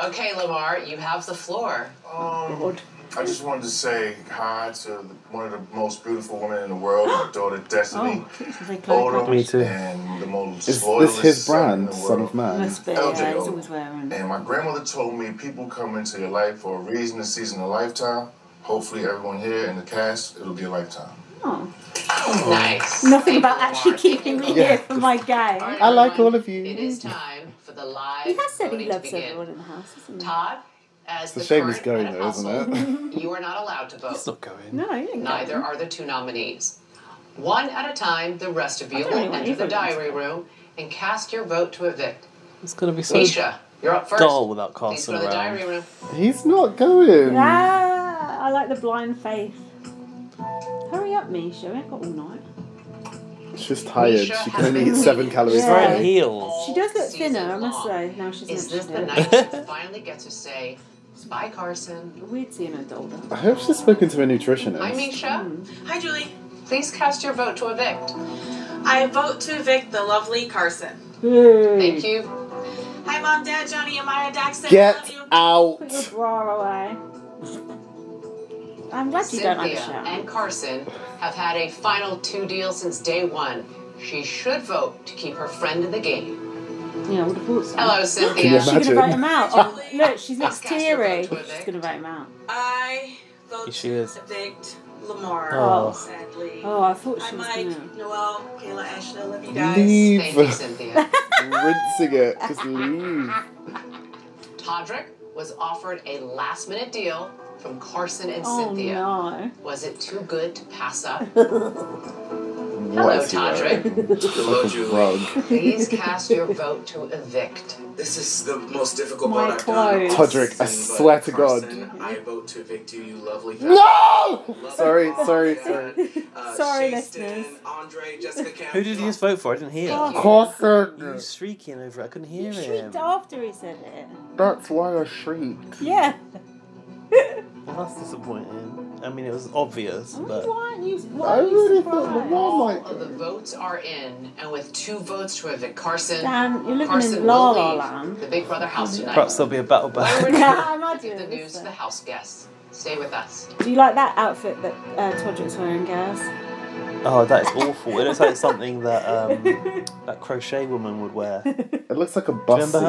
Speaker 9: Okay, Lamar, you have the floor.
Speaker 10: Um, I just wanted to say hi to the, one of the most beautiful women in the world,
Speaker 1: <gasps>
Speaker 10: my daughter Destiny.
Speaker 1: Oh,
Speaker 10: Odom,
Speaker 2: Me too.
Speaker 10: And the most
Speaker 3: Is this
Speaker 10: loyalist
Speaker 3: his
Speaker 10: son in
Speaker 3: brand,
Speaker 10: the
Speaker 3: Son
Speaker 10: world.
Speaker 3: of Man?
Speaker 1: Must be.
Speaker 10: LJO.
Speaker 1: Yeah, he's always wearing.
Speaker 10: And my grandmother told me people come into your life for a reason, a season, a lifetime. Hopefully, everyone here in the cast, it'll be a lifetime.
Speaker 1: Oh.
Speaker 9: Nice.
Speaker 1: Nothing about actually keeping me here for my game.
Speaker 3: I like all of you.
Speaker 9: It is time for the live
Speaker 1: He has said
Speaker 9: voting
Speaker 1: he loves
Speaker 9: to begin.
Speaker 1: everyone in the house, isn't he?
Speaker 9: Todd,
Speaker 3: It's
Speaker 9: as
Speaker 3: a
Speaker 9: the
Speaker 3: shame he's
Speaker 9: current
Speaker 3: going
Speaker 9: head of
Speaker 3: though, isn't <laughs>
Speaker 9: household,
Speaker 3: it?
Speaker 9: you are not allowed to vote.
Speaker 2: It's not going.
Speaker 1: No, he ain't
Speaker 9: Neither
Speaker 1: going.
Speaker 9: are the two nominees. One at a time, the rest of you
Speaker 1: don't
Speaker 9: will
Speaker 1: even
Speaker 9: enter the
Speaker 1: even want to.
Speaker 9: diary room and cast your vote to evict.
Speaker 2: It's going to be so
Speaker 9: Misha, you're up first.
Speaker 2: dull without
Speaker 9: Please go
Speaker 2: Carson
Speaker 9: to the
Speaker 2: around.
Speaker 9: diary room.
Speaker 3: He's not going.
Speaker 1: Ah, I like the blind faith. Hurry up, Misha. We've got all night.
Speaker 3: She's tired.
Speaker 9: Misha
Speaker 3: She
Speaker 9: has
Speaker 3: can only
Speaker 9: been
Speaker 3: eat
Speaker 9: <laughs>
Speaker 3: seven calories
Speaker 1: Yeah.
Speaker 3: a
Speaker 2: Wearing
Speaker 3: day.
Speaker 2: heels.
Speaker 1: She does look
Speaker 9: Season
Speaker 1: thinner, I must
Speaker 9: long.
Speaker 1: say. Now she's
Speaker 9: Is this the
Speaker 1: mentioned it.
Speaker 9: night
Speaker 1: <laughs>
Speaker 9: she finally gets to say, bye, Carson?
Speaker 1: Weird seeing her older.
Speaker 3: I hope she's spoken to a
Speaker 9: I'm
Speaker 3: nutritionist.
Speaker 9: Misha.
Speaker 3: Mm-hmm.
Speaker 11: Hi, Julie.
Speaker 9: Please cast your vote to evict.
Speaker 11: I vote to evict the lovely Carson.
Speaker 9: Thank you.
Speaker 11: Hi, Mom, Dad, Johnny, Amaya, Daxton. Love
Speaker 3: Get
Speaker 11: you.
Speaker 1: Put
Speaker 3: out.
Speaker 1: your bra away. I'm glad you
Speaker 9: Cynthia
Speaker 1: don't understand.
Speaker 9: and Carson have had a final two deal since day one. She should vote to keep her friend in the game.
Speaker 1: Yeah, I would have thought so.
Speaker 9: Hello,
Speaker 3: Can you
Speaker 9: Cynthia.
Speaker 1: She's going to vote him
Speaker 3: Imagine.
Speaker 1: out. Oh, look, she looks
Speaker 9: Cast your
Speaker 1: teary.
Speaker 9: vote to
Speaker 1: She's going to vote him out.
Speaker 11: I vote
Speaker 2: She is.
Speaker 11: to evict Lamar,
Speaker 2: Oh.
Speaker 11: sadly.
Speaker 1: Oh, I thought
Speaker 11: Hi,
Speaker 1: she was
Speaker 11: Mike,
Speaker 1: going
Speaker 11: Noel, Kayla, Ashley, I love you guys.
Speaker 3: Leave.
Speaker 9: Thank you, Cynthia.
Speaker 3: <laughs> Rinsing it. Just leave.
Speaker 9: Todrick was offered a last minute deal from Carson and
Speaker 1: Oh,
Speaker 9: Cynthia.
Speaker 1: no.
Speaker 9: Was it too good to pass
Speaker 1: <laughs>
Speaker 9: up?
Speaker 3: What is he
Speaker 9: Todrick.
Speaker 3: wearing?
Speaker 15: <laughs> Hello,
Speaker 3: Fucking
Speaker 15: Julie.
Speaker 3: rug.
Speaker 9: Please cast your vote to evict.
Speaker 15: This is the most difficult
Speaker 1: My
Speaker 15: vote I've done.
Speaker 1: clothes.
Speaker 3: Todrick, I
Speaker 15: Carson, but
Speaker 3: swear to God.
Speaker 15: Carson, I vote to evict you, you lovely.
Speaker 3: No!
Speaker 15: Love
Speaker 3: Sorry,
Speaker 15: you, Mom,
Speaker 3: sorry,
Speaker 15: Dad,
Speaker 3: sorry.
Speaker 1: <laughs>
Speaker 15: Uh,
Speaker 1: Sorry,
Speaker 15: Shaston,
Speaker 1: listeners.
Speaker 2: <laughs>
Speaker 15: Andre, Jessica Campbell.
Speaker 2: Who did you just vote for? I didn't hear.
Speaker 1: Oh.
Speaker 2: You
Speaker 3: Corson.
Speaker 2: was shrieking over it. I couldn't
Speaker 1: He
Speaker 2: hear him.
Speaker 1: shrieked after he said it.
Speaker 3: That's why I shriek.
Speaker 1: Yeah.
Speaker 2: Well, that's disappointing. I mean, it was obvious, but
Speaker 1: Why aren't you? Why
Speaker 3: I
Speaker 1: are you
Speaker 3: really
Speaker 1: surprised?
Speaker 3: thought Lamar
Speaker 9: <laughs> All of the
Speaker 3: might.
Speaker 9: votes are in, and with two votes to evict Carson,
Speaker 1: Dan, you're living
Speaker 9: Carson
Speaker 1: in La
Speaker 9: will
Speaker 1: La
Speaker 9: leave
Speaker 1: Land.
Speaker 9: the Big Brother house
Speaker 2: <laughs>
Speaker 9: tonight.
Speaker 2: perhaps there'll be a battle
Speaker 9: While
Speaker 2: back.
Speaker 9: we're
Speaker 1: Yeah, I'm
Speaker 9: done,
Speaker 1: not
Speaker 9: give
Speaker 1: doing
Speaker 9: the
Speaker 1: this
Speaker 9: news to
Speaker 1: then.
Speaker 9: the house guests. Stay with us.
Speaker 1: Do you like that outfit that uh, Todrick's
Speaker 2: <laughs>
Speaker 1: wearing, Gaz?
Speaker 2: Oh, that is awful. It looks like something that um, that crochet woman would wear.
Speaker 3: It looks like a
Speaker 2: Do you
Speaker 3: bus
Speaker 2: remember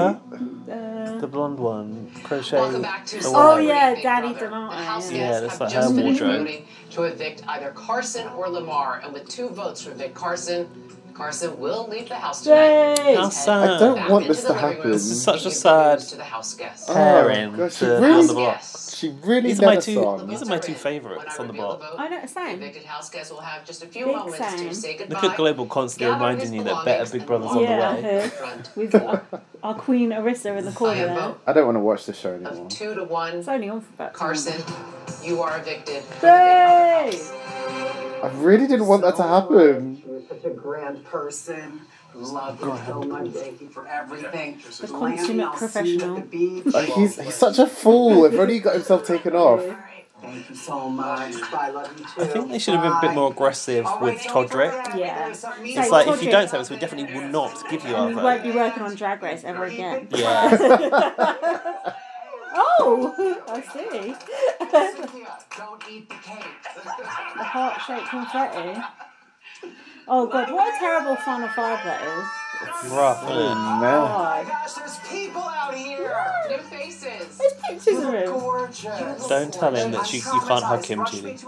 Speaker 2: her?
Speaker 1: Uh,
Speaker 2: The blonde one. Crochet. the
Speaker 1: oh
Speaker 2: woman.
Speaker 1: yeah, Danny Donati.
Speaker 2: Yeah, that's
Speaker 9: guests have
Speaker 2: like
Speaker 9: just
Speaker 2: her
Speaker 9: finished
Speaker 2: wardrobe.
Speaker 9: voting to evict either Carson or Lamar, and with two votes to evict Carson, Carson will leave the house
Speaker 1: Yay!
Speaker 9: tonight.
Speaker 2: How sad.
Speaker 3: I don't want this to happen.
Speaker 2: This is such a sad
Speaker 9: to the house guest.
Speaker 2: pairing
Speaker 3: Oh, gosh, she
Speaker 2: to
Speaker 3: really-
Speaker 2: on the block.
Speaker 3: She really
Speaker 2: these are my
Speaker 3: let us
Speaker 2: two.
Speaker 3: on.
Speaker 2: These are my two favourites on the block.
Speaker 1: I know, same.
Speaker 9: Evicted house guests will have just a few
Speaker 1: Big
Speaker 9: moments
Speaker 1: same.
Speaker 9: to say
Speaker 2: Look at
Speaker 9: goodbye.
Speaker 2: Global constantly reminding you that better Big Brother's on
Speaker 1: yeah,
Speaker 2: the way.
Speaker 1: I <laughs> heard. We've got our, uh, our queen Arissa in the corner there.
Speaker 3: I don't want to watch the show anymore.
Speaker 9: Two to one. It's
Speaker 1: only on for
Speaker 9: Carson, you are evicted.
Speaker 1: Yay!
Speaker 3: I really didn't want that to happen.
Speaker 6: You're such a grand person. Love you so much. Thank you for everything.
Speaker 1: The consummate professional.
Speaker 3: Like, he's he's such a fool. If only he got himself taken off.
Speaker 6: Thank you so much. I love you too.
Speaker 2: I think they should have been a bit more aggressive
Speaker 11: Oh,
Speaker 2: with Todrick.
Speaker 1: Yeah.
Speaker 2: It's like if you don't have us, we definitely will not give you our
Speaker 1: And you
Speaker 2: vote.
Speaker 1: won't be working on Drag Race ever again.
Speaker 2: Yeah.
Speaker 1: <laughs>
Speaker 2: <laughs>
Speaker 1: oh, I see. A heart shaped confetti. Oh god, what a terrible final five that is.
Speaker 2: Rough,
Speaker 3: Oh, man.
Speaker 1: God.
Speaker 6: Gosh, there's people out here.
Speaker 9: New faces.
Speaker 1: There's pictures of him.
Speaker 6: Gorgeous.
Speaker 2: Don't tell him that you, you can't hug him, Julie.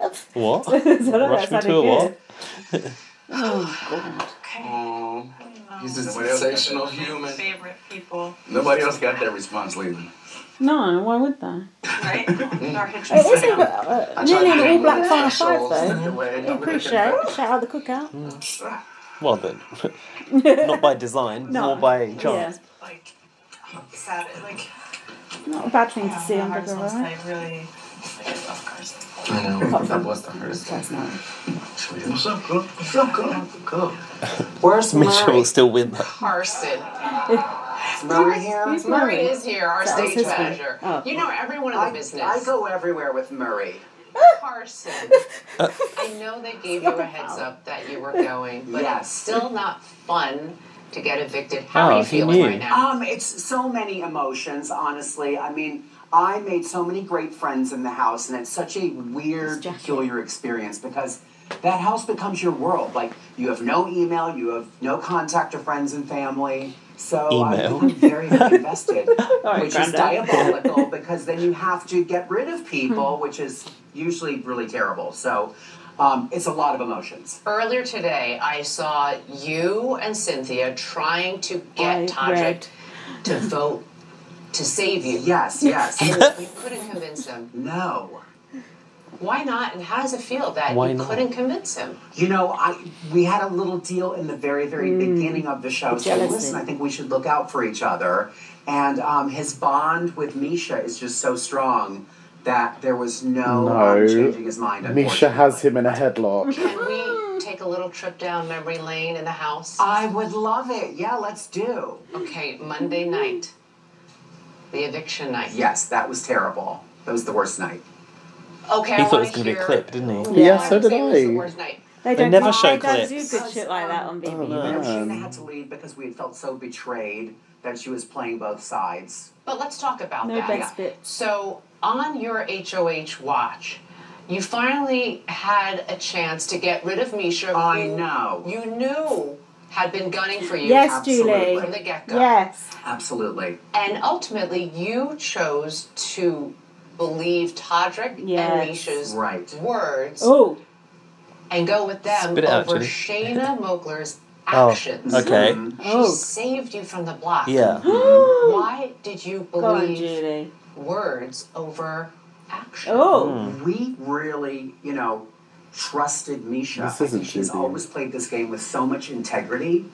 Speaker 1: <laughs>
Speaker 2: What?
Speaker 1: I don't know,
Speaker 2: Rush me
Speaker 1: that
Speaker 2: to a
Speaker 1: sounded
Speaker 2: what?
Speaker 1: Oh
Speaker 7: Oh, he's a
Speaker 6: Nobody else got
Speaker 7: sensational human.
Speaker 17: Favorite people.
Speaker 7: Nobody else got that response, Leland.
Speaker 1: god. No, why would they?
Speaker 17: Right? Nor
Speaker 1: It is a, uh,
Speaker 7: I
Speaker 1: nearly an
Speaker 7: tried to
Speaker 1: all black
Speaker 7: get
Speaker 1: final
Speaker 7: specials,
Speaker 1: five
Speaker 7: stepped away,
Speaker 1: though.
Speaker 7: not really
Speaker 1: Appreciate it. Shout out the cookout.
Speaker 2: Hmm. Well, then.
Speaker 1: <laughs>
Speaker 2: not by design,
Speaker 1: No.
Speaker 2: more by chance.
Speaker 17: Sad. Like,
Speaker 1: Not a bad thing to see on
Speaker 17: I
Speaker 1: Big
Speaker 17: was gonna
Speaker 1: Brother.
Speaker 17: say, really. Like, I love Carson.
Speaker 7: I know, that was the first one. What's up, girl? What's up, girl?
Speaker 6: Where's
Speaker 2: Misha will still win that.
Speaker 9: Carson.
Speaker 6: Murray here?
Speaker 9: Who's Murray is here, our
Speaker 6: That was
Speaker 9: stage
Speaker 6: his name.
Speaker 9: manager.
Speaker 6: Oh.
Speaker 9: You know everyone in the
Speaker 6: I,
Speaker 9: business.
Speaker 6: I go everywhere with Murray.
Speaker 9: Carson,
Speaker 6: <laughs> Uh,
Speaker 9: I know they gave you a heads up that you were going, but
Speaker 6: Yes. Oh,
Speaker 9: it's still not fun to get evicted. How are you feeling right now?
Speaker 6: Um, it's so many emotions, honestly. I mean, I made so many great friends in the house, and it's such a weird, peculiar experience because that house becomes your world. Like, you have no email, you have no contact to friends and family. So
Speaker 2: Email.
Speaker 6: I'm very invested, which is
Speaker 1: Grandad.
Speaker 6: diabolical because then you have to get rid of people, which is usually really terrible. So um, it's a lot of emotions.
Speaker 9: Earlier today, I saw you and Cynthia trying to
Speaker 6: I
Speaker 9: get Todrick
Speaker 6: read.
Speaker 9: to vote to save you.
Speaker 6: Yes, yes.
Speaker 9: And you couldn't convince him.
Speaker 6: No.
Speaker 9: Why not? And how does it feel that
Speaker 6: Why
Speaker 9: you
Speaker 6: not?
Speaker 9: couldn't convince him?
Speaker 6: You know, I we had a little deal in the very, very
Speaker 9: Mm.
Speaker 6: beginning of the show.
Speaker 9: The
Speaker 6: So
Speaker 9: jealousy.
Speaker 6: listen, I think we should look out for each other. And um, his bond with Misha is just so strong that there was no, um, changing his mind.
Speaker 3: No. Misha has him in a headlock.
Speaker 9: Can we take a little trip down memory lane in the house?
Speaker 6: I would love it. Yeah, let's do.
Speaker 9: Okay, Monday night, the eviction night.
Speaker 6: Yes, that was terrible. That was the worst night.
Speaker 9: Okay,
Speaker 2: He
Speaker 9: I
Speaker 2: thought it
Speaker 9: want
Speaker 2: was
Speaker 9: to
Speaker 2: going to
Speaker 9: hear.
Speaker 2: be a clip, didn't he?
Speaker 6: Yeah, Yeah, so did
Speaker 9: It was the
Speaker 6: I.
Speaker 9: worst night.
Speaker 1: They,
Speaker 2: They
Speaker 1: don't
Speaker 2: never
Speaker 1: do-
Speaker 2: show
Speaker 1: they don't
Speaker 2: clips.
Speaker 1: do good shit like that
Speaker 6: Oh,
Speaker 1: on BB.
Speaker 6: Regina had to leave because we had felt so betrayed that she was playing both sides.
Speaker 9: But let's talk about
Speaker 6: No
Speaker 9: that.
Speaker 6: best bit.
Speaker 9: So on your HOH watch, you finally had a chance to get rid of
Speaker 6: Oh.
Speaker 9: Misha. I
Speaker 6: know.
Speaker 9: You knew had been gunning for you.
Speaker 1: Yes, Julie.
Speaker 9: From the get-go.
Speaker 1: Yes.
Speaker 6: Absolutely.
Speaker 9: And ultimately, you chose to believe Todrick
Speaker 1: Yes.
Speaker 9: and Misha's
Speaker 6: Right.
Speaker 9: words
Speaker 1: Oh.
Speaker 9: and go with them
Speaker 2: Spit it out,
Speaker 9: over
Speaker 2: Julie.
Speaker 9: Shayna Mogler's
Speaker 2: Oh,
Speaker 9: actions.
Speaker 2: okay.
Speaker 9: She
Speaker 6: Mm-hmm.
Speaker 1: Oh.
Speaker 9: saved you from the block.
Speaker 1: <gasps>
Speaker 2: Yeah.
Speaker 9: Why did you
Speaker 1: Go on,
Speaker 9: believe words over action?
Speaker 1: Oh.
Speaker 6: We really, you know, trusted Misha.
Speaker 3: This
Speaker 6: I
Speaker 3: isn't
Speaker 6: think she's
Speaker 3: Judy.
Speaker 6: always played this game with so much integrity.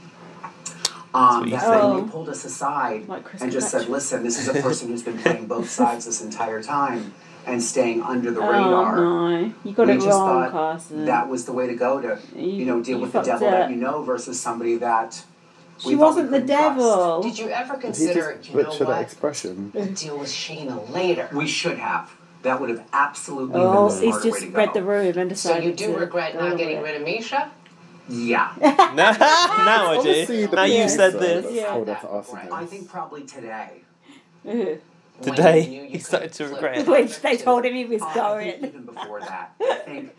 Speaker 6: Um,
Speaker 3: That's
Speaker 6: that
Speaker 3: what you
Speaker 6: when
Speaker 3: think.
Speaker 6: you pulled us aside
Speaker 1: Oh. Chris
Speaker 6: and just said,
Speaker 1: Kretsch.
Speaker 6: listen, this is a person who's been playing both sides this entire time and staying under the
Speaker 1: Oh,
Speaker 6: radar.
Speaker 1: no. You got
Speaker 6: we
Speaker 1: it
Speaker 6: just
Speaker 1: wrong,
Speaker 6: thought
Speaker 1: Carson.
Speaker 6: that was the way to go to, you, know, deal
Speaker 1: you
Speaker 6: with the
Speaker 1: fucked
Speaker 6: devil that
Speaker 1: it.
Speaker 6: you know versus somebody that we
Speaker 1: She
Speaker 6: thought we
Speaker 1: wasn't the
Speaker 6: couldn't trust.
Speaker 1: devil.
Speaker 9: Did you ever
Speaker 3: Did he
Speaker 9: consider,
Speaker 3: just
Speaker 9: you know
Speaker 3: butcher that
Speaker 9: what?
Speaker 3: expression?
Speaker 9: We'll deal with Shayna later.
Speaker 6: We should have. That would have absolutely
Speaker 1: Oh,
Speaker 6: been the
Speaker 1: he's
Speaker 6: smarter way
Speaker 1: just
Speaker 6: to go.
Speaker 1: read the room and
Speaker 9: So
Speaker 1: decided
Speaker 9: you do
Speaker 1: to
Speaker 9: regret
Speaker 1: go
Speaker 9: not
Speaker 1: with
Speaker 9: getting
Speaker 1: it. Ah,
Speaker 9: rid of Misha?
Speaker 6: Yeah.
Speaker 2: now <laughs> now I do. Now you said this.
Speaker 3: Told her to ask him.
Speaker 1: <laughs>
Speaker 6: I think probably today.
Speaker 1: Ugh.
Speaker 2: Today, he started to regret it.
Speaker 1: <laughs> Which they told him he was going.
Speaker 6: Oh, Even before that, I think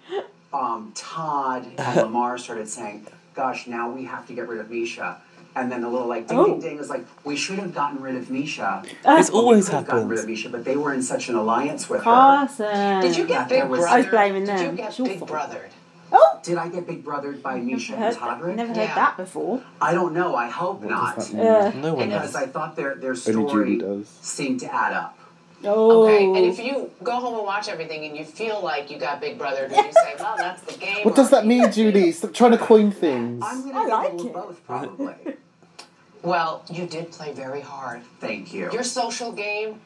Speaker 6: um, Todd
Speaker 2: <laughs>
Speaker 6: and Lamar started saying, "Gosh, now we have to get rid of Misha." And then the little like ding
Speaker 1: Oh.
Speaker 6: ding ding was like, "We should have gotten rid of Misha."
Speaker 2: This
Speaker 6: But we
Speaker 2: always
Speaker 6: could have Gotten rid
Speaker 2: happens.
Speaker 6: of Misha, but they were in such an alliance with
Speaker 1: <laughs>
Speaker 6: her.
Speaker 1: Carson.
Speaker 6: Did you get Big
Speaker 1: I
Speaker 6: Brother?
Speaker 1: was blaming
Speaker 6: Did you
Speaker 1: them.
Speaker 6: get
Speaker 1: It's your
Speaker 6: Big
Speaker 1: fault.
Speaker 6: Brothered.
Speaker 1: Oh!
Speaker 6: Did I get Big Brothered by Misha
Speaker 1: Never
Speaker 6: and
Speaker 1: heard that-
Speaker 6: Todrick?
Speaker 1: never heard that before.
Speaker 6: I don't know. I hope not.
Speaker 3: does that mean? Yeah. No one
Speaker 6: Because
Speaker 3: knows.
Speaker 6: I thought their their
Speaker 3: Only Judy
Speaker 6: story
Speaker 3: does.
Speaker 6: seemed to add up.
Speaker 1: Oh.
Speaker 9: Okay, and if you go home and watch everything and you feel like you got Big Brother, then you say, well, that's the game.
Speaker 3: What does that mean, Judy? Stop trying to coin things.
Speaker 6: I like it. Both, probably.
Speaker 9: well, you did play very hard.
Speaker 6: Thank you.
Speaker 9: Your social game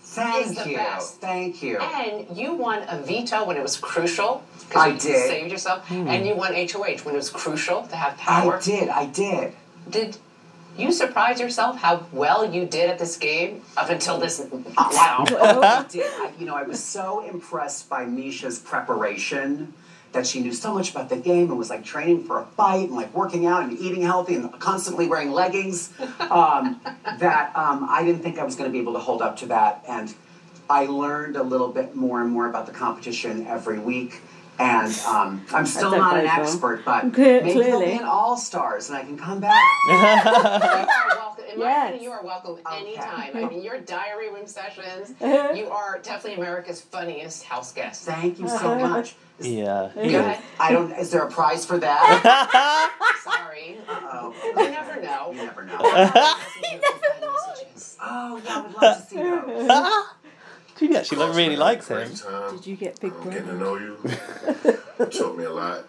Speaker 6: Thank
Speaker 9: is the
Speaker 6: you.
Speaker 9: best.
Speaker 6: Thank you.
Speaker 9: And you won a veto when it was crucial. 'cause
Speaker 6: I
Speaker 9: you
Speaker 6: did.
Speaker 9: Saved yourself.
Speaker 6: Hmm.
Speaker 9: And you won HOH when it was crucial to have power.
Speaker 6: I did. I did.
Speaker 9: Did you surprise yourself how well you did at this game up until this
Speaker 6: Uh,
Speaker 9: <laughs> now?
Speaker 6: Oh, I did. I, you know, I was so impressed by Misha's preparation that she knew so much about the game and was like training for a fight and like working out and eating healthy and constantly wearing leggings. Um, that um, I didn't think I was going to be able to hold up to that. And I learned a little bit more and more about the competition every week. And um, I'm
Speaker 1: That
Speaker 6: still
Speaker 1: don't
Speaker 6: not an
Speaker 1: bode well.
Speaker 6: expert,
Speaker 7: <laughs>
Speaker 6: but
Speaker 1: Okay,
Speaker 6: maybe they'll
Speaker 1: clearly.
Speaker 6: be an all stars and I can come
Speaker 1: <laughs>
Speaker 6: back.
Speaker 9: In my opinion, you are welcome anytime. I mean, your diary room sessions,
Speaker 6: Uh-huh.
Speaker 9: you are definitely America's funniest house guest.
Speaker 6: Thank you so much.
Speaker 2: Yeah.
Speaker 9: he is.
Speaker 6: I don't. Is there a prize for that?
Speaker 9: Sorry.
Speaker 6: Uh-oh.
Speaker 9: You never know.
Speaker 6: You never know.
Speaker 9: Oh,
Speaker 6: yeah, I would love to see
Speaker 1: <laughs>
Speaker 6: those.
Speaker 2: Judy actually like, really likes him.
Speaker 1: Did you get Big
Speaker 10: Um, Getting
Speaker 1: Brother?
Speaker 10: to know
Speaker 3: <laughs>
Speaker 10: you taught me a lot,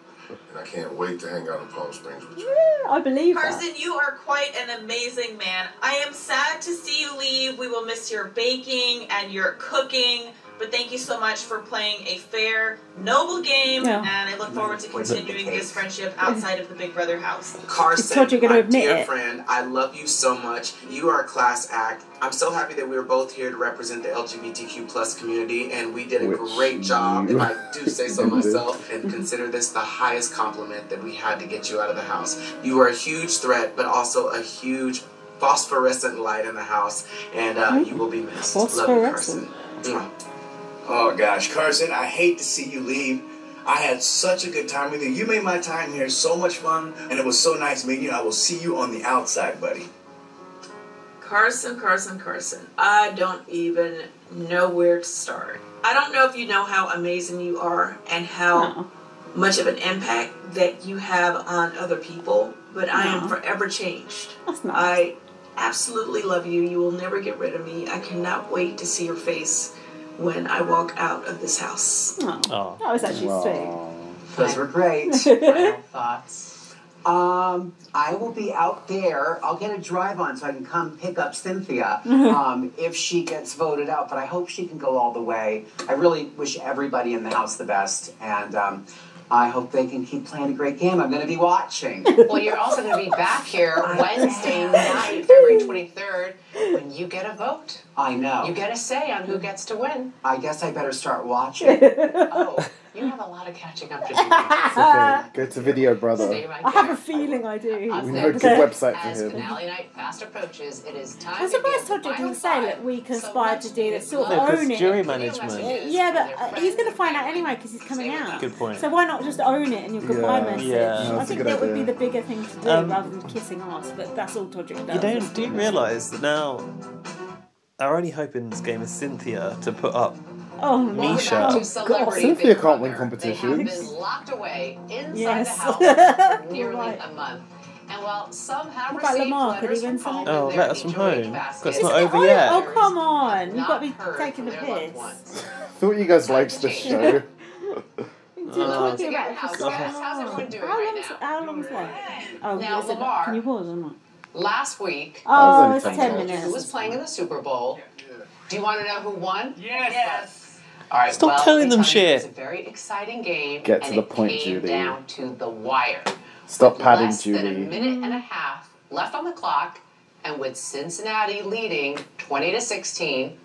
Speaker 10: and I can't wait to hang out in Palm Springs with you.
Speaker 1: I believe
Speaker 11: Carson, you are quite an amazing man. I am sad to see you leave. We will miss your baking and your cooking, but thank you so much for playing a fair, noble game,
Speaker 1: Yeah.
Speaker 11: and I look forward to continuing this friendship outside of the Big Brother house.
Speaker 1: It's
Speaker 15: Carson,
Speaker 1: told you're gonna
Speaker 15: my
Speaker 1: admit
Speaker 15: dear
Speaker 1: it.
Speaker 15: friend, I love you so much. You are a class act. I'm so happy that we are both here to represent the LGBTQ plus community, and we did a
Speaker 3: Which
Speaker 15: great job.
Speaker 3: you
Speaker 15: If I do say
Speaker 3: <laughs>
Speaker 15: so
Speaker 3: did.
Speaker 15: myself, and consider this the highest compliment that we had to get you out of the house. You are a huge threat, but also a huge phosphorescent light in the house, and
Speaker 1: Mm-hmm.
Speaker 15: uh, you will be missed. Love you, Carson.
Speaker 4: Phosphorescent.
Speaker 15: Mwah.
Speaker 4: Mm. Oh gosh, Carson, I hate to see you leave. I had such a good time with you. You made my time here so much fun, and it was so nice meeting you. I will see you on the outside,
Speaker 1: <laughs>
Speaker 4: buddy.
Speaker 11: Carson, Carson, Carson. I don't even know where to start. I don't know if you know how amazing you are and how much of an impact that you have on other people, but I am
Speaker 1: Aw.
Speaker 11: forever changed.
Speaker 1: That's nice.
Speaker 11: I absolutely love you. You will never get rid of me. I cannot wait to see your face when I walk out of this house.
Speaker 2: Oh.
Speaker 1: That was actually
Speaker 6: Those were great.
Speaker 9: Final thoughts.
Speaker 6: Um, I will be out there. I'll get a drive on so I can come pick up Cynthia um, if she gets voted out. But I hope she can go all the way. I really wish everybody in the house the best, and um, I hope they can keep playing a great game. I'm going to be watching.
Speaker 9: Well, you're also going to be back here Wednesday night, February 23rd, when you get a vote.
Speaker 6: I know.
Speaker 9: You get a say on who gets to win.
Speaker 6: I
Speaker 1: <laughs>
Speaker 6: guess I better start watching.
Speaker 9: Oh, you have a lot of catching
Speaker 1: <laughs>
Speaker 9: up to do.
Speaker 3: It's okay. Go to Video
Speaker 9: Stay
Speaker 3: Brother.
Speaker 9: right
Speaker 1: I
Speaker 9: there.
Speaker 1: have a feeling I do.
Speaker 3: We know a good website
Speaker 9: As
Speaker 3: for him.
Speaker 9: finale night fast approaches, it is time.
Speaker 1: I'm
Speaker 9: to
Speaker 1: surprised
Speaker 9: give
Speaker 1: Todd
Speaker 9: the final
Speaker 1: didn't say
Speaker 9: five.
Speaker 1: that we conspired to do that, sort
Speaker 2: No,
Speaker 1: of
Speaker 2: 'cause
Speaker 1: own it.
Speaker 2: jury management.
Speaker 1: Yeah, but uh, he's going to find out anyway because he's coming out.
Speaker 2: Good point.
Speaker 1: So why not just own it and you'll goodbye
Speaker 2: Yeah.
Speaker 1: message?
Speaker 2: Yeah. No,
Speaker 1: I
Speaker 2: that's a
Speaker 1: think
Speaker 2: good
Speaker 1: that would be
Speaker 2: idea.
Speaker 1: the bigger thing to do
Speaker 2: Um,
Speaker 1: rather than kissing ass, but that's all Todrick does.
Speaker 2: You don't do you realise that now our only hope in this game is Cynthia to put up
Speaker 1: Oh, no.
Speaker 2: Misha.
Speaker 9: Oh, celebrity
Speaker 3: Cynthia
Speaker 9: Big
Speaker 3: can't win
Speaker 9: They have
Speaker 3: competitions.
Speaker 9: been locked away inside
Speaker 1: Yes.
Speaker 9: the house for nearly
Speaker 1: <laughs> Right.
Speaker 9: a month. And while some have
Speaker 1: What about
Speaker 9: received
Speaker 1: Lamar? Could he
Speaker 9: letters
Speaker 1: win
Speaker 9: from home
Speaker 1: something?
Speaker 9: in
Speaker 2: Oh,
Speaker 9: their
Speaker 2: letters from
Speaker 9: HOH
Speaker 2: home?
Speaker 9: basket,
Speaker 2: That's not over
Speaker 1: Oh,
Speaker 2: yet.
Speaker 1: come on. You've got
Speaker 9: not
Speaker 1: to be
Speaker 9: heard
Speaker 1: taking the
Speaker 9: from their loved
Speaker 1: piss.
Speaker 9: ones.
Speaker 3: Thought you guys liked this
Speaker 9: <laughs>
Speaker 3: show.
Speaker 2: Uh,
Speaker 9: Once
Speaker 1: Talking
Speaker 9: again,
Speaker 1: about
Speaker 2: Oh,
Speaker 9: how's,
Speaker 1: it for so
Speaker 9: guys,
Speaker 1: long.
Speaker 9: how's everyone doing
Speaker 1: How
Speaker 9: right
Speaker 1: long's-
Speaker 9: now?
Speaker 1: How long is left? Oh,
Speaker 9: Now,
Speaker 1: is it-
Speaker 9: Lamar.
Speaker 1: Can you pause or not?
Speaker 9: Last week,
Speaker 1: Oh, it's 10 minutes.
Speaker 9: who was playing in the Super Bowl? Do you want to know who won? Yes. All right.
Speaker 2: Stop
Speaker 9: well,
Speaker 2: telling
Speaker 9: they
Speaker 2: them
Speaker 9: tell you It
Speaker 2: shit.
Speaker 9: was a very exciting game.
Speaker 3: Get
Speaker 9: and
Speaker 3: to the
Speaker 9: it
Speaker 3: point,
Speaker 9: came
Speaker 3: Judy.
Speaker 9: Down to the wire.
Speaker 3: Stop padding,
Speaker 9: Less than a
Speaker 3: Judy.
Speaker 9: minute and a half left on the clock, and with Cincinnati leading 20 to 16,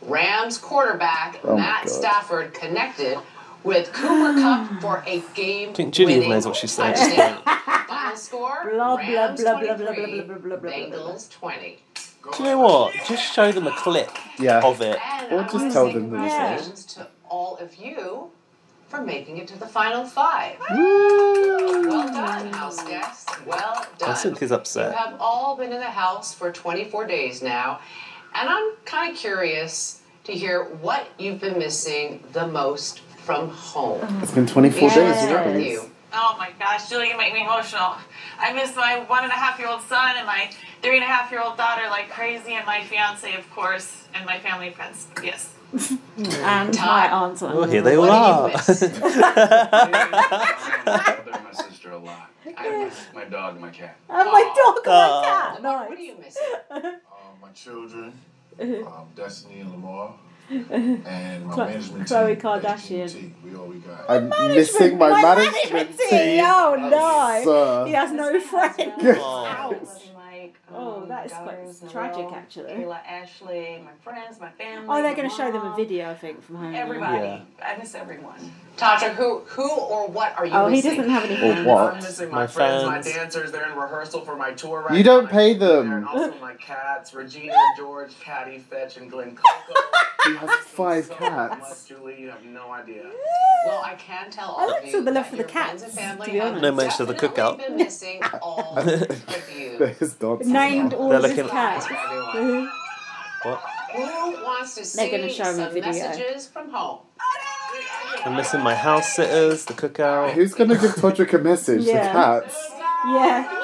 Speaker 9: Rams quarterback
Speaker 2: Oh my
Speaker 9: Matt
Speaker 2: God.
Speaker 9: Stafford connected with Cooper Cup for a game.
Speaker 2: I think Judy
Speaker 9: winning
Speaker 2: knows what she's saying.
Speaker 9: Final score:
Speaker 1: <laughs> Blah, blah,
Speaker 9: Rams
Speaker 1: blah, blah, blah,
Speaker 9: 23,
Speaker 1: blah, blah, blah, blah, blah, blah.
Speaker 9: Bengals 20.
Speaker 2: Do you know what? Just show them a clip
Speaker 3: Yeah.
Speaker 2: of it.
Speaker 9: And
Speaker 3: Or
Speaker 9: I
Speaker 3: just
Speaker 9: wanna
Speaker 3: tell
Speaker 9: say
Speaker 3: them themselves.
Speaker 9: congratulations to all of you for making it to the final five. Well done, house guests. Well done.
Speaker 2: Oh, Cynthia's
Speaker 9: You
Speaker 2: upset.
Speaker 9: have all been in the house for 24 days now, and I'm kind of curious to hear what you've been missing the most from home.
Speaker 3: It's been 24
Speaker 9: Let's
Speaker 3: days.
Speaker 9: start with
Speaker 3: guys.
Speaker 9: you.
Speaker 11: Oh my gosh, Julie, you make me emotional. I miss my one and a half year old son and my three and a half year old daughter like crazy, and my fiance, of course, and my family and friends. Yes.
Speaker 1: And my aunt.
Speaker 2: Oh, here they all are.
Speaker 12: my sister a lot. I have my, my dog and my cat.
Speaker 1: And my dog,
Speaker 2: Oh.
Speaker 1: my cat. Nice.
Speaker 9: What are you missing?
Speaker 10: Uh, My children,
Speaker 1: Mhm.
Speaker 10: um, Destiny and Lamar, and my
Speaker 1: Chloe,
Speaker 10: management
Speaker 1: <laughs> Chloe
Speaker 10: team.
Speaker 1: Kardashian.
Speaker 10: We all we got.
Speaker 3: I'm missing my
Speaker 1: <laughs>
Speaker 3: management team.
Speaker 1: Oh no!
Speaker 3: Sir.
Speaker 1: He has no friends.
Speaker 3: Yes.
Speaker 11: Like,
Speaker 1: Oh, that is quite tragic, actually.
Speaker 11: Kayla, Ashley, my friends, my family.
Speaker 1: Oh, they're
Speaker 11: my
Speaker 1: going to show them a
Speaker 11: mom,
Speaker 1: video, I think, from home. now.
Speaker 11: Everybody. I miss everyone.
Speaker 9: Tadra, who, who or what are you
Speaker 1: Oh, he
Speaker 9: missing?
Speaker 1: doesn't have any
Speaker 3: Or
Speaker 1: friends.
Speaker 3: what?
Speaker 12: I'm missing
Speaker 3: My
Speaker 12: my, friends,
Speaker 3: fans.
Speaker 12: my dancers. They're in rehearsal for my tour right
Speaker 3: You
Speaker 12: now.
Speaker 3: don't pay them.
Speaker 12: And also my cats, Regina, George, Patty, Fetch, and Glenn Coco.
Speaker 1: <laughs>
Speaker 3: He has five cats.
Speaker 12: Much, Julie, you have no idea.
Speaker 9: Well, I can tell all
Speaker 1: I
Speaker 9: of
Speaker 1: like
Speaker 9: you
Speaker 1: to the love for the
Speaker 9: that your friends
Speaker 1: cats,
Speaker 9: and family
Speaker 1: to be
Speaker 9: have
Speaker 1: honest.
Speaker 2: No mention of the cookout.
Speaker 3: <laughs>
Speaker 9: been missing all
Speaker 3: They're his dogs.
Speaker 1: Named all
Speaker 2: They're
Speaker 1: of his
Speaker 2: looking-
Speaker 1: cats. <laughs> Mhm.
Speaker 2: What?
Speaker 9: Who wants to
Speaker 1: They're
Speaker 9: see
Speaker 1: gonna show him a
Speaker 9: some
Speaker 1: video.
Speaker 9: messages from home?
Speaker 2: I'm missing my house sitters, the cookout.
Speaker 3: Who's gonna give Todrick a message?
Speaker 1: Yeah.
Speaker 3: The cats.
Speaker 1: Yeah.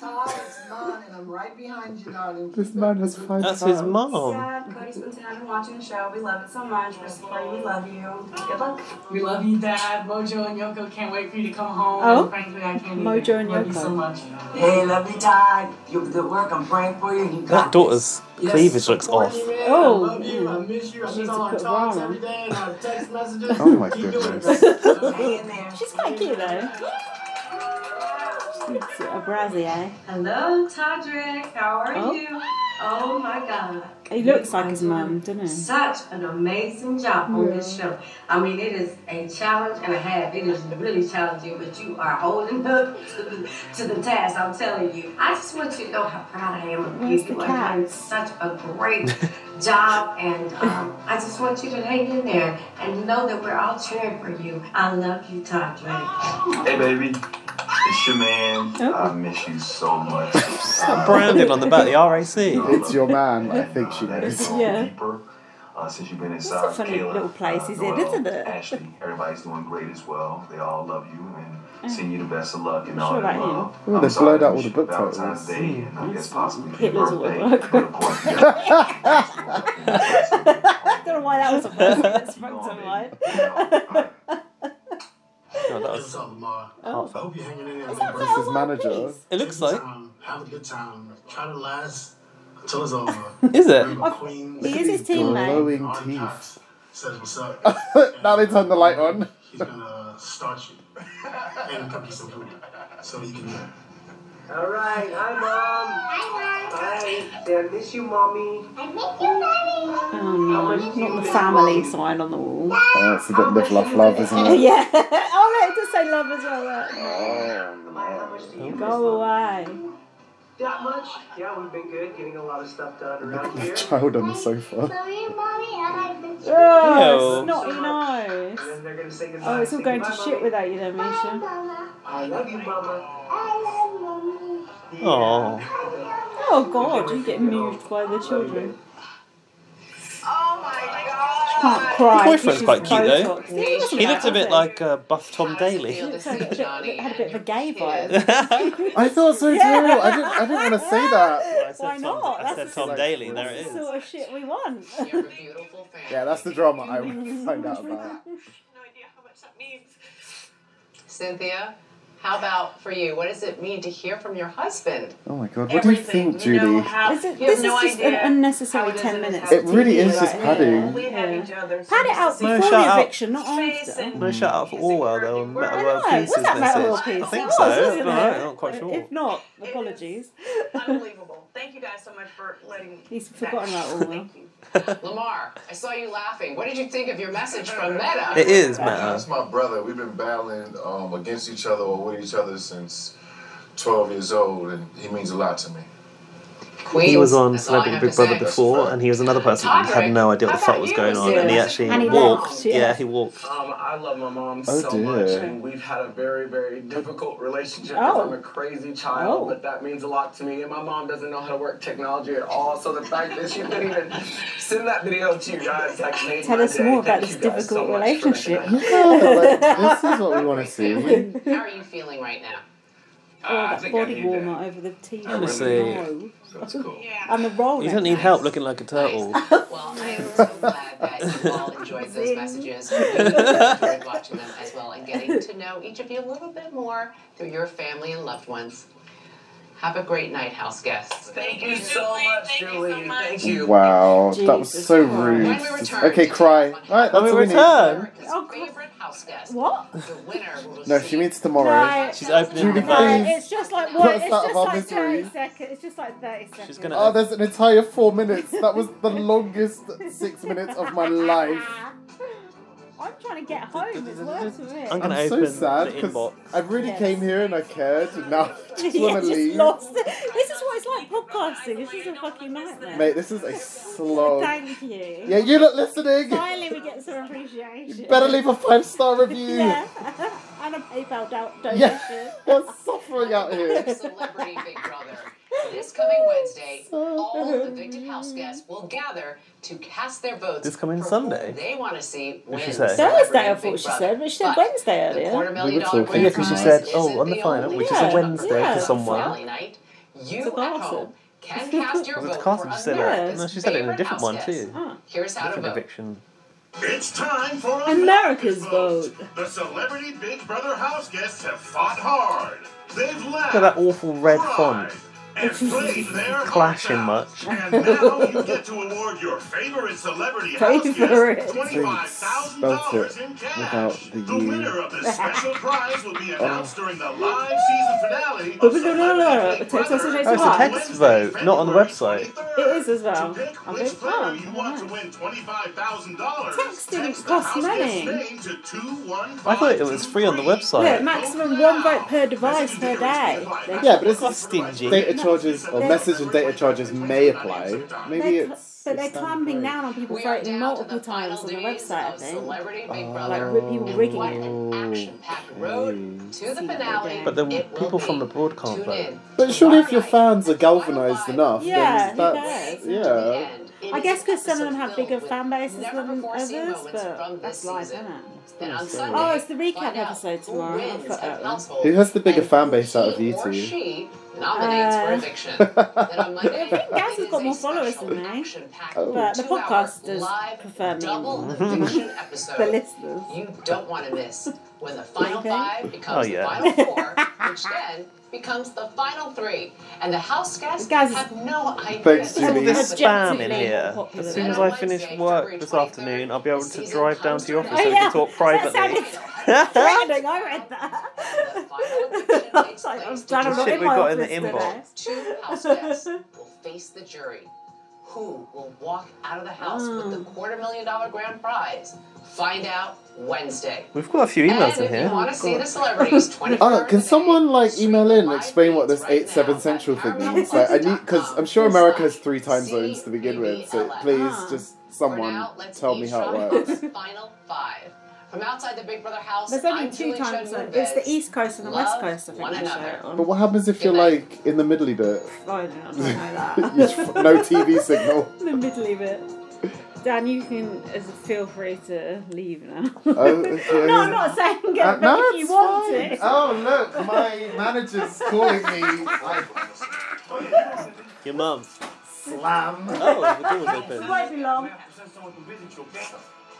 Speaker 7: Todd's mine, and I'm right behind you, darling.
Speaker 3: This man has five
Speaker 2: That's
Speaker 3: cats.
Speaker 2: his
Speaker 1: Oh.
Speaker 2: mom.
Speaker 11: Cody's been sitting down watching the show. We love it so much. We're supporting. We love you. Good luck.
Speaker 4: We love you, Dad. Mojo and Yoko can't wait for you to come home.
Speaker 1: Oh.
Speaker 4: Frankly, I can't
Speaker 1: Mojo
Speaker 4: even.
Speaker 1: and
Speaker 4: Love you
Speaker 1: Yoko.
Speaker 4: so much.
Speaker 7: Hey, love you, Todd. You do good work. I'm praying for you. and You
Speaker 2: That
Speaker 7: got
Speaker 2: daughter's cleavage looks off.
Speaker 1: Oh.
Speaker 4: I love you. I miss you. I
Speaker 1: She's
Speaker 4: miss all
Speaker 1: a
Speaker 4: our
Speaker 1: good
Speaker 4: talks
Speaker 1: mama.
Speaker 4: every day and our text messages.
Speaker 3: Oh my
Speaker 4: Keep doing
Speaker 3: goodness.
Speaker 1: <laughs>
Speaker 4: it.
Speaker 1: She's quite cute, though. She's a brassy, eh?
Speaker 4: Hello, Todrick. How are
Speaker 1: Oh.
Speaker 4: you? Oh my God.
Speaker 1: He looks like his mum, doesn't he?
Speaker 4: Such an amazing job on this show. I mean, it is a challenge and a half. It is really challenging, but you are holding up to the, to the task. I'm telling you. I just want you to know how proud I am of
Speaker 1: Where's
Speaker 4: you.
Speaker 1: the
Speaker 4: You
Speaker 1: cat?
Speaker 4: are doing such a great <laughs> job, and um, I just want you to hang in there and know that we're all cheering for you. I love you, Todrick.
Speaker 12: Hey, baby. It's your man.
Speaker 1: Oh.
Speaker 12: I miss you so
Speaker 1: <laughs>
Speaker 12: much.
Speaker 2: Got branded on the back, the RAC.
Speaker 3: It's your man. I think she knows.
Speaker 1: <laughs> Yeah.
Speaker 12: Uh, since you've been
Speaker 1: It's
Speaker 12: inside,
Speaker 1: a funny
Speaker 12: Kayla,
Speaker 1: little place he's in,
Speaker 12: Noel,
Speaker 1: isn't it?
Speaker 12: Ashley, everybody's doing great as well. They all love you and
Speaker 1: Yeah.
Speaker 12: send you the best of luck and
Speaker 1: Not
Speaker 12: all
Speaker 1: Oh. sure
Speaker 12: that
Speaker 1: about him.
Speaker 12: love.
Speaker 3: Oh,
Speaker 12: I'm
Speaker 3: they
Speaker 12: sorry
Speaker 3: blurred
Speaker 12: to
Speaker 3: out all
Speaker 12: miss
Speaker 3: the
Speaker 12: you
Speaker 3: book
Speaker 12: for Valentine's
Speaker 3: titles.
Speaker 12: Day and I guess possibly for
Speaker 1: Hitler's
Speaker 12: your
Speaker 1: all
Speaker 12: birthday.
Speaker 1: over.
Speaker 12: But of course, you got
Speaker 1: <laughs> I <laughs> don't know why that was a first thing <laughs> that sprung to mind. <laughs>
Speaker 2: No, that was
Speaker 19: up, Lamar? I
Speaker 2: heartfelt.
Speaker 19: hope you're hanging in there.
Speaker 1: Oh. that Um,
Speaker 19: bro.
Speaker 3: It's his manager.
Speaker 2: It looks like.
Speaker 19: Have a good time. Try to last until it's over.
Speaker 2: <laughs> Is it?
Speaker 19: Remember, Queens
Speaker 1: He is his teammate.
Speaker 3: Glowing teeth.
Speaker 19: says what's up.
Speaker 3: <laughs> now they turn the light on.
Speaker 19: He's gonna uh, start you and cook you some food so you can.
Speaker 7: All right. Hi, mom. Hi, mom. Bye. I miss you, mommy. I miss you, mommy.
Speaker 1: Oh <laughs> no, not the family sign on the wall.
Speaker 3: Oh, it's a bit live, laugh, love, isn't it?
Speaker 1: <laughs> yeah. Oh no, it does say love as well. right?
Speaker 3: Oh,
Speaker 1: Go away.
Speaker 7: That much? Yeah, we've been good. Getting a lot of stuff done
Speaker 3: <laughs>
Speaker 7: around
Speaker 3: The
Speaker 7: here.
Speaker 3: child on the sofa.
Speaker 1: Oh,
Speaker 2: Ew.
Speaker 1: snotty nose.
Speaker 7: And then they're gonna say goodbye.
Speaker 1: Oh, it's all
Speaker 7: Say
Speaker 1: going to
Speaker 7: goodbye,
Speaker 1: shit
Speaker 7: mommy.
Speaker 1: without you then, Misha.
Speaker 7: I love you, mama.
Speaker 2: Oh,
Speaker 1: Oh god, you get moved by the children. Oh my god.
Speaker 2: <laughs>
Speaker 1: Can't cry.
Speaker 2: His boyfriend's quite cute, though.
Speaker 1: Botox. Yeah, wasn't
Speaker 2: he looked a
Speaker 1: bad,
Speaker 2: bit
Speaker 1: was
Speaker 2: like uh, Buff Tom
Speaker 1: he?
Speaker 2: Daly.
Speaker 1: He looked a bit- had a bit of a gay vibe.
Speaker 2: <laughs> I
Speaker 3: I thought so too. I didn't. I didn't want to say that.
Speaker 2: said
Speaker 1: Why
Speaker 2: Tom,
Speaker 1: not?
Speaker 2: I said
Speaker 1: That's
Speaker 2: Tom
Speaker 1: <laughs>
Speaker 2: Daly. There it
Speaker 1: That's
Speaker 2: is.
Speaker 1: the sort of shit we want.
Speaker 3: Yeah, that's the drama I want to find out about.
Speaker 11: No idea how much that means.
Speaker 9: Cynthia, how about for you? What does it mean to hear from your husband?
Speaker 3: Oh my god, what do you think, Judy?
Speaker 1: Is it, this is just an unnecessary 10 minutes.
Speaker 3: It really
Speaker 1: TV
Speaker 3: is just
Speaker 1: right
Speaker 3: padding.
Speaker 1: here.
Speaker 11: We
Speaker 1: Yeah.
Speaker 11: have each other.
Speaker 1: Pad it out
Speaker 2: No, shout
Speaker 1: before the
Speaker 2: out.
Speaker 1: eviction, not after.
Speaker 2: No shout out for Orwell though on Metal World
Speaker 1: I know, was
Speaker 2: Peace's
Speaker 1: that Metal
Speaker 2: message.
Speaker 1: World Peace?
Speaker 2: I think
Speaker 1: It
Speaker 2: so.
Speaker 1: was, wasn't
Speaker 2: I don't know,
Speaker 1: it?
Speaker 2: I'm not quite sure.
Speaker 1: If not, apologies.
Speaker 11: Unbelievable. Thank you guys so much for letting me.
Speaker 1: He's forgotten about Orwell.
Speaker 9: Lamar, I saw you laughing. What did you think of your message from Meta?
Speaker 2: It is
Speaker 10: That's
Speaker 2: Meta.
Speaker 10: my brother. We've been battling um, against each other or with each other since 12 years old, and he means a lot to me.
Speaker 2: he was on
Speaker 9: That's all I
Speaker 2: Celebrity
Speaker 9: have
Speaker 2: Big
Speaker 9: to
Speaker 2: Brother
Speaker 9: say.
Speaker 2: before, and he was another person who had no idea what the fuck was going on, and he actually
Speaker 9: And he
Speaker 2: walked.
Speaker 9: laughed,
Speaker 2: yeah.
Speaker 9: yeah.
Speaker 2: he walked.
Speaker 12: Um, I love my mom
Speaker 2: Oh,
Speaker 12: so
Speaker 2: dear.
Speaker 12: much, and we've had a very, very difficult relationship. 'cause
Speaker 1: Oh.
Speaker 12: I'm a crazy child, but that means a lot to me. And my mom doesn't know how to work technology at all, so the fact that she didn't even send that video to you guys like made
Speaker 1: Tell
Speaker 12: my
Speaker 1: us
Speaker 12: day.
Speaker 1: more about
Speaker 12: Thank
Speaker 1: this
Speaker 12: you guys so
Speaker 1: difficult
Speaker 12: much.
Speaker 1: relationship. <laughs>
Speaker 3: this is what we want to see. We-
Speaker 9: How are you feeling right now?
Speaker 12: Uh,
Speaker 1: Oh,
Speaker 12: I
Speaker 1: that
Speaker 12: think I
Speaker 1: body
Speaker 12: need
Speaker 1: warmer over the TV.
Speaker 2: Honestly.
Speaker 1: No. <laughs> And the roll.
Speaker 2: Oh, You don't need help looking like a turtle.
Speaker 9: <laughs> Well,
Speaker 2: <laughs>
Speaker 9: I am so glad that you all enjoyed those messages. We
Speaker 3: <laughs>
Speaker 9: enjoyed watching them as well and getting to know each of you a little bit more through your family and loved ones. Have a great night, house guests.
Speaker 12: Thank you so much, Julie. Thank you.
Speaker 3: Wow, that was
Speaker 9: Jesus
Speaker 3: so
Speaker 9: Christ.
Speaker 3: rude.
Speaker 9: When we
Speaker 3: Just-
Speaker 9: return,
Speaker 3: okay, cry. All right, that's
Speaker 2: When we
Speaker 3: all we need.
Speaker 2: return.
Speaker 9: Oh, favorite house guest. What? The winner will
Speaker 3: No, she means tomorrow.
Speaker 2: She's opening
Speaker 3: Judy,
Speaker 2: the bag.
Speaker 3: please.
Speaker 1: It's just like
Speaker 3: Put
Speaker 1: what?
Speaker 3: us
Speaker 1: It's
Speaker 3: out of
Speaker 1: just
Speaker 3: our
Speaker 1: like
Speaker 3: misery.
Speaker 1: thirty seconds. It's just like thirty seconds. She's
Speaker 3: Oh, there's an entire four minutes. That was the longest six minutes of my life.
Speaker 1: <laughs> I'm trying to get home. It's worse than it.
Speaker 2: I'm gonna
Speaker 3: I'm
Speaker 2: open
Speaker 3: so sad
Speaker 2: the
Speaker 3: 'cause
Speaker 2: inbox.
Speaker 3: I really came here and I cared, and now I just
Speaker 1: <laughs> yeah,
Speaker 3: want to
Speaker 1: just
Speaker 3: leave.
Speaker 1: lost it. This is what it's like podcasting. This is a fucking nightmare.
Speaker 3: Mate, this is a slog.
Speaker 1: Thank you.
Speaker 3: Yeah, you're not listening.
Speaker 1: Finally, we get some appreciation.
Speaker 3: You better leave a five star review.
Speaker 1: <laughs> yeah, and a PayPal do- donation.
Speaker 3: Yeah. I'm suffering out here.
Speaker 9: Celebrity Big Brother. This coming Wednesday, all evicted house guests will gather to cast their votes.
Speaker 2: This coming
Speaker 9: for
Speaker 2: Sunday?
Speaker 9: who They want to see
Speaker 2: What did she
Speaker 9: wins
Speaker 2: say?
Speaker 1: Thursday,
Speaker 9: Celebrity
Speaker 1: I thought
Speaker 9: Big
Speaker 1: she
Speaker 9: Brother.
Speaker 1: said, but she said Wednesday earlier.
Speaker 9: quarter million dollar
Speaker 2: Yeah,
Speaker 9: grand
Speaker 2: because she
Speaker 9: prize
Speaker 2: said,
Speaker 9: isn't
Speaker 2: "Oh, on the
Speaker 9: the
Speaker 2: final,
Speaker 9: only
Speaker 2: which is a
Speaker 9: one.
Speaker 2: Wednesday
Speaker 1: Yeah.
Speaker 2: for someone."
Speaker 9: Family night. You at home can cast your
Speaker 2: Was it
Speaker 9: vote
Speaker 2: Carson
Speaker 9: for
Speaker 2: who said
Speaker 9: America's
Speaker 2: that? No, she said it in a
Speaker 9: favorite
Speaker 2: different one
Speaker 9: house
Speaker 2: too.
Speaker 9: guest.
Speaker 1: Oh.
Speaker 9: Here's how to
Speaker 2: Ah. Different
Speaker 9: vote.
Speaker 2: eviction.
Speaker 5: It's time for
Speaker 1: America's vote.
Speaker 5: The celebrity Big Brother house guests have fought hard. They've
Speaker 2: Look
Speaker 5: laughed
Speaker 2: at that awful red font.
Speaker 5: and played
Speaker 1: <laughs>
Speaker 5: their
Speaker 2: Clashing
Speaker 5: <laughs>
Speaker 2: much.
Speaker 5: And now you get to award your favorite celebrity
Speaker 1: Favorite.
Speaker 5: house guest
Speaker 3: Please spelt it without the
Speaker 5: The winner of this special prize will
Speaker 1: <laughs>
Speaker 5: be
Speaker 1: Oh.
Speaker 5: announced during the live season finale.
Speaker 1: But we don't know that. It takes us to
Speaker 2: Oh, it's a text vote, not on the website.
Speaker 1: It is as well. I'm
Speaker 5: Which
Speaker 1: big
Speaker 5: player
Speaker 1: fan.
Speaker 5: you want to win twenty-five thousand dollars?
Speaker 1: Text didn't cost money.
Speaker 5: Name to two one.
Speaker 2: I thought it was free on the
Speaker 1: Look,
Speaker 2: website.
Speaker 1: maximum one vote per device per day. They-
Speaker 3: Yeah, but it's
Speaker 2: Stingy.
Speaker 3: Data charges or message and data charges may apply. Maybe
Speaker 1: they're,
Speaker 3: it's.
Speaker 1: but they're clamping down on people voting multiple times on the website, I think. Like, with people rigging
Speaker 3: Oh,
Speaker 1: it.
Speaker 9: Road to the finale.
Speaker 2: But then people from the board can't vote.
Speaker 3: But surely if your fans are galvanized enough,
Speaker 1: Yeah,
Speaker 3: then
Speaker 1: who
Speaker 3: that's.
Speaker 1: cares?
Speaker 3: Yeah.
Speaker 1: I guess because some of them have bigger fan bases than others, but that's life, isn't it?
Speaker 9: Then on Sunday,
Speaker 1: Oh, it's the recap episode tomorrow. I forgot that one.
Speaker 3: Who has the bigger fan base out of you
Speaker 9: or
Speaker 3: two?
Speaker 9: she nominates for
Speaker 1: Uh,
Speaker 9: eviction. then on
Speaker 3: <laughs>
Speaker 1: I
Speaker 9: Monday,
Speaker 1: think Gaz has got more followers than me. But the
Speaker 9: Two-hour
Speaker 1: podcast does
Speaker 9: live
Speaker 1: prefer me.
Speaker 2: <laughs>
Speaker 9: double eviction episode.
Speaker 1: The listeners.
Speaker 9: You don't want to miss when the final
Speaker 1: Okay.
Speaker 9: five becomes
Speaker 2: Oh,
Speaker 9: the
Speaker 2: yeah. <laughs>
Speaker 9: final four, which then becomes the final three, and the house guests have no idea.
Speaker 2: Thanks, All
Speaker 9: that
Speaker 2: this
Speaker 9: it's
Speaker 2: spam in
Speaker 9: objectively
Speaker 2: here.
Speaker 9: popular.
Speaker 2: As soon as
Speaker 9: Then
Speaker 2: I
Speaker 9: on
Speaker 2: finish
Speaker 9: Wednesday,
Speaker 2: work this afternoon, I'll be able to drive down to your office
Speaker 1: Oh,
Speaker 2: so we
Speaker 1: <laughs> yeah.
Speaker 2: can talk
Speaker 1: That
Speaker 2: privately.
Speaker 1: sounded <laughs> threatening. I read that. <laughs> I was like, I'm glad I'm
Speaker 2: The
Speaker 1: not
Speaker 2: shit
Speaker 1: in
Speaker 2: we
Speaker 1: my
Speaker 2: got in the
Speaker 1: office today.
Speaker 2: inbox.
Speaker 9: Two house guests will face the jury. Who will walk out of the house with
Speaker 1: Mm.
Speaker 9: the quarter million dollar grand prize? Find out Wednesday.
Speaker 2: We've got a few emails
Speaker 9: and
Speaker 2: in
Speaker 9: if
Speaker 2: here.
Speaker 9: you want to see
Speaker 3: <laughs>
Speaker 9: the celebrities 24
Speaker 3: Oh, can someone like email in and explain what this eight seven central thing means? Like, I need because I'm sure America has three time zones to begin with. So please, just someone tell me how it works.
Speaker 9: final five. From outside the Big Brother house,
Speaker 1: There's
Speaker 9: I'm
Speaker 1: only two
Speaker 9: Julie
Speaker 1: times.
Speaker 9: Chen
Speaker 1: It's the
Speaker 9: Moonves.
Speaker 1: East Coast and the West
Speaker 9: Love
Speaker 1: Coast, I think.
Speaker 9: one
Speaker 1: they show
Speaker 9: another.
Speaker 1: it on.
Speaker 3: But what happens if you're like in the middly bit?
Speaker 1: I do not know that.
Speaker 3: <laughs> You just- no TV signal.
Speaker 1: <laughs> the middle of it. Dan, you can uh, feel free to leave now.
Speaker 3: Oh, okay.
Speaker 1: <laughs> no, I'm not saying it,
Speaker 3: Uh,
Speaker 1: but
Speaker 3: no,
Speaker 1: if you
Speaker 3: it's
Speaker 1: want
Speaker 3: fine.
Speaker 1: it.
Speaker 3: Oh look, my manager's calling me. I
Speaker 2: Your mum.
Speaker 3: slam.
Speaker 2: Oh, the door's open.
Speaker 1: <laughs> It won't be long.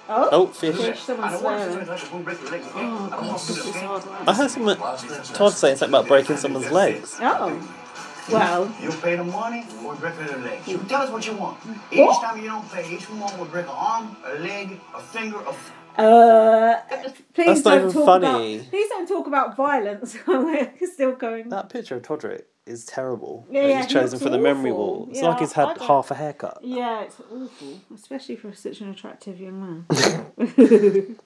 Speaker 1: Oh,
Speaker 2: Oh, fish.
Speaker 1: Someone's swearing.
Speaker 5: Oh,
Speaker 1: gosh, this is hard work.
Speaker 2: I uh, heard someone Todd saying something about breaking someone's legs.
Speaker 1: Oh, well. Hmm.
Speaker 18: You pay the money, we break the legs. You tell us what you want. Each
Speaker 1: What?
Speaker 18: time you don't pay, each one will break an arm, a leg, a finger, a
Speaker 1: Uh, please
Speaker 2: That's not
Speaker 1: don't
Speaker 2: even
Speaker 1: talk
Speaker 2: funny.
Speaker 1: About, please don't talk about violence <laughs> when we're still going.
Speaker 2: That picture of Todrick is terrible.
Speaker 1: Yeah,
Speaker 2: that
Speaker 1: yeah,
Speaker 2: he's
Speaker 1: he
Speaker 2: chosen
Speaker 1: looks
Speaker 2: for the memory
Speaker 1: awful.
Speaker 2: wall. It's
Speaker 1: Yeah,
Speaker 2: like he's
Speaker 1: I
Speaker 2: had
Speaker 1: don't-
Speaker 2: half a haircut.
Speaker 1: Yeah, it's
Speaker 2: <laughs>
Speaker 1: awful, especially for such an attractive young man.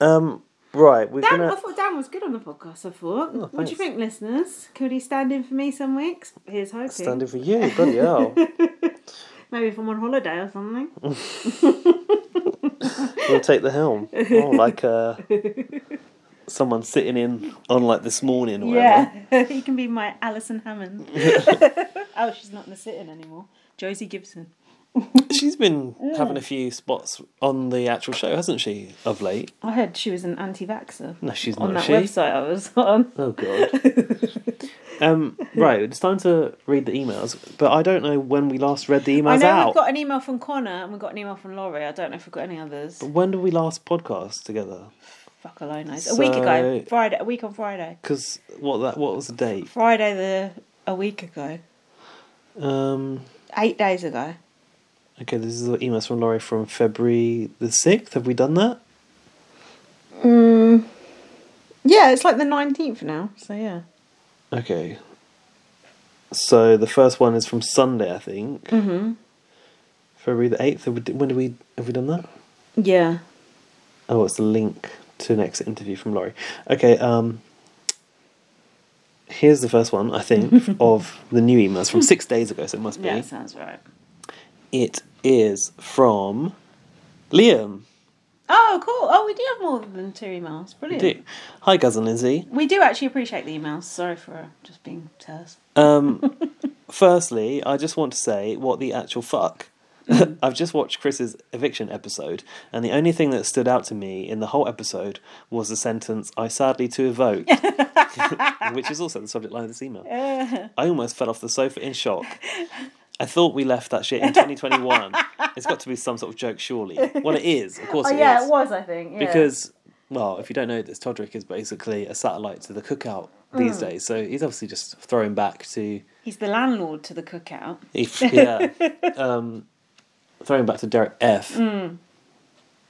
Speaker 2: Um, Right, we're
Speaker 1: Dan, I
Speaker 2: gonna.
Speaker 1: thought Dan was good on the podcast. I thought. what do you
Speaker 2: Oh, thanks.
Speaker 1: think, listeners? Could he stand in for me some weeks? Here's hoping.
Speaker 2: Stand in for you, bloody
Speaker 1: <laughs>
Speaker 2: hell.
Speaker 1: Maybe if I'm on holiday or something.
Speaker 2: We'll take the helm. Oh, like uh, someone sitting <laughs> in on like this morning or whatever.
Speaker 1: yeah, <laughs> he can be my Alison
Speaker 2: <laughs>
Speaker 1: Hammond. oh, she's not in the sitting anymore. Josie Gibson. <laughs>
Speaker 2: She's been
Speaker 1: Mm.
Speaker 2: having a few spots on the actual show, hasn't she, of late?
Speaker 1: I heard she was an anti-vaxxer.
Speaker 2: No, she's
Speaker 1: on
Speaker 2: not,
Speaker 1: that
Speaker 2: she?
Speaker 1: website I was <laughs> on.
Speaker 2: Oh god.
Speaker 1: <laughs>
Speaker 2: um, right, it's time to read the emails, but I don't know when we last read the
Speaker 1: I
Speaker 2: emails
Speaker 1: know
Speaker 2: out.
Speaker 1: we've got an email from Connor and we've got an email from Laurie. I don't know if we've got any others.
Speaker 2: But when did we last podcast together?
Speaker 1: Fuck alone knows. A week ago, Friday. A week on Friday.
Speaker 2: Because what that what was the date?
Speaker 1: Friday the a week ago,
Speaker 2: Um,
Speaker 1: eight days ago.
Speaker 2: okay, this is the emails from Laurie from February the sixth. Have we done that?
Speaker 1: Mm. Yeah, it's like the nineteenth now. So yeah.
Speaker 2: Okay. So the first one is from Sunday, I think,
Speaker 1: Mm-hmm.
Speaker 2: February the eighth. Have we, when do we have we done that?
Speaker 1: Yeah.
Speaker 2: Oh, it's a link to an exit interview from Laurie. Okay, um, here's the first one, I
Speaker 1: <laughs>
Speaker 2: think, of the new emails from six days ago, so it must be.
Speaker 1: Yeah, sounds right.
Speaker 2: It is from Liam.
Speaker 1: Oh, cool. Oh, we do have more than two emails.
Speaker 2: We
Speaker 1: Brilliant.
Speaker 2: do. Hi, Gaz and Lindsay.
Speaker 1: We do actually appreciate the emails. Sorry for uh, just being terse. <laughs>
Speaker 2: Um, <laughs> firstly, I just want to say what the actual fuck.
Speaker 1: Mm-hmm.
Speaker 2: <laughs> I've just watched Chris's eviction episode, and the only thing that stood out to me in the whole episode was the sentence, I sadly to evoke, <laughs> which is also the subject line of this email.
Speaker 1: Uh,
Speaker 2: I almost fell off the sofa in shock. I thought we left that shit in 2021. it's got to be some sort of joke, surely. Well, it is. Of course,
Speaker 1: oh
Speaker 2: it is.
Speaker 1: yeah, it was. I think yeah.
Speaker 2: Because, well, if you don't know this, Todrick is basically a satellite to the cookout these
Speaker 1: Mm.
Speaker 2: days. So he's obviously just thrown back to
Speaker 1: he's the landlord to the cookout.
Speaker 2: if, yeah, um, throwing back to Derek F.
Speaker 1: <laughs> Mm.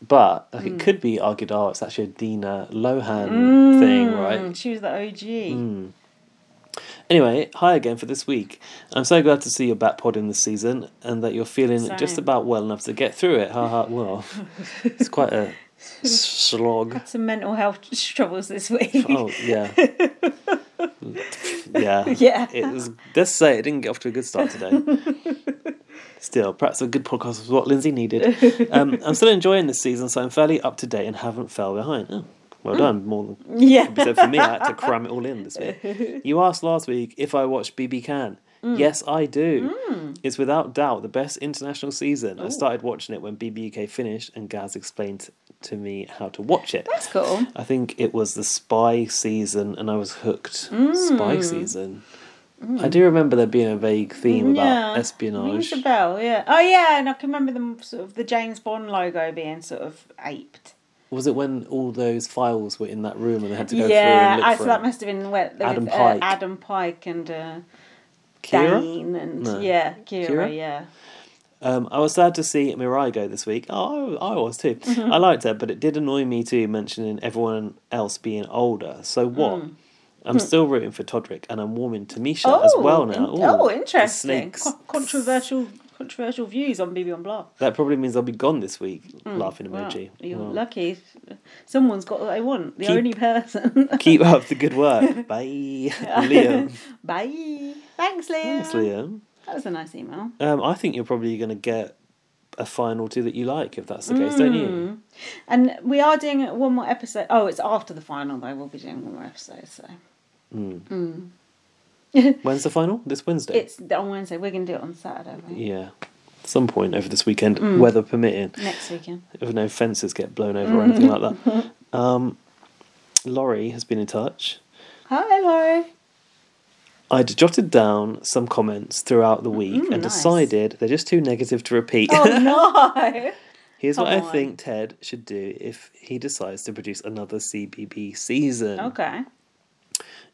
Speaker 2: But like, it
Speaker 1: Mm.
Speaker 2: could be argued, oh, it's actually a Dina Lohan
Speaker 1: Mm.
Speaker 2: um, thing, right?
Speaker 1: She was the OG.
Speaker 2: Mm. Anyway, hi again for this week. I'm so glad to see you're back podding this season and that you're feeling just
Speaker 1: Same.
Speaker 2: about well enough to get through it. Ha ha. Well, it's quite a
Speaker 1: <laughs>
Speaker 2: slog.
Speaker 1: Had some mental health <laughs> troubles this week.
Speaker 2: Mm. Oh, yeah. yeah.
Speaker 1: <laughs> Yeah.
Speaker 2: It was, let's say it didn't get off to a good start
Speaker 1: <laughs>
Speaker 2: today. Still, perhaps a good podcast was what Lindsay needed. Um, I'm still enjoying this season, so I'm fairly up to date and haven't fell behind. Oh, well
Speaker 1: Mm.
Speaker 2: done. More than
Speaker 1: Yeah.
Speaker 2: could be said for me. I had to cram it all in
Speaker 1: <laughs>
Speaker 2: this week. You asked last week if I watched BB Can.
Speaker 1: Mm.
Speaker 2: Yes, I do.
Speaker 1: Mm.
Speaker 2: It's without doubt the best international season. I
Speaker 1: Ooh.
Speaker 2: started watching it when BB UK finished, and Gaz explained to me how to watch it.
Speaker 1: That's cool.
Speaker 2: I think it was the spy season, and I was hooked. Spy
Speaker 1: Mm.
Speaker 2: season. I
Speaker 1: Mm.
Speaker 2: do remember there being a vague theme about
Speaker 1: Yeah. Rings
Speaker 2: espionage.
Speaker 1: a bell, yeah. Oh yeah, and I can remember the sort of the James Bond logo being sort of aped.
Speaker 2: Was it when all those files were in that room and they had to go
Speaker 1: yeah,
Speaker 2: through and look
Speaker 1: I-
Speaker 2: for
Speaker 1: so that
Speaker 2: them?
Speaker 1: must have been where there
Speaker 2: Adam
Speaker 1: was
Speaker 2: Pike.
Speaker 1: Uh, Adam Pike and uh,
Speaker 2: Kira?
Speaker 1: Dane and
Speaker 2: No.
Speaker 1: yeah, Kira,
Speaker 2: Kira?
Speaker 1: yeah.
Speaker 2: Um, I was sad to see Mirai go this week. Oh, I I was too.
Speaker 1: Mhm.
Speaker 2: I liked her, but it did annoy me too, mentioning everyone else being older. So what?
Speaker 1: Mm.
Speaker 2: I'm
Speaker 1: Mm.
Speaker 2: still rooting for Todrick, and I'm warming to Misha as well
Speaker 1: in-
Speaker 2: now. Ooh,
Speaker 1: oh,
Speaker 2: the
Speaker 1: interesting.
Speaker 2: snakes.
Speaker 1: Co- controversial, controversial views on BB on Blah.
Speaker 2: That probably means I'll be gone this week.
Speaker 1: Mm,
Speaker 2: Laughing
Speaker 1: wow,
Speaker 2: emoji.
Speaker 1: You're
Speaker 2: Wow.
Speaker 1: lucky. Someone's got what they want. The
Speaker 2: Keep-
Speaker 1: only person.
Speaker 2: Keep up the good
Speaker 1: <laughs>
Speaker 2: work. Bye, <laughs> Liam.
Speaker 1: Bye. Thanks, Liam.
Speaker 2: Thanks, Liam.
Speaker 1: That was a nice email.
Speaker 2: Um, I think you're probably going to get a final two that you like if that's the case, don't you?
Speaker 1: Mm. And we are doing one more episode. Oh, it's after the final though. We'll be doing one more episode. So
Speaker 2: Mm.
Speaker 1: Mm.
Speaker 2: Hmm.
Speaker 1: <laughs>
Speaker 2: When's the final? This Wednesday.
Speaker 1: it's on Wednesday. We're gonna do it on Saturday right?
Speaker 2: Yeah, some point over this weekend,
Speaker 1: Mm.
Speaker 2: weather permitting.
Speaker 1: next weekend.
Speaker 2: If no fences get blown over or anything like
Speaker 1: <laughs>
Speaker 2: that. Um, Laurie has been in touch.
Speaker 1: Hi, Laurie.
Speaker 2: I'd jotted down some comments throughout the week
Speaker 1: Mm,
Speaker 2: and
Speaker 1: nice.
Speaker 2: decided they're just too negative to repeat.
Speaker 1: Oh no.
Speaker 2: <laughs> Here's what
Speaker 1: Come
Speaker 2: I
Speaker 1: on.
Speaker 2: think Ted should do if he decides to produce another CBB season.
Speaker 1: Okay.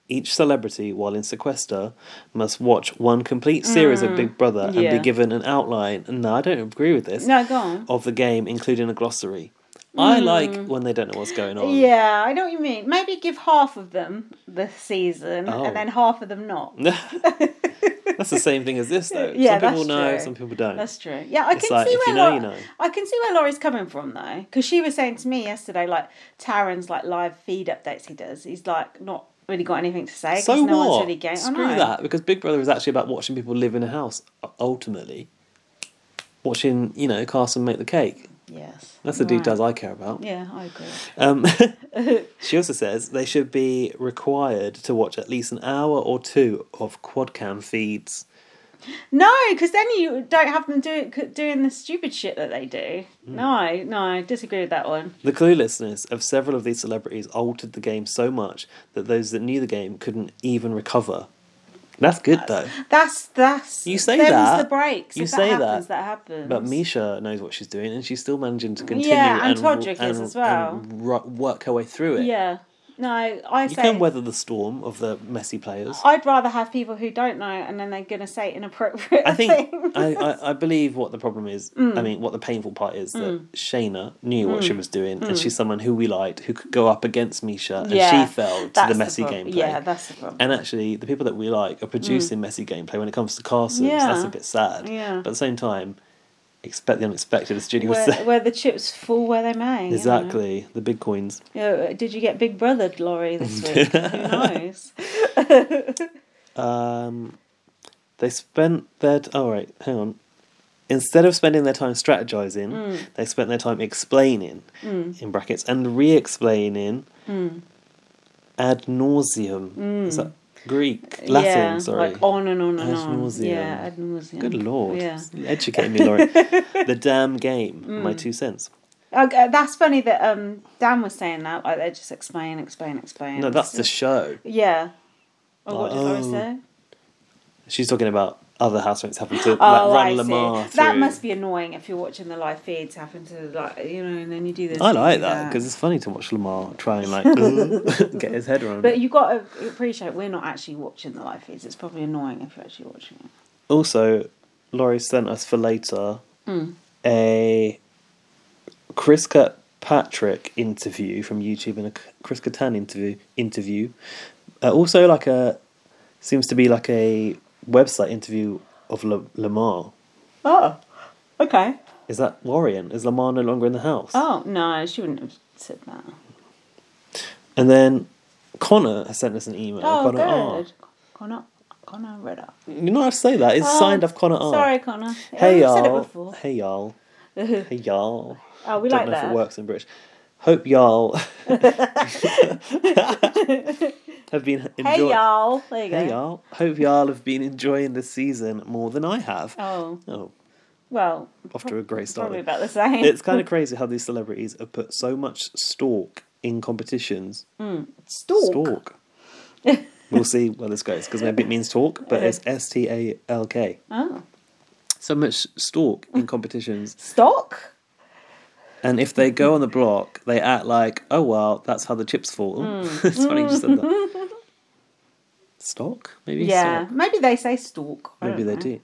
Speaker 2: Each celebrity, while in sequester, must watch one complete series
Speaker 1: Mm,
Speaker 2: of Big Brother and
Speaker 1: yeah.
Speaker 2: be given an outline. No, I don't agree with this.
Speaker 1: No, go on.
Speaker 2: Of the game, including a glossary. I
Speaker 1: Mm.
Speaker 2: like when they don't know what's going on.
Speaker 1: Yeah, I know what you mean. Maybe give half of them the season
Speaker 2: Oh.
Speaker 1: and then half of them not.
Speaker 2: <laughs> that's the same thing as this, though.
Speaker 1: Yeah,
Speaker 2: some people
Speaker 1: that's
Speaker 2: know,
Speaker 1: true.
Speaker 2: some people don't.
Speaker 1: That's true. Yeah, I
Speaker 2: It's
Speaker 1: can
Speaker 2: like,
Speaker 1: see
Speaker 2: if
Speaker 1: where
Speaker 2: you know,
Speaker 1: Lau-
Speaker 2: you know.
Speaker 1: I can see where Laurie's coming from though, because she was saying to me yesterday, like Taryn's like live feed updates he does. He's like not really got anything to say. 'cause
Speaker 2: So
Speaker 1: no
Speaker 2: what?
Speaker 1: One's really getting,
Speaker 2: Screw
Speaker 1: I know.
Speaker 2: that, because Big Brother is actually about watching people live in a house. u- Ultimately, watching you know Carson make the cake.
Speaker 1: Yes.
Speaker 2: That's the
Speaker 1: Right.
Speaker 2: details I care about.
Speaker 1: Yeah, I agree.
Speaker 2: Um, <laughs> she also says they should be required to watch at least an hour or two of quadcam feeds.
Speaker 1: <laughs> No, because then you don't have them do, c- doing the stupid shit that they do.
Speaker 2: Hmm.
Speaker 1: No, no, I disagree with that one.
Speaker 2: The cluelessness of several of these celebrities altered the game so much that those that knew the game couldn't even recover. That's good though.
Speaker 1: That's that's
Speaker 2: You say
Speaker 1: them's
Speaker 2: that.
Speaker 1: the breaks.
Speaker 2: You
Speaker 1: if
Speaker 2: say
Speaker 1: that happens,
Speaker 2: that,
Speaker 1: that, happens.
Speaker 2: But Misha knows what she's doing, and she's still managing to continue.
Speaker 1: Yeah, and
Speaker 2: w-
Speaker 1: Todrick is
Speaker 2: and-
Speaker 1: as well.
Speaker 2: and ru- work her way through it.
Speaker 1: Yeah. No, I
Speaker 2: you
Speaker 1: say
Speaker 2: can weather the storm of the messy players.
Speaker 1: I'd rather have people who don't know and then they're gonna say inappropriate
Speaker 2: <laughs> I
Speaker 1: <laughs>
Speaker 2: think
Speaker 1: things.
Speaker 2: I, I, I believe what the problem is.
Speaker 1: Mm.
Speaker 2: I mean, what the painful part is
Speaker 1: Mm.
Speaker 2: that Shayna knew what she
Speaker 1: Mm.
Speaker 2: was doing, and
Speaker 1: Mm.
Speaker 2: she's someone who we liked, who could go up against Misha, and
Speaker 1: Yeah,
Speaker 2: she fell to
Speaker 1: that's
Speaker 2: the messy
Speaker 1: prob-
Speaker 2: gameplay.
Speaker 1: Yeah,
Speaker 2: <laughs>
Speaker 1: that's the problem. Mm.
Speaker 2: And actually, the people that we like are producing messy gameplay when it comes to Carson. so that's
Speaker 1: Yeah.
Speaker 2: a bit sad.
Speaker 1: Yeah.
Speaker 2: But at the same time, expect the unexpected, as Judy was
Speaker 1: where,
Speaker 2: saying.
Speaker 1: where the chips fall where they may. you know.
Speaker 2: Exactly, the big coins.
Speaker 1: You know, did you get Big Brother Laurie
Speaker 2: <laughs>
Speaker 1: this week? Who knows? <laughs>
Speaker 2: Um, they spent their t- oh right, hang on. Instead of spending their time strategizing,
Speaker 1: Mm.
Speaker 2: they spent their time explaining
Speaker 1: Mm.
Speaker 2: in brackets and re-explaining
Speaker 1: Mm.
Speaker 2: ad nauseum. Is
Speaker 1: Mm.
Speaker 2: that Greek Latin?
Speaker 1: yeah,
Speaker 2: sorry,
Speaker 1: Like on and on and
Speaker 2: ad
Speaker 1: on.
Speaker 2: nauseum.
Speaker 1: Yeah, ad nauseum.
Speaker 2: Good lord,
Speaker 1: Yeah.
Speaker 2: educating me,
Speaker 1: <laughs>
Speaker 2: Laurie. the damn game. My
Speaker 1: Mm.
Speaker 2: two cents.
Speaker 1: Okay, that's funny that um, Dan was saying that. Like they just explain, explain, explain.
Speaker 2: No, that's the show.
Speaker 1: Yeah. Oh, what did I
Speaker 2: Oh.
Speaker 1: say?
Speaker 2: She's talking about other housemates having to like,
Speaker 1: Oh,
Speaker 2: run
Speaker 1: I
Speaker 2: Lamar
Speaker 1: see.
Speaker 2: through.
Speaker 1: That must be annoying if you're watching the live feeds happen to like you know, and then you do this.
Speaker 2: I
Speaker 1: and you
Speaker 2: like
Speaker 1: do
Speaker 2: that because it's funny to watch Lamar try
Speaker 1: <laughs>
Speaker 2: and like <laughs> get his head around.
Speaker 1: But
Speaker 2: it.
Speaker 1: you got to appreciate we're not actually watching the live feeds. It's probably annoying if you're actually watching it.
Speaker 2: Also, Laurie sent us for later
Speaker 1: Mm.
Speaker 2: a Chris Patrick interview from YouTube and a Chris Kattan interview. Interview, uh, also like a seems to be like a website interview of La- Lamar.
Speaker 1: Oh, okay.
Speaker 2: Is that worrying? Is Lamar no longer in the house?
Speaker 1: Oh no, she wouldn't have said that.
Speaker 2: And then Connor has sent us an email.
Speaker 1: Oh,
Speaker 2: Connor R.
Speaker 1: good. Connor, Connor read up.
Speaker 2: You're not allowed to say that. It's
Speaker 1: Oh,
Speaker 2: signed off Connor R.
Speaker 1: Sorry, Connor.
Speaker 2: Hey
Speaker 1: I've said it
Speaker 2: y'all.
Speaker 1: before.
Speaker 2: Hey
Speaker 1: <laughs>
Speaker 2: y'all. Hey y'all.
Speaker 1: Oh, we
Speaker 2: Don't
Speaker 1: like
Speaker 2: know if
Speaker 1: that.
Speaker 2: it works in British. Hope
Speaker 1: <laughs>
Speaker 2: y'all <laughs> have been enjoying.
Speaker 1: Hey y'all. There you go.
Speaker 2: Hey y'all. Hope y'all have been enjoying the season more than I have.
Speaker 1: Oh
Speaker 2: Oh,
Speaker 1: well.
Speaker 2: off to a great start.
Speaker 1: Probably about the same.
Speaker 2: It's kind of crazy how these celebrities have put so much stalk in competitions.
Speaker 1: Mm. Stalk. <laughs>
Speaker 2: Stalk. we'll see where this goes because maybe it means talk, but it's S T A L K.
Speaker 1: Oh,
Speaker 2: So much stalk in competitions.
Speaker 1: stock.
Speaker 2: And if they go on the block, they act like, oh, well, that's how the chips fall. <laughs>
Speaker 1: Mm.
Speaker 2: it's funny you just said that. Stock? Maybe?
Speaker 1: yeah,
Speaker 2: Stock.
Speaker 1: maybe they say stalk. I
Speaker 2: Maybe
Speaker 1: don't
Speaker 2: they
Speaker 1: know.
Speaker 2: do.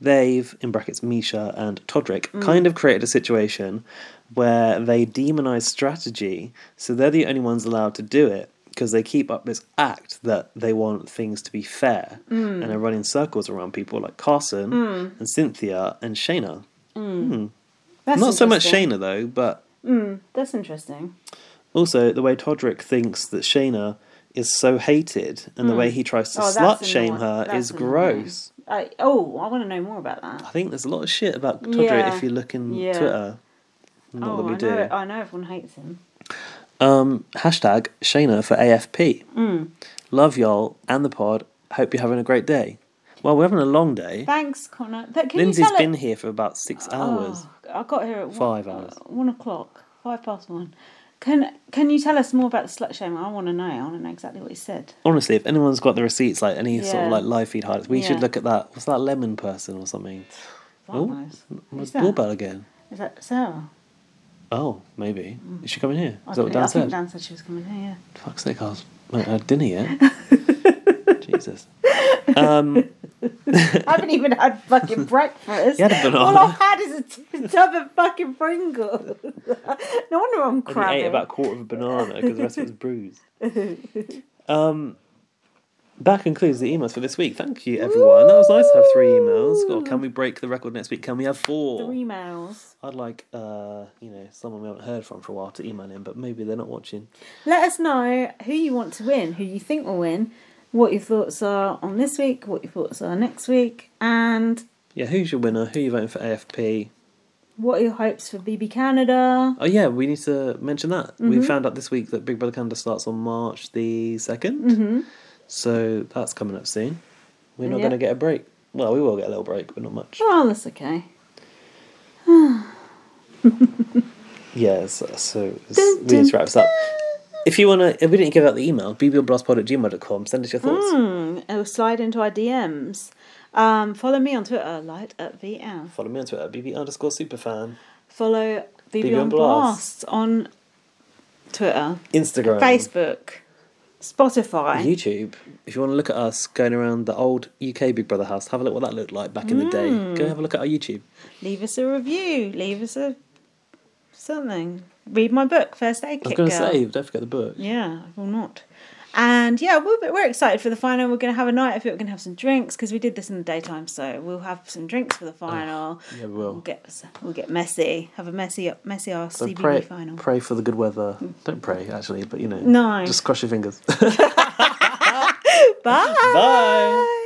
Speaker 2: They've, in brackets, Misha and Todrick,
Speaker 1: Mm.
Speaker 2: kind of created a situation where they demonize strategy, so they're the only ones allowed to do it because they keep up this act that they want things to be fair
Speaker 1: Mm.
Speaker 2: and are running circles around people like Carson
Speaker 1: Mm.
Speaker 2: and Cynthia and Shayna.
Speaker 1: Mm.
Speaker 2: Hmm.
Speaker 1: That's
Speaker 2: Not so much
Speaker 1: interesting.
Speaker 2: Shayna, though, but
Speaker 1: Mm, that's interesting.
Speaker 2: Also, the way Todrick thinks that Shayna is so hated and the
Speaker 1: Mm.
Speaker 2: way he tries to
Speaker 1: Oh, that's
Speaker 2: slut shame
Speaker 1: annoying.
Speaker 2: her
Speaker 1: That's
Speaker 2: is
Speaker 1: annoying.
Speaker 2: gross.
Speaker 1: I, oh, I want to know more about that.
Speaker 2: I think there's a lot of shit about Todrick
Speaker 1: Yeah.
Speaker 2: if you look in
Speaker 1: Yeah.
Speaker 2: Twitter. Not
Speaker 1: oh,
Speaker 2: that we
Speaker 1: I
Speaker 2: do.
Speaker 1: know. Oh. I know everyone hates him.
Speaker 2: Um, hashtag Shayna for AFP.
Speaker 1: Mm.
Speaker 2: Love y'all and the pod. Hope you're having a great day. Well, we're having a long day.
Speaker 1: Thanks, Connor. Th- can
Speaker 2: Eh? Lindsay's
Speaker 1: you tell
Speaker 2: been
Speaker 1: it-
Speaker 2: here for about six hours.
Speaker 1: Oh, I got here at
Speaker 2: Five
Speaker 1: one,
Speaker 2: hours.
Speaker 1: One o'clock, five past one. Can Can you tell us more about the slut shame? I want to know. I want to know exactly what he said.
Speaker 2: Honestly, if anyone's got the receipts, like any sort
Speaker 1: Yeah.
Speaker 2: of like live feed highlights, we
Speaker 1: Yeah.
Speaker 2: should look at that. What's that lemon person or something? Oh,
Speaker 1: That nice. Who's
Speaker 2: was
Speaker 1: that?
Speaker 2: doorbell again.
Speaker 1: Is that Sarah?
Speaker 2: Oh, maybe. Is she coming here?
Speaker 1: I
Speaker 2: Is that what
Speaker 1: think-
Speaker 2: Dan
Speaker 1: I think
Speaker 2: said?
Speaker 1: Dan said she was coming here.
Speaker 2: <laughs>
Speaker 1: <laughs>
Speaker 2: Fuck's sake, I was I had dinner yet. Jesus. Um,
Speaker 1: I haven't even had fucking breakfast.
Speaker 2: You had a banana.
Speaker 1: All I've had is a t- tub of fucking Pringles. <laughs> no wonder I'm
Speaker 2: And he ate
Speaker 1: crabbing.
Speaker 2: about a quarter of a banana because the rest of it was bruised. Um, that concludes the emails for this week. Thank you, everyone. That was nice to have three emails. Or can we break the record next week? Can we have four?
Speaker 1: <laughs> Three mouths.
Speaker 2: I'd like, uh, you know, someone we haven't heard from for a while to email in, but maybe they're not watching.
Speaker 1: Let us know who you want to win, who you think will win, what your thoughts are on this week, what your thoughts are next week, and
Speaker 2: Yeah, who's your winner? Who are you voting for AFP?
Speaker 1: what are your hopes for BB Canada.
Speaker 2: Oh, yeah, we need to mention that. We
Speaker 1: Mhm.
Speaker 2: found out this week that Big Brother Canada starts on March the 2nd.
Speaker 1: Mm-hmm.
Speaker 2: So that's coming up soon. We're not
Speaker 1: Yeah.
Speaker 2: going to get a break. Well, we will get a little break, but not much.
Speaker 1: Oh, that's okay.
Speaker 2: Yeah, so, so it's, we need to wrap this up. If you want to, if we didn't give out the email, bbblastpod at gmail.com. Send us your thoughts.
Speaker 1: Mm, it will slide into our DMs. Um, follow me on Twitter, light at VL.
Speaker 2: Follow me on Twitter, bb underscore superfan.
Speaker 1: Follow BB
Speaker 2: BB
Speaker 1: on
Speaker 2: on Blast.
Speaker 1: Blast on Twitter,
Speaker 2: Instagram.
Speaker 1: Facebook, Spotify.
Speaker 2: YouTube. If you want to look at us going around the old UK Big Brother house, have a look what that looked like back in the day.
Speaker 1: Mm.
Speaker 2: Go have a look at our YouTube.
Speaker 1: Leave us a review. Leave us a something. Read my book, First Aid
Speaker 2: I was
Speaker 1: Kit
Speaker 2: going to
Speaker 1: Girl.
Speaker 2: say, don't forget the book.
Speaker 1: Yeah, I will not. And yeah, we're, we're excited for the final. We're going to have a night of it. We're going to have some drinks because we did this in the daytime, so we'll have some drinks for the final.
Speaker 2: yeah, we will.
Speaker 1: We'll get we'll get messy. Have a messy messy ass
Speaker 2: So
Speaker 1: CBB
Speaker 2: pray,
Speaker 1: final. Mm.
Speaker 2: pray for the good weather. Don't pray, actually, but you know.
Speaker 1: No.
Speaker 2: Just cross your fingers.
Speaker 1: Bye.
Speaker 2: Bye.